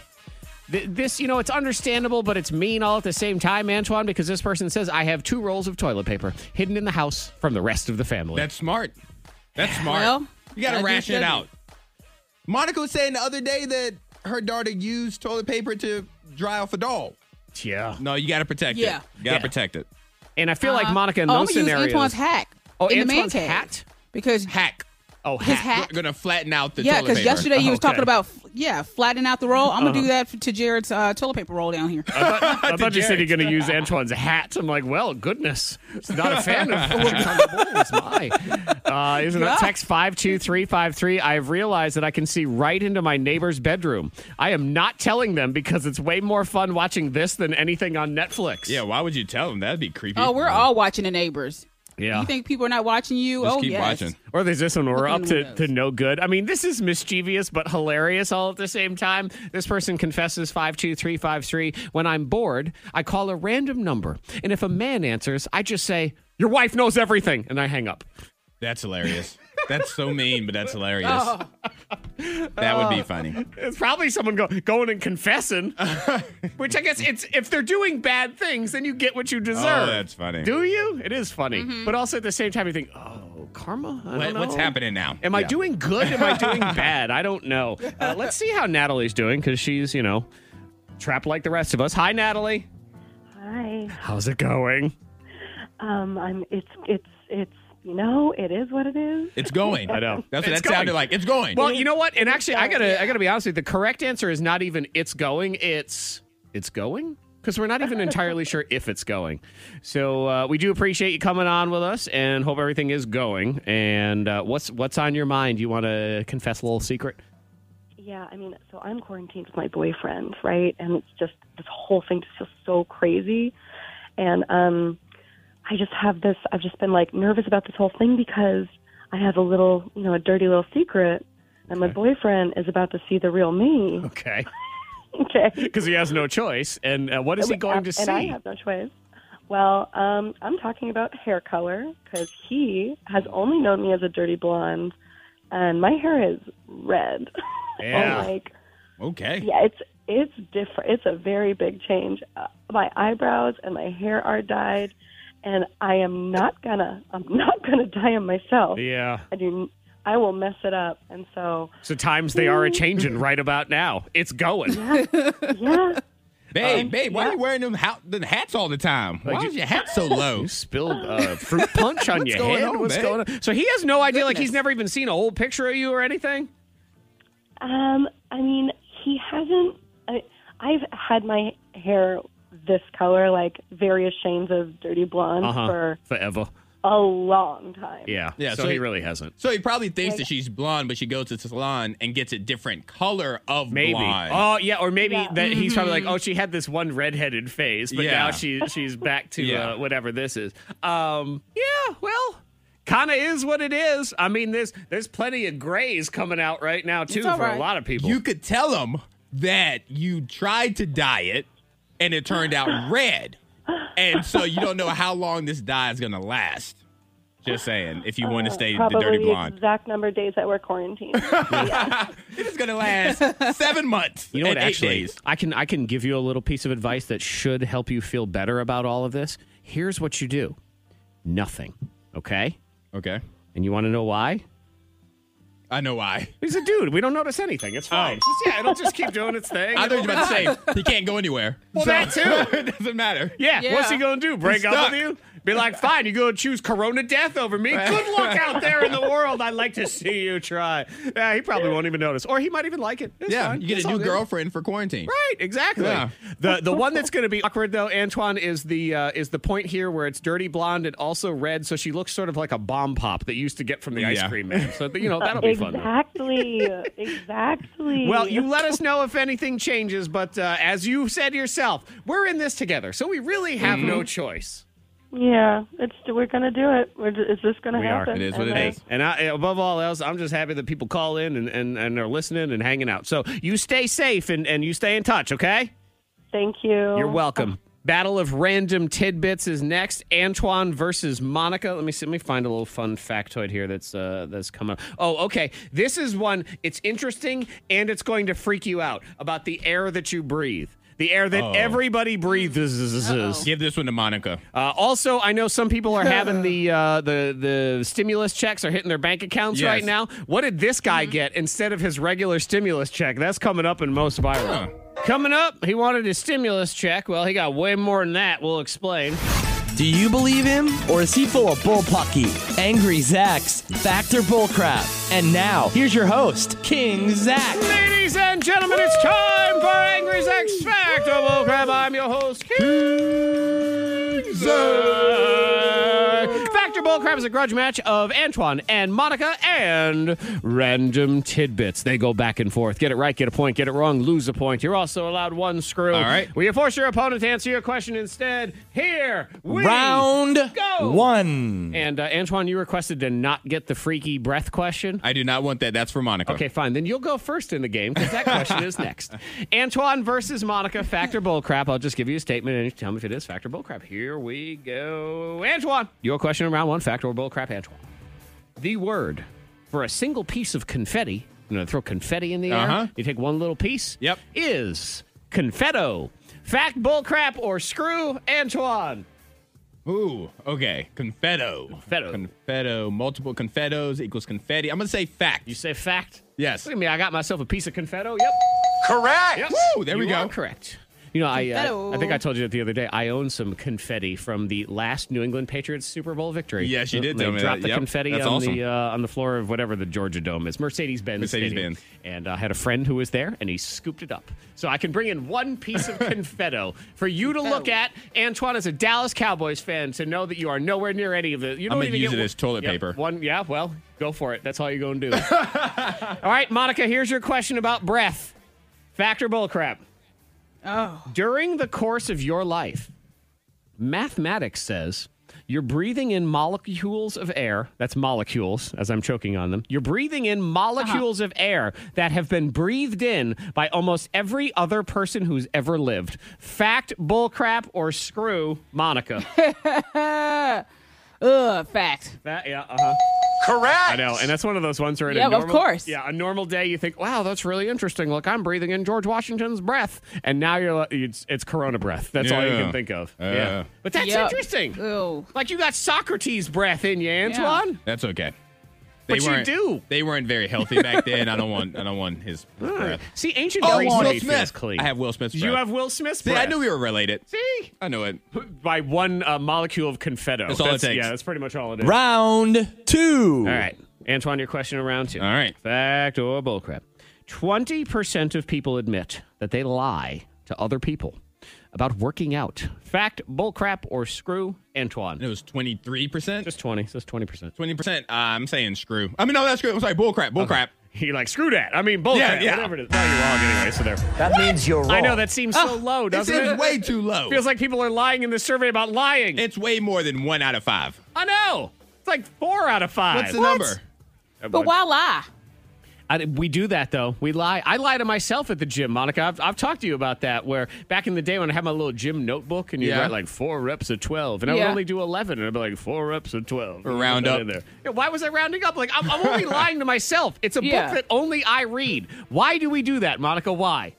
[SPEAKER 1] Th- This, you know, it's understandable, but it's mean all at the same time, Antoine, because this person says, I have two rolls of toilet paper hidden in the house from the rest of the family.
[SPEAKER 4] That's smart. That's smart.
[SPEAKER 1] Well,
[SPEAKER 4] you gotta
[SPEAKER 1] gotta do
[SPEAKER 4] ration it
[SPEAKER 1] good.
[SPEAKER 4] out. Monica was saying the other day that her daughter used toilet paper to dry off a doll.
[SPEAKER 1] Yeah.
[SPEAKER 4] No, you gotta protect
[SPEAKER 2] Yeah.
[SPEAKER 4] it. You gotta
[SPEAKER 1] Yeah.
[SPEAKER 4] protect it.
[SPEAKER 1] And I feel like Monica in
[SPEAKER 2] oh,
[SPEAKER 1] those
[SPEAKER 2] I'm gonna
[SPEAKER 1] scenarios.
[SPEAKER 2] use Antoine's hack
[SPEAKER 1] Oh,
[SPEAKER 2] in
[SPEAKER 1] Antoine's
[SPEAKER 2] the man cave
[SPEAKER 1] hat?
[SPEAKER 2] because
[SPEAKER 4] hack.
[SPEAKER 1] Oh,
[SPEAKER 2] His hat.
[SPEAKER 4] We're gonna flatten out the
[SPEAKER 2] yeah,
[SPEAKER 4] toilet paper.
[SPEAKER 2] because yesterday you was talking about yeah flattening out the roll. I'm gonna
[SPEAKER 1] Uh-huh.
[SPEAKER 2] do that f- to Jared's uh, toilet paper roll down here.
[SPEAKER 1] I
[SPEAKER 2] [LAUGHS]
[SPEAKER 1] thought, I thought you said you're going to use Antoine's hat. I'm like, well, goodness. It's not
[SPEAKER 2] [LAUGHS]
[SPEAKER 1] a fan of Bulls, my. Uh, isn't that text 52353? I've realized that I can see right into my neighbor's bedroom. I am not telling them because it's way more fun watching this than anything on Netflix.
[SPEAKER 4] Yeah, why would you tell them? That'd be creepy.
[SPEAKER 2] Oh, we're all watching the neighbors.
[SPEAKER 1] Yeah.
[SPEAKER 2] You think people are not watching you? oh, yes.
[SPEAKER 1] Or there's this one where we're
[SPEAKER 2] Look in
[SPEAKER 1] up
[SPEAKER 2] the
[SPEAKER 1] to, to no good. I mean, this is mischievous but hilarious all at the same time. This person confesses 52353. When I'm bored, I call a random number. And if a man answers, I just say, Your wife knows everything. And I hang up.
[SPEAKER 4] That's
[SPEAKER 2] [LAUGHS]
[SPEAKER 4] hilarious. that's so mean, but that's hilarious.
[SPEAKER 2] Oh.
[SPEAKER 4] That would be funny.
[SPEAKER 1] Uh, It's probably someone go, going
[SPEAKER 4] [LAUGHS]
[SPEAKER 1] and confessing, which I guess it's if they're doing bad things, then you get what you deserve.
[SPEAKER 4] Oh, that's funny.
[SPEAKER 1] Do you? It is funny, but also at the same time, you think, oh, karma. I
[SPEAKER 4] What-
[SPEAKER 1] don't
[SPEAKER 4] what's
[SPEAKER 1] know.
[SPEAKER 4] happening now?
[SPEAKER 1] Am I
[SPEAKER 4] Yeah.
[SPEAKER 1] doing good? Am I
[SPEAKER 4] [LAUGHS]
[SPEAKER 1] doing bad? I don't know. Uh, let's see how Natalie's doing because she's you know trapped like the rest of us. Hi, Natalie.
[SPEAKER 14] Hi.
[SPEAKER 1] How's it going?
[SPEAKER 14] Um, I'm. It's. It's. It's. You know, it is what it is.
[SPEAKER 4] It's going.
[SPEAKER 1] I know.
[SPEAKER 4] That's what
[SPEAKER 1] It's
[SPEAKER 4] that sounded like. It's going.
[SPEAKER 1] Well, you know what? And actually, I gotta I gotta be honest with you. The correct answer is not even it's going. It's it's going because we're not even entirely sure if it's going. So uh, we do appreciate you coming on with us and hope everything is going. And uh, what's what's on your mind? You want to confess a little secret?
[SPEAKER 14] [LAUGHS] Yeah. I mean, so I'm quarantined with my boyfriend, right? And it's just this whole thing just feels so crazy, and um, I just have this. I've just been like nervous about this whole thing because I have a little, you know, a dirty little secret, and my boyfriend is about to see the real me.
[SPEAKER 1] Okay.
[SPEAKER 14] [LAUGHS] okay.
[SPEAKER 1] Because he has no choice. And uh, what is he going to
[SPEAKER 14] and I
[SPEAKER 1] see?
[SPEAKER 14] have no choice. Well, um, I'm talking about hair color because he has only known me as a dirty blonde, and my hair is red. [LAUGHS]
[SPEAKER 4] Yeah.
[SPEAKER 14] and Oh, like,
[SPEAKER 4] Okay.
[SPEAKER 14] yeah, it's it's different. It's a very big change. Uh, my eyebrows and my hair are dyed, and I am not gonna. I'm not gonna [LAUGHS] dye them myself.
[SPEAKER 1] Yeah.
[SPEAKER 14] I do. I will mess it up, and so
[SPEAKER 1] So times they are
[SPEAKER 14] [LAUGHS]
[SPEAKER 1] a changing right about now. It's going. Um,
[SPEAKER 14] yeah.
[SPEAKER 4] [LAUGHS] Babe, babe, why are you wearing them, how, them hats all the time? Why
[SPEAKER 1] Like you-
[SPEAKER 4] is your hat so low?
[SPEAKER 1] You spilled uh, [LAUGHS] fruit punch
[SPEAKER 4] [LAUGHS]
[SPEAKER 1] on
[SPEAKER 4] What's
[SPEAKER 1] your
[SPEAKER 4] going
[SPEAKER 1] head.
[SPEAKER 4] on,
[SPEAKER 1] What's
[SPEAKER 4] babe?
[SPEAKER 1] going on? So he has no idea. Like he's never even seen a whole picture of you or anything.
[SPEAKER 14] Um, I mean, he hasn't. I, I've had my hair this color, like various shades of dirty blonde,
[SPEAKER 4] Uh-huh.
[SPEAKER 14] for
[SPEAKER 1] Uh-huh. Forever.
[SPEAKER 14] a long time.
[SPEAKER 1] Yeah.
[SPEAKER 4] Yeah,
[SPEAKER 1] So,
[SPEAKER 4] so
[SPEAKER 1] he
[SPEAKER 4] he-
[SPEAKER 1] really hasn't.
[SPEAKER 4] So he probably thinks that she's blonde, but she goes to the salon and gets a different color of
[SPEAKER 1] Maybe.
[SPEAKER 4] blonde.
[SPEAKER 1] Oh yeah, or maybe that he's probably
[SPEAKER 4] Mm-hmm.
[SPEAKER 1] like, oh, she had this one redheaded phase, but
[SPEAKER 4] Yeah.
[SPEAKER 1] now she she's back to
[SPEAKER 4] Yeah.
[SPEAKER 1] uh, whatever this is. Um, yeah, well, kind of is what it is. I mean, there's there's plenty of grays coming out right now too
[SPEAKER 4] It's
[SPEAKER 1] for
[SPEAKER 4] all
[SPEAKER 1] a
[SPEAKER 4] right.
[SPEAKER 1] lot of people.
[SPEAKER 4] You could tell him that you tried to dye it [LAUGHS] and it turned out red. And so you don't know how long this dye is going to last. Just saying, if you want to stay the
[SPEAKER 14] Probably
[SPEAKER 4] dirty blonde,
[SPEAKER 14] exact number of days that we're quarantined.
[SPEAKER 4] it's gonna [LAUGHS] last seven months.
[SPEAKER 1] You know what?
[SPEAKER 4] and eight
[SPEAKER 1] Actually,
[SPEAKER 4] days.
[SPEAKER 1] I can I can give you a little piece of advice that should help you feel better about all of this. Here's what you do: nothing. Okay.
[SPEAKER 4] Okay.
[SPEAKER 1] And you want to know why?
[SPEAKER 4] I know why. Oh.
[SPEAKER 1] He's a dude. We don't notice anything. It's fine. It's just- [LAUGHS] yeah, it'll just keep doing its thing.
[SPEAKER 4] I thought you were about to
[SPEAKER 1] It'll be
[SPEAKER 4] say he can't go anywhere.
[SPEAKER 1] [LAUGHS] Well, that too.
[SPEAKER 4] [LAUGHS] it doesn't matter.
[SPEAKER 1] Yeah. What's he gonna do? Break
[SPEAKER 4] He's
[SPEAKER 1] up
[SPEAKER 4] stuck.
[SPEAKER 1] with you? Be like, fine. You go and choose Corona death over me. Good luck out
[SPEAKER 4] [LAUGHS]
[SPEAKER 1] there in the world. I'd like to see you try. Yeah, he probably won't even notice, or he might even like it. It's
[SPEAKER 4] yeah,
[SPEAKER 1] fine.
[SPEAKER 4] you get
[SPEAKER 1] It's
[SPEAKER 4] a
[SPEAKER 1] all
[SPEAKER 4] new
[SPEAKER 1] good.
[SPEAKER 4] girlfriend for quarantine.
[SPEAKER 1] Right, exactly.
[SPEAKER 4] Yeah.
[SPEAKER 1] The the one that's going to be awkward though, Antoine, is the uh, is the point here where it's dirty blonde and also red, so she looks sort of like a bomb pop that you used to get from the ice
[SPEAKER 4] Yeah.
[SPEAKER 1] cream man. So you know that'll be fun. though.
[SPEAKER 14] Exactly. exactly.
[SPEAKER 1] Well, you let us know if anything changes, but uh, as you said yourself, we're in this together, so we really have
[SPEAKER 4] Mm-hmm.
[SPEAKER 1] no choice.
[SPEAKER 14] [LAUGHS] Yeah, it's we're gonna do it. We're, ju- it's just gonna happen. And, uh,
[SPEAKER 1] And I, above all else, I'm just happy that people call in and, and, and are listening and hanging out. So you stay safe and, and you stay in touch, okay?
[SPEAKER 14] Thank you.
[SPEAKER 1] You're welcome. Battle of Random Tidbits is next. Antoine versus Monica. Let me see. Let me find a little fun factoid here that's uh, that's come up. Oh, okay. This is one. It's interesting and it's going to freak you out about the air that you breathe. The air that
[SPEAKER 4] Oh.
[SPEAKER 1] everybody breathes.
[SPEAKER 4] Give this one to Monica.
[SPEAKER 1] Uh, also, I know some people are [LAUGHS] having the uh, the the stimulus checks are hitting their bank accounts
[SPEAKER 4] Yes.
[SPEAKER 1] right now. What did this guy get instead of his regular stimulus check? That's coming up in most viral. Coming up, he wanted his stimulus check. Well, he got way more than that. We'll explain.
[SPEAKER 17] Do you believe him, or is he full of bullpucky? Angry Zacks, factor bullcrap. And now, here's your host, King Zach.
[SPEAKER 1] Ladies and gentlemen, it's time for Angry Zach's Fact of Bullcrap. I'm your host, King Zach. Factor Bullcrap is a grudge match of Antoine and Monica and random tidbits. They go back and forth. Get it right, get a point. Get it wrong, lose a point. You're also allowed one screw.
[SPEAKER 17] All right.
[SPEAKER 1] Will you force your opponent to answer your question instead? Here we
[SPEAKER 17] Round
[SPEAKER 1] go.
[SPEAKER 17] one.
[SPEAKER 1] And uh, Antoine, you requested to not get the freaky breath question.
[SPEAKER 4] I do not want that. That's for Monica.
[SPEAKER 1] Okay, fine. Then you'll go first in the game because that question is next. Antoine versus Monica, factor bullcrap. I'll just give you a statement and you tell me if it is factor bullcrap. Here we go. Antoine, your question in round one, factor or bullcrap, Antoine. The word for a single piece of confetti, you know, throw confetti in the
[SPEAKER 4] Uh-huh.
[SPEAKER 1] air, you take one little piece, Yep. is confetto. Fact, bullcrap, or screw, Antoine.
[SPEAKER 4] Ooh, okay. Confetto. Confetto. Confetto. Multiple confettos equals confetti. I'm going to say fact. You
[SPEAKER 1] say fact?
[SPEAKER 4] Yes.
[SPEAKER 1] Look at me, I got myself a piece of confetto. Yep.
[SPEAKER 4] Correct.
[SPEAKER 1] Yep.
[SPEAKER 4] Woo, there we
[SPEAKER 1] You
[SPEAKER 4] go.
[SPEAKER 1] are correct. You know, I uh,
[SPEAKER 4] Confetto.
[SPEAKER 1] I think I told you that the other day. I own some confetti from the last New England Patriots Super Bowl victory.
[SPEAKER 4] Yes, you did
[SPEAKER 1] They
[SPEAKER 4] tell me
[SPEAKER 1] dropped
[SPEAKER 4] that.
[SPEAKER 1] the
[SPEAKER 4] Yep.
[SPEAKER 1] confetti
[SPEAKER 4] That's
[SPEAKER 1] on
[SPEAKER 4] awesome.
[SPEAKER 1] the uh, on the floor of whatever the Georgia Dome is, Mercedes Benz.
[SPEAKER 4] Mercedes-Benz.
[SPEAKER 1] And uh, I had a friend who was there, and he scooped it up. So I can bring in one piece
[SPEAKER 4] [LAUGHS]
[SPEAKER 1] of confetto for you to look at, Antoine, as a Dallas Cowboys fan, to know that you are nowhere near any of it. You
[SPEAKER 4] I'm
[SPEAKER 1] don't
[SPEAKER 4] gonna
[SPEAKER 1] even
[SPEAKER 4] use
[SPEAKER 1] get
[SPEAKER 4] it
[SPEAKER 1] one-
[SPEAKER 4] as toilet
[SPEAKER 1] Yep,
[SPEAKER 4] paper.
[SPEAKER 1] One, yeah. Well, go for it. That's all you're going
[SPEAKER 4] [LAUGHS]
[SPEAKER 1] to do. all right, Monica. Here's your question about breath. Factor bullcrap.
[SPEAKER 2] Oh.
[SPEAKER 1] During the course of your life, mathematics says you're breathing in molecules of air. That's molecules, as I'm choking on them. You're breathing in molecules of air that have been breathed in by almost every other person who's ever lived. Fact, bullcrap, or screw, Monica.
[SPEAKER 2] [LAUGHS]
[SPEAKER 1] [LAUGHS]
[SPEAKER 2] Ugh, fact.
[SPEAKER 1] That, yeah, uh
[SPEAKER 4] Uh-huh.
[SPEAKER 1] huh.
[SPEAKER 2] Correct.
[SPEAKER 1] I know, and that's one of those ones where in
[SPEAKER 2] Yeah,
[SPEAKER 1] a
[SPEAKER 2] of
[SPEAKER 1] normal,
[SPEAKER 2] course.
[SPEAKER 1] yeah, a normal day you think, wow, that's really interesting. Look, I'm breathing in George Washington's breath, and now you're like- it's, it's Corona breath. That's all you
[SPEAKER 4] Yeah.
[SPEAKER 1] can think of.
[SPEAKER 4] Yeah.
[SPEAKER 1] but that's
[SPEAKER 2] Yep.
[SPEAKER 1] interesting. Like you got Socrates breath in you, Antoine.
[SPEAKER 4] That's okay.
[SPEAKER 1] But you
[SPEAKER 4] weren't-
[SPEAKER 1] do.
[SPEAKER 4] They weren't very healthy back then. I don't want. I don't want his breath.
[SPEAKER 1] See, ancient
[SPEAKER 4] Oh,
[SPEAKER 1] Greece
[SPEAKER 4] Will
[SPEAKER 1] made
[SPEAKER 4] Smith.
[SPEAKER 1] feels clean.
[SPEAKER 4] I have Will Smith's
[SPEAKER 1] You
[SPEAKER 4] breath.
[SPEAKER 1] have Will Smith's
[SPEAKER 4] See,
[SPEAKER 1] breath.
[SPEAKER 4] I knew we were related.
[SPEAKER 1] See,
[SPEAKER 4] I knew it.
[SPEAKER 1] by one uh, molecule of confetto.
[SPEAKER 4] That's all it takes.
[SPEAKER 1] Yeah, that's pretty much all it is.
[SPEAKER 17] Round two.
[SPEAKER 1] All right. Antoine, your question around two. All
[SPEAKER 4] right.
[SPEAKER 1] Fact or bullcrap? 20% of people admit that they lie to other people about working out. Fact, bullcrap, or screw, Antoine?
[SPEAKER 4] It was 23%?
[SPEAKER 1] Just 20. Just 20%.
[SPEAKER 4] Twenty percent. Uh, I'm saying screw. I mean, no, that's good. I'm sorry, bullcrap, bullcrap.
[SPEAKER 1] He like screw that. I mean, bullcrap.
[SPEAKER 4] Yeah, yeah.
[SPEAKER 1] Whatever it is. Now you're wrong anyway. So there.
[SPEAKER 4] That means you're
[SPEAKER 1] I know that seems so
[SPEAKER 4] Oh,
[SPEAKER 1] low,
[SPEAKER 4] it
[SPEAKER 1] doesn't it?
[SPEAKER 4] seems way too low.
[SPEAKER 1] [LAUGHS] Feels like people are lying in this survey about lying.
[SPEAKER 4] It's way more than one out of five.
[SPEAKER 1] I know. It's like four out of five.
[SPEAKER 4] What's the number?
[SPEAKER 1] Uh,
[SPEAKER 2] But
[SPEAKER 1] what-
[SPEAKER 2] why lie?
[SPEAKER 1] I, we do that though. We lie. I lie to myself at the gym, Monica. I've, I've talked to you about that. Where back in the day when I had my little gym notebook and you
[SPEAKER 4] Yeah.
[SPEAKER 1] write like four reps of twelve, and I would
[SPEAKER 4] Yeah.
[SPEAKER 1] only do eleven, and I'd be like four reps of twelve.
[SPEAKER 4] Or round
[SPEAKER 1] Put that
[SPEAKER 4] up.
[SPEAKER 1] in there. Yeah, why was I rounding up? Like I'm,
[SPEAKER 4] [LAUGHS]
[SPEAKER 1] I'm only lying to myself. It's a
[SPEAKER 2] Yeah.
[SPEAKER 1] book that only I read. Why do we do that, Monica? Why?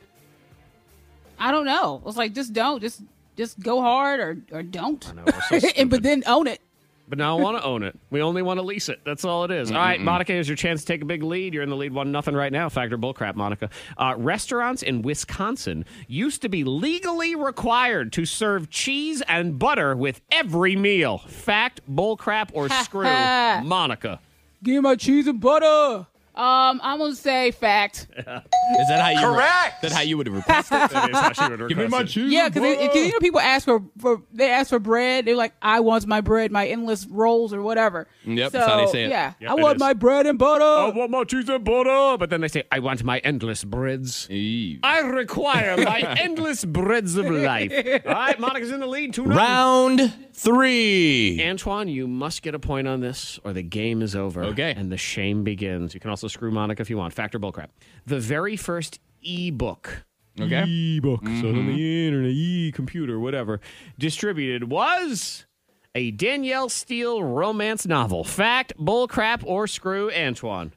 [SPEAKER 2] I don't know. It was like just don't, just just go hard or or don't. [LAUGHS]
[SPEAKER 1] so
[SPEAKER 2] and but then own it.
[SPEAKER 1] But now I want to own it. We only want to lease it. That's all it is. All right,
[SPEAKER 2] Mm-mm-mm.
[SPEAKER 1] Monica, here's your chance to take a big lead. You're in the lead one nothing right now. Factor bullcrap, Monica. Uh, restaurants in Wisconsin used to be legally required to serve cheese and butter with every meal. Fact, bullcrap,
[SPEAKER 4] [LAUGHS]
[SPEAKER 1] or screw, Monica.
[SPEAKER 2] Give me my cheese and butter. Um, I'm gonna say
[SPEAKER 1] [LAUGHS]
[SPEAKER 2] fact.
[SPEAKER 4] Is that how you were-
[SPEAKER 2] Correct.
[SPEAKER 4] that how you would have
[SPEAKER 2] [LAUGHS]
[SPEAKER 4] requested?
[SPEAKER 1] That is how she would
[SPEAKER 4] [LAUGHS] Give me
[SPEAKER 1] request
[SPEAKER 4] my
[SPEAKER 1] it.
[SPEAKER 4] cheese.
[SPEAKER 2] Yeah, because
[SPEAKER 4] butter.
[SPEAKER 2] you know people ask for, for they ask for bread. They're like, I want my bread, my endless rolls or whatever.
[SPEAKER 1] Yep,
[SPEAKER 2] so,
[SPEAKER 1] that's how they say it.
[SPEAKER 2] Yeah,
[SPEAKER 1] Yep,
[SPEAKER 2] I
[SPEAKER 1] it
[SPEAKER 2] want
[SPEAKER 1] is.
[SPEAKER 2] my bread and butter.
[SPEAKER 1] I want my cheese and butter, but then they say, "I want my endless breads." I require my
[SPEAKER 4] [LAUGHS]
[SPEAKER 1] endless breads of life.
[SPEAKER 2] [LAUGHS]
[SPEAKER 1] All right, Monica's in the lead. Two oh.
[SPEAKER 17] Round three.
[SPEAKER 1] Antoine, you must get a point on this, or the game is over. Okay. And the shame begins. You can also screw Monica if you want. Factor bullcrap. The very first ebook.
[SPEAKER 4] Okay.
[SPEAKER 1] Ebook. So on
[SPEAKER 4] Mhm.
[SPEAKER 1] the internet, e computer, whatever. Distributed was a Danielle Steele romance novel. Fact, bullcrap, or screw Antoine.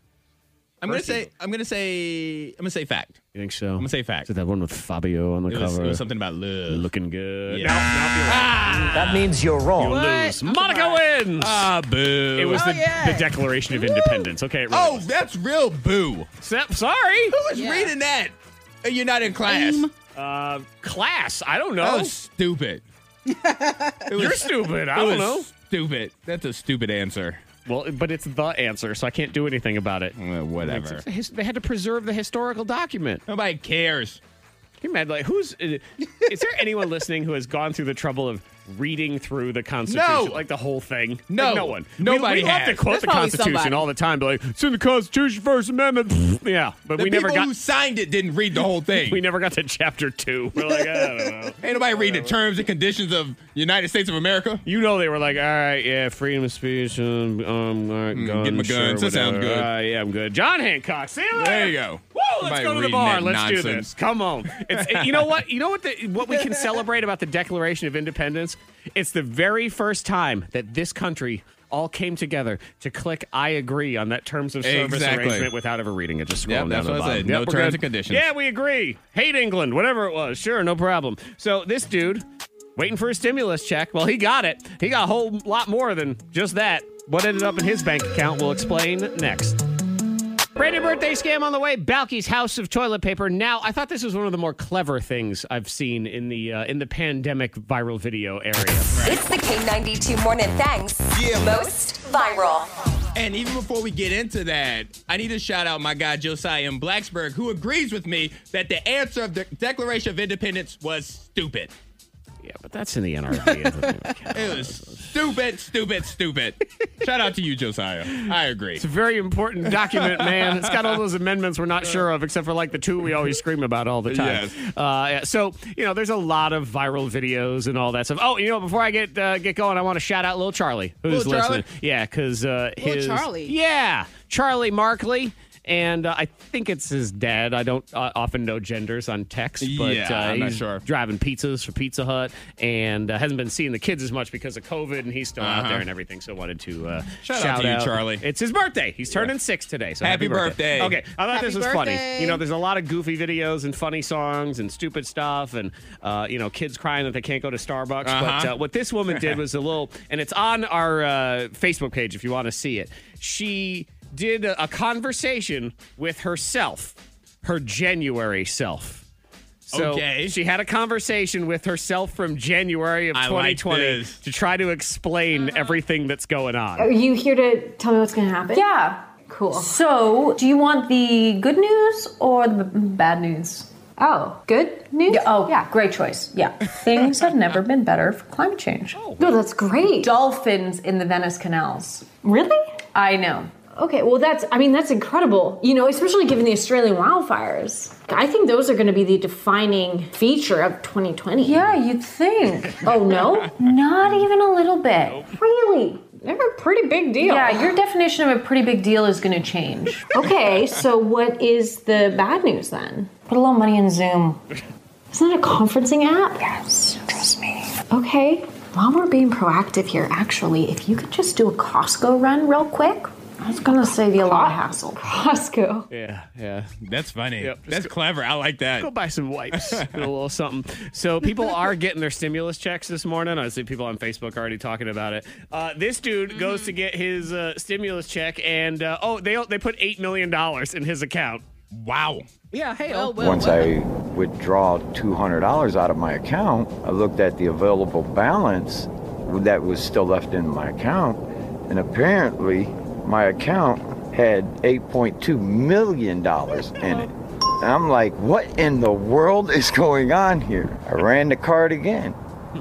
[SPEAKER 4] I'm gonna
[SPEAKER 1] First
[SPEAKER 4] say. I'm gonna say. I'm gonna say fact.
[SPEAKER 1] You think so? I'm
[SPEAKER 4] gonna say fact.
[SPEAKER 1] that one with Fabio on the
[SPEAKER 4] It
[SPEAKER 1] cover?
[SPEAKER 4] was, it was something about love.
[SPEAKER 1] Looking good.
[SPEAKER 4] Yeah.
[SPEAKER 10] That means you're wrong.
[SPEAKER 1] You lose. Monica wins.
[SPEAKER 4] Ah, boo.
[SPEAKER 1] It was
[SPEAKER 4] Oh,
[SPEAKER 1] the,
[SPEAKER 4] yeah.
[SPEAKER 1] the Declaration of Independence. Okay. It really
[SPEAKER 4] Oh,
[SPEAKER 1] was.
[SPEAKER 4] that's real boo.
[SPEAKER 1] Sep- sorry.
[SPEAKER 4] Who was reading that? And You're not in class.
[SPEAKER 1] Uh, class. I don't know.
[SPEAKER 4] That was stupid. [LAUGHS] It was-
[SPEAKER 1] Oh, You're stupid. I
[SPEAKER 4] it
[SPEAKER 1] don't
[SPEAKER 4] was
[SPEAKER 1] know.
[SPEAKER 4] Stupid. That's a stupid answer.
[SPEAKER 1] Well, but it's the answer, so I can't do anything about it.
[SPEAKER 4] Uh, whatever.
[SPEAKER 1] It's- his- they had to preserve the historical document.
[SPEAKER 4] Nobody cares.
[SPEAKER 1] Can you imagine, like, who's? uh, Is there anyone listening who has gone through the trouble of reading through the Constitution,
[SPEAKER 4] No.
[SPEAKER 1] like the whole thing?
[SPEAKER 4] No.
[SPEAKER 1] like, no one. We-
[SPEAKER 4] Nobody
[SPEAKER 1] We, love
[SPEAKER 4] has.
[SPEAKER 1] to quote
[SPEAKER 4] There's
[SPEAKER 1] the
[SPEAKER 4] probably
[SPEAKER 1] Constitution
[SPEAKER 4] somebody.
[SPEAKER 1] all the time, but like it's in the Constitution, First Amendment. [LAUGHS] yeah, but
[SPEAKER 4] the
[SPEAKER 1] we
[SPEAKER 4] people
[SPEAKER 1] never got
[SPEAKER 4] who signed it didn't read the whole thing.
[SPEAKER 1] [LAUGHS] we never got to chapter two. [LAUGHS] We're like, I don't know.
[SPEAKER 4] Ain't nobody read the terms and conditions of United States of America.
[SPEAKER 1] You know they were like, all right, yeah, freedom of speech, um, um all right, guns,
[SPEAKER 4] get my guns.
[SPEAKER 1] sure,
[SPEAKER 4] That sounds
[SPEAKER 1] whatever.
[SPEAKER 4] good.
[SPEAKER 1] All right, yeah, I'm good. John Hancock, see you later.
[SPEAKER 4] There you go.
[SPEAKER 1] Woo, let's
[SPEAKER 4] Somebody
[SPEAKER 1] go to the
[SPEAKER 4] reading
[SPEAKER 1] bar.
[SPEAKER 4] that
[SPEAKER 1] Let's do
[SPEAKER 4] nonsense.
[SPEAKER 1] this. Come on. It's, it- you know what? You know what? The,
[SPEAKER 4] [LAUGHS]
[SPEAKER 1] what we can celebrate about the Declaration of Independence? It's the very first time that this country all came together to click "I agree" on that terms of service
[SPEAKER 4] Exactly.
[SPEAKER 1] arrangement without ever reading it. Just scroll
[SPEAKER 4] Yep,
[SPEAKER 1] down
[SPEAKER 4] that's
[SPEAKER 1] to the
[SPEAKER 4] what I
[SPEAKER 1] bottom.
[SPEAKER 4] said. No
[SPEAKER 1] we're
[SPEAKER 4] terms
[SPEAKER 1] good.
[SPEAKER 4] and conditions.
[SPEAKER 1] Yeah, we agree. Hate England, whatever it was. Sure, no problem. So this dude waiting for a stimulus check. Well, he got it. He got a whole lot more than just that. What ended up in his bank account, we'll explain next. Brand new birthday scam on the way. Balky's House of Toilet Paper. Now, I thought this was one of the more clever things I've seen in the uh, in the pandemic viral video area.
[SPEAKER 6] It's the K92 Morning Thanks. Most viral.
[SPEAKER 4] And even before we get into that, I need to shout out my guy Josiah M. Blacksburg, who agrees with me that the answer of the Declaration of Independence was stupid.
[SPEAKER 1] Yeah, but that's in the NRA.
[SPEAKER 4] It was stupid, stupid,
[SPEAKER 1] [LAUGHS]
[SPEAKER 4] stupid. shout out to you, Josiah. I agree.
[SPEAKER 1] it's a very important document, man. It's got all those amendments we're not sure of, except for like the two we always scream about all the time.
[SPEAKER 4] Yes.
[SPEAKER 1] Uh, yeah, so you know, there's a lot of viral videos and all that stuff. Oh, you know, before I get uh, get going, I want to shout out little Charlie who's
[SPEAKER 4] Little Charlie?
[SPEAKER 1] listening. Yeah, because uh,
[SPEAKER 2] Little
[SPEAKER 1] his
[SPEAKER 2] Charlie.
[SPEAKER 1] yeah, Charlie Markley. And uh, I think it's his dad. I don't uh, often know genders on text, but
[SPEAKER 4] Yeah,
[SPEAKER 1] uh,
[SPEAKER 4] I'm not
[SPEAKER 1] he's
[SPEAKER 4] sure.
[SPEAKER 1] driving pizzas for Pizza Hut and uh, hasn't been seeing the kids as much because of COVID, and he's still out
[SPEAKER 4] Uh-huh.
[SPEAKER 1] there and everything. So wanted to uh,
[SPEAKER 4] Shout out to you, Charlie.
[SPEAKER 1] It's his birthday. He's turning six today. So happy,
[SPEAKER 4] Happy birthday.
[SPEAKER 1] Okay, I thought
[SPEAKER 4] Happy
[SPEAKER 1] this was funny.
[SPEAKER 4] birthday.
[SPEAKER 1] You know, there's a lot of goofy videos and funny songs and stupid stuff, and uh, you know, kids crying that they can't go to Starbucks. But
[SPEAKER 4] Uh-huh.
[SPEAKER 1] uh, what this woman did was a little, and it's on our uh, Facebook page if you want to see it. She did a, a conversation with herself, her January self. So
[SPEAKER 4] Okay.
[SPEAKER 1] she had a conversation with herself from January of
[SPEAKER 4] I like
[SPEAKER 1] 2020
[SPEAKER 4] this.
[SPEAKER 1] to try to explain
[SPEAKER 4] Uh-huh.
[SPEAKER 1] everything that's going on.
[SPEAKER 18] Are you here to tell me what's going to happen? Yeah. Cool. So, do you want the good news or the b- bad news? Oh, good news? oh, yeah. Great choice. Yeah. Things have never been better for climate change. Oh, that's great. Dolphins in the Venice canals. Really? I know.
[SPEAKER 19] Okay, well, that's, I mean, that's incredible, you know, especially given the Australian wildfires. I think those are going to be the defining feature of 2020. Yeah, you'd think. oh, no?
[SPEAKER 18] Not even a little bit. Really? They're a pretty big deal. Yeah, your definition of a pretty big deal is going to change. okay, so what is the bad news then? Put a little money in Zoom.
[SPEAKER 19] Isn't that a conferencing app? Yes, trust me. Okay, while we're being proactive here, actually, if you could just do a Costco run real quick, that's gonna save you a lot of hassle. Costco.
[SPEAKER 1] Yeah, yeah.
[SPEAKER 4] That's funny. That's clever. I like that.
[SPEAKER 1] Go buy
[SPEAKER 4] [LAUGHS]
[SPEAKER 1] some wipes and a little something. So people are getting their stimulus checks this morning. I see people on Facebook already talking about it. Uh, this dude
[SPEAKER 4] Mm-hmm.
[SPEAKER 1] goes to get his uh, stimulus check, and uh, oh, they they put eight million dollars in his account.
[SPEAKER 4] Wow.
[SPEAKER 1] Yeah. Hey. oh,
[SPEAKER 20] Once I withdraw $200 out of my account, I looked at the available balance that was still left in my account, and apparently my account had $8.2 million in it. And I'm like, what in the world is going on here? I ran the card again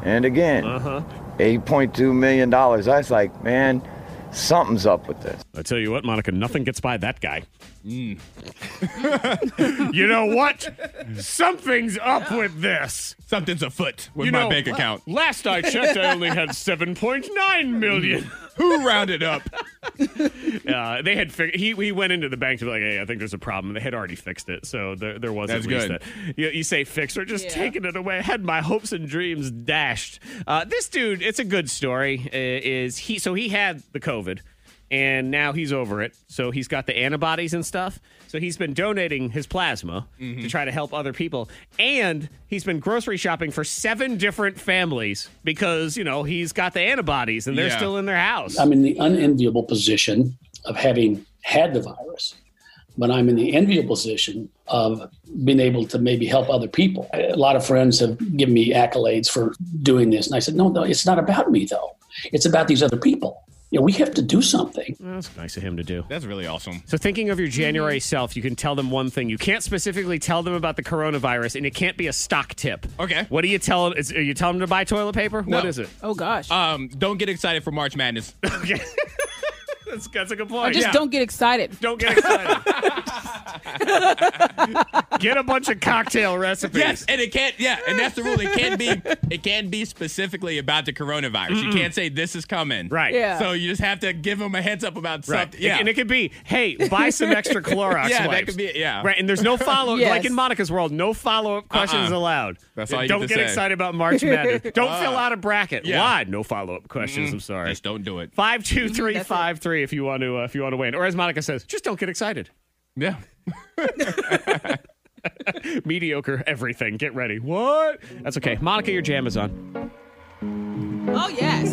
[SPEAKER 20] and again.
[SPEAKER 1] Uh-huh.
[SPEAKER 20] $8.2 million. I was like, man, something's up with this.
[SPEAKER 1] I tell you what, Monica, nothing gets by that guy.
[SPEAKER 4] Mm.
[SPEAKER 1] you
[SPEAKER 4] [LAUGHS]
[SPEAKER 1] know what? Something's up with this.
[SPEAKER 4] Something's afoot with
[SPEAKER 1] You
[SPEAKER 4] my
[SPEAKER 1] know,
[SPEAKER 4] bank account.
[SPEAKER 1] Last I checked, I only had seven point nine million.
[SPEAKER 4] [LAUGHS] Who rounded up?
[SPEAKER 1] uh, they had fig- he he went into the bank to be like, hey, I think there's a problem. They had already fixed it, so there there was
[SPEAKER 4] That's
[SPEAKER 1] at least
[SPEAKER 4] good.
[SPEAKER 1] that. You, you say fixed or just
[SPEAKER 4] Yeah.
[SPEAKER 1] taking it away. I had my hopes and dreams dashed. Uh, this dude, it's a good story. uh, Is he? So he had the COVID. And now he's over it. So he's got the antibodies and stuff. So he's been donating his plasma
[SPEAKER 4] Mm-hmm.
[SPEAKER 1] to try to help other people. And he's been grocery shopping for seven different families because, you know, he's got the antibodies and they're
[SPEAKER 21] Yeah.
[SPEAKER 1] still in their house.
[SPEAKER 21] I'm in the unenviable position of having had the virus, but I'm in the enviable position of being able to maybe help other people. A lot of friends have given me accolades for doing this, and I said, no, no, it's not about me though. It's about these other people. You know, we have to do something.
[SPEAKER 1] That's nice of him to do.
[SPEAKER 4] That's really awesome.
[SPEAKER 1] So, thinking of your January self, you can tell them one thing. You can't specifically tell them about the coronavirus, and it can't be a stock tip.
[SPEAKER 4] Okay.
[SPEAKER 1] What do you tell them? Is, are you telling them to buy toilet paper? What
[SPEAKER 4] No. [LAUGHS]
[SPEAKER 1] is it?
[SPEAKER 2] Oh gosh.
[SPEAKER 4] Um, don't get excited for March Madness.
[SPEAKER 1] That's, that's [LAUGHS] a good point.
[SPEAKER 2] Or just
[SPEAKER 4] Yeah.
[SPEAKER 2] don't get excited.
[SPEAKER 1] Don't get excited. [LAUGHS] Get [LAUGHS] a bunch of cocktail recipes.
[SPEAKER 4] Yes, and it can't. Yeah, and that's the rule. It can
[SPEAKER 1] [LAUGHS]
[SPEAKER 4] be. It can be specifically about the coronavirus. You
[SPEAKER 1] Mm-mm.
[SPEAKER 4] can't say this is coming.
[SPEAKER 1] Right. Yeah.
[SPEAKER 4] So you just have to give them a heads up about
[SPEAKER 1] Right.
[SPEAKER 4] something. Yeah.
[SPEAKER 1] And it could be, hey, buy
[SPEAKER 4] [LAUGHS]
[SPEAKER 1] some extra Clorox
[SPEAKER 4] yeah, that
[SPEAKER 1] wipes.
[SPEAKER 4] could be. it, Yeah.
[SPEAKER 1] Right, and there's no follow
[SPEAKER 4] Yes.
[SPEAKER 1] like in Monica's world, no follow up questions
[SPEAKER 4] Uh-uh.
[SPEAKER 1] allowed.
[SPEAKER 4] That's all you
[SPEAKER 1] Don't
[SPEAKER 4] get to
[SPEAKER 1] get
[SPEAKER 4] say.
[SPEAKER 1] excited about
[SPEAKER 4] [LAUGHS]
[SPEAKER 1] March Madness. Don't
[SPEAKER 4] Uh,
[SPEAKER 1] fill out a bracket.
[SPEAKER 4] yeah.
[SPEAKER 1] Why? No follow up questions. I'm sorry.
[SPEAKER 4] Just don't do it.
[SPEAKER 1] Five two three five three. If you want to, uh, if you want to win, or as Monica says, just don't get excited.
[SPEAKER 4] Yeah.
[SPEAKER 1] [LAUGHS] Mediocre everything. Get ready. What? That's okay. Monica, your jam is on.
[SPEAKER 2] [LAUGHS] Oh yes.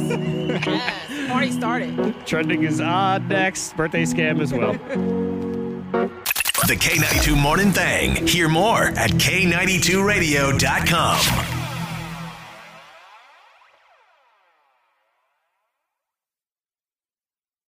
[SPEAKER 2] yes. Party started.
[SPEAKER 1] Trending is on next. Birthday scam as well.
[SPEAKER 7] The K92 Morning Thang. Hear more at K92Radio.com.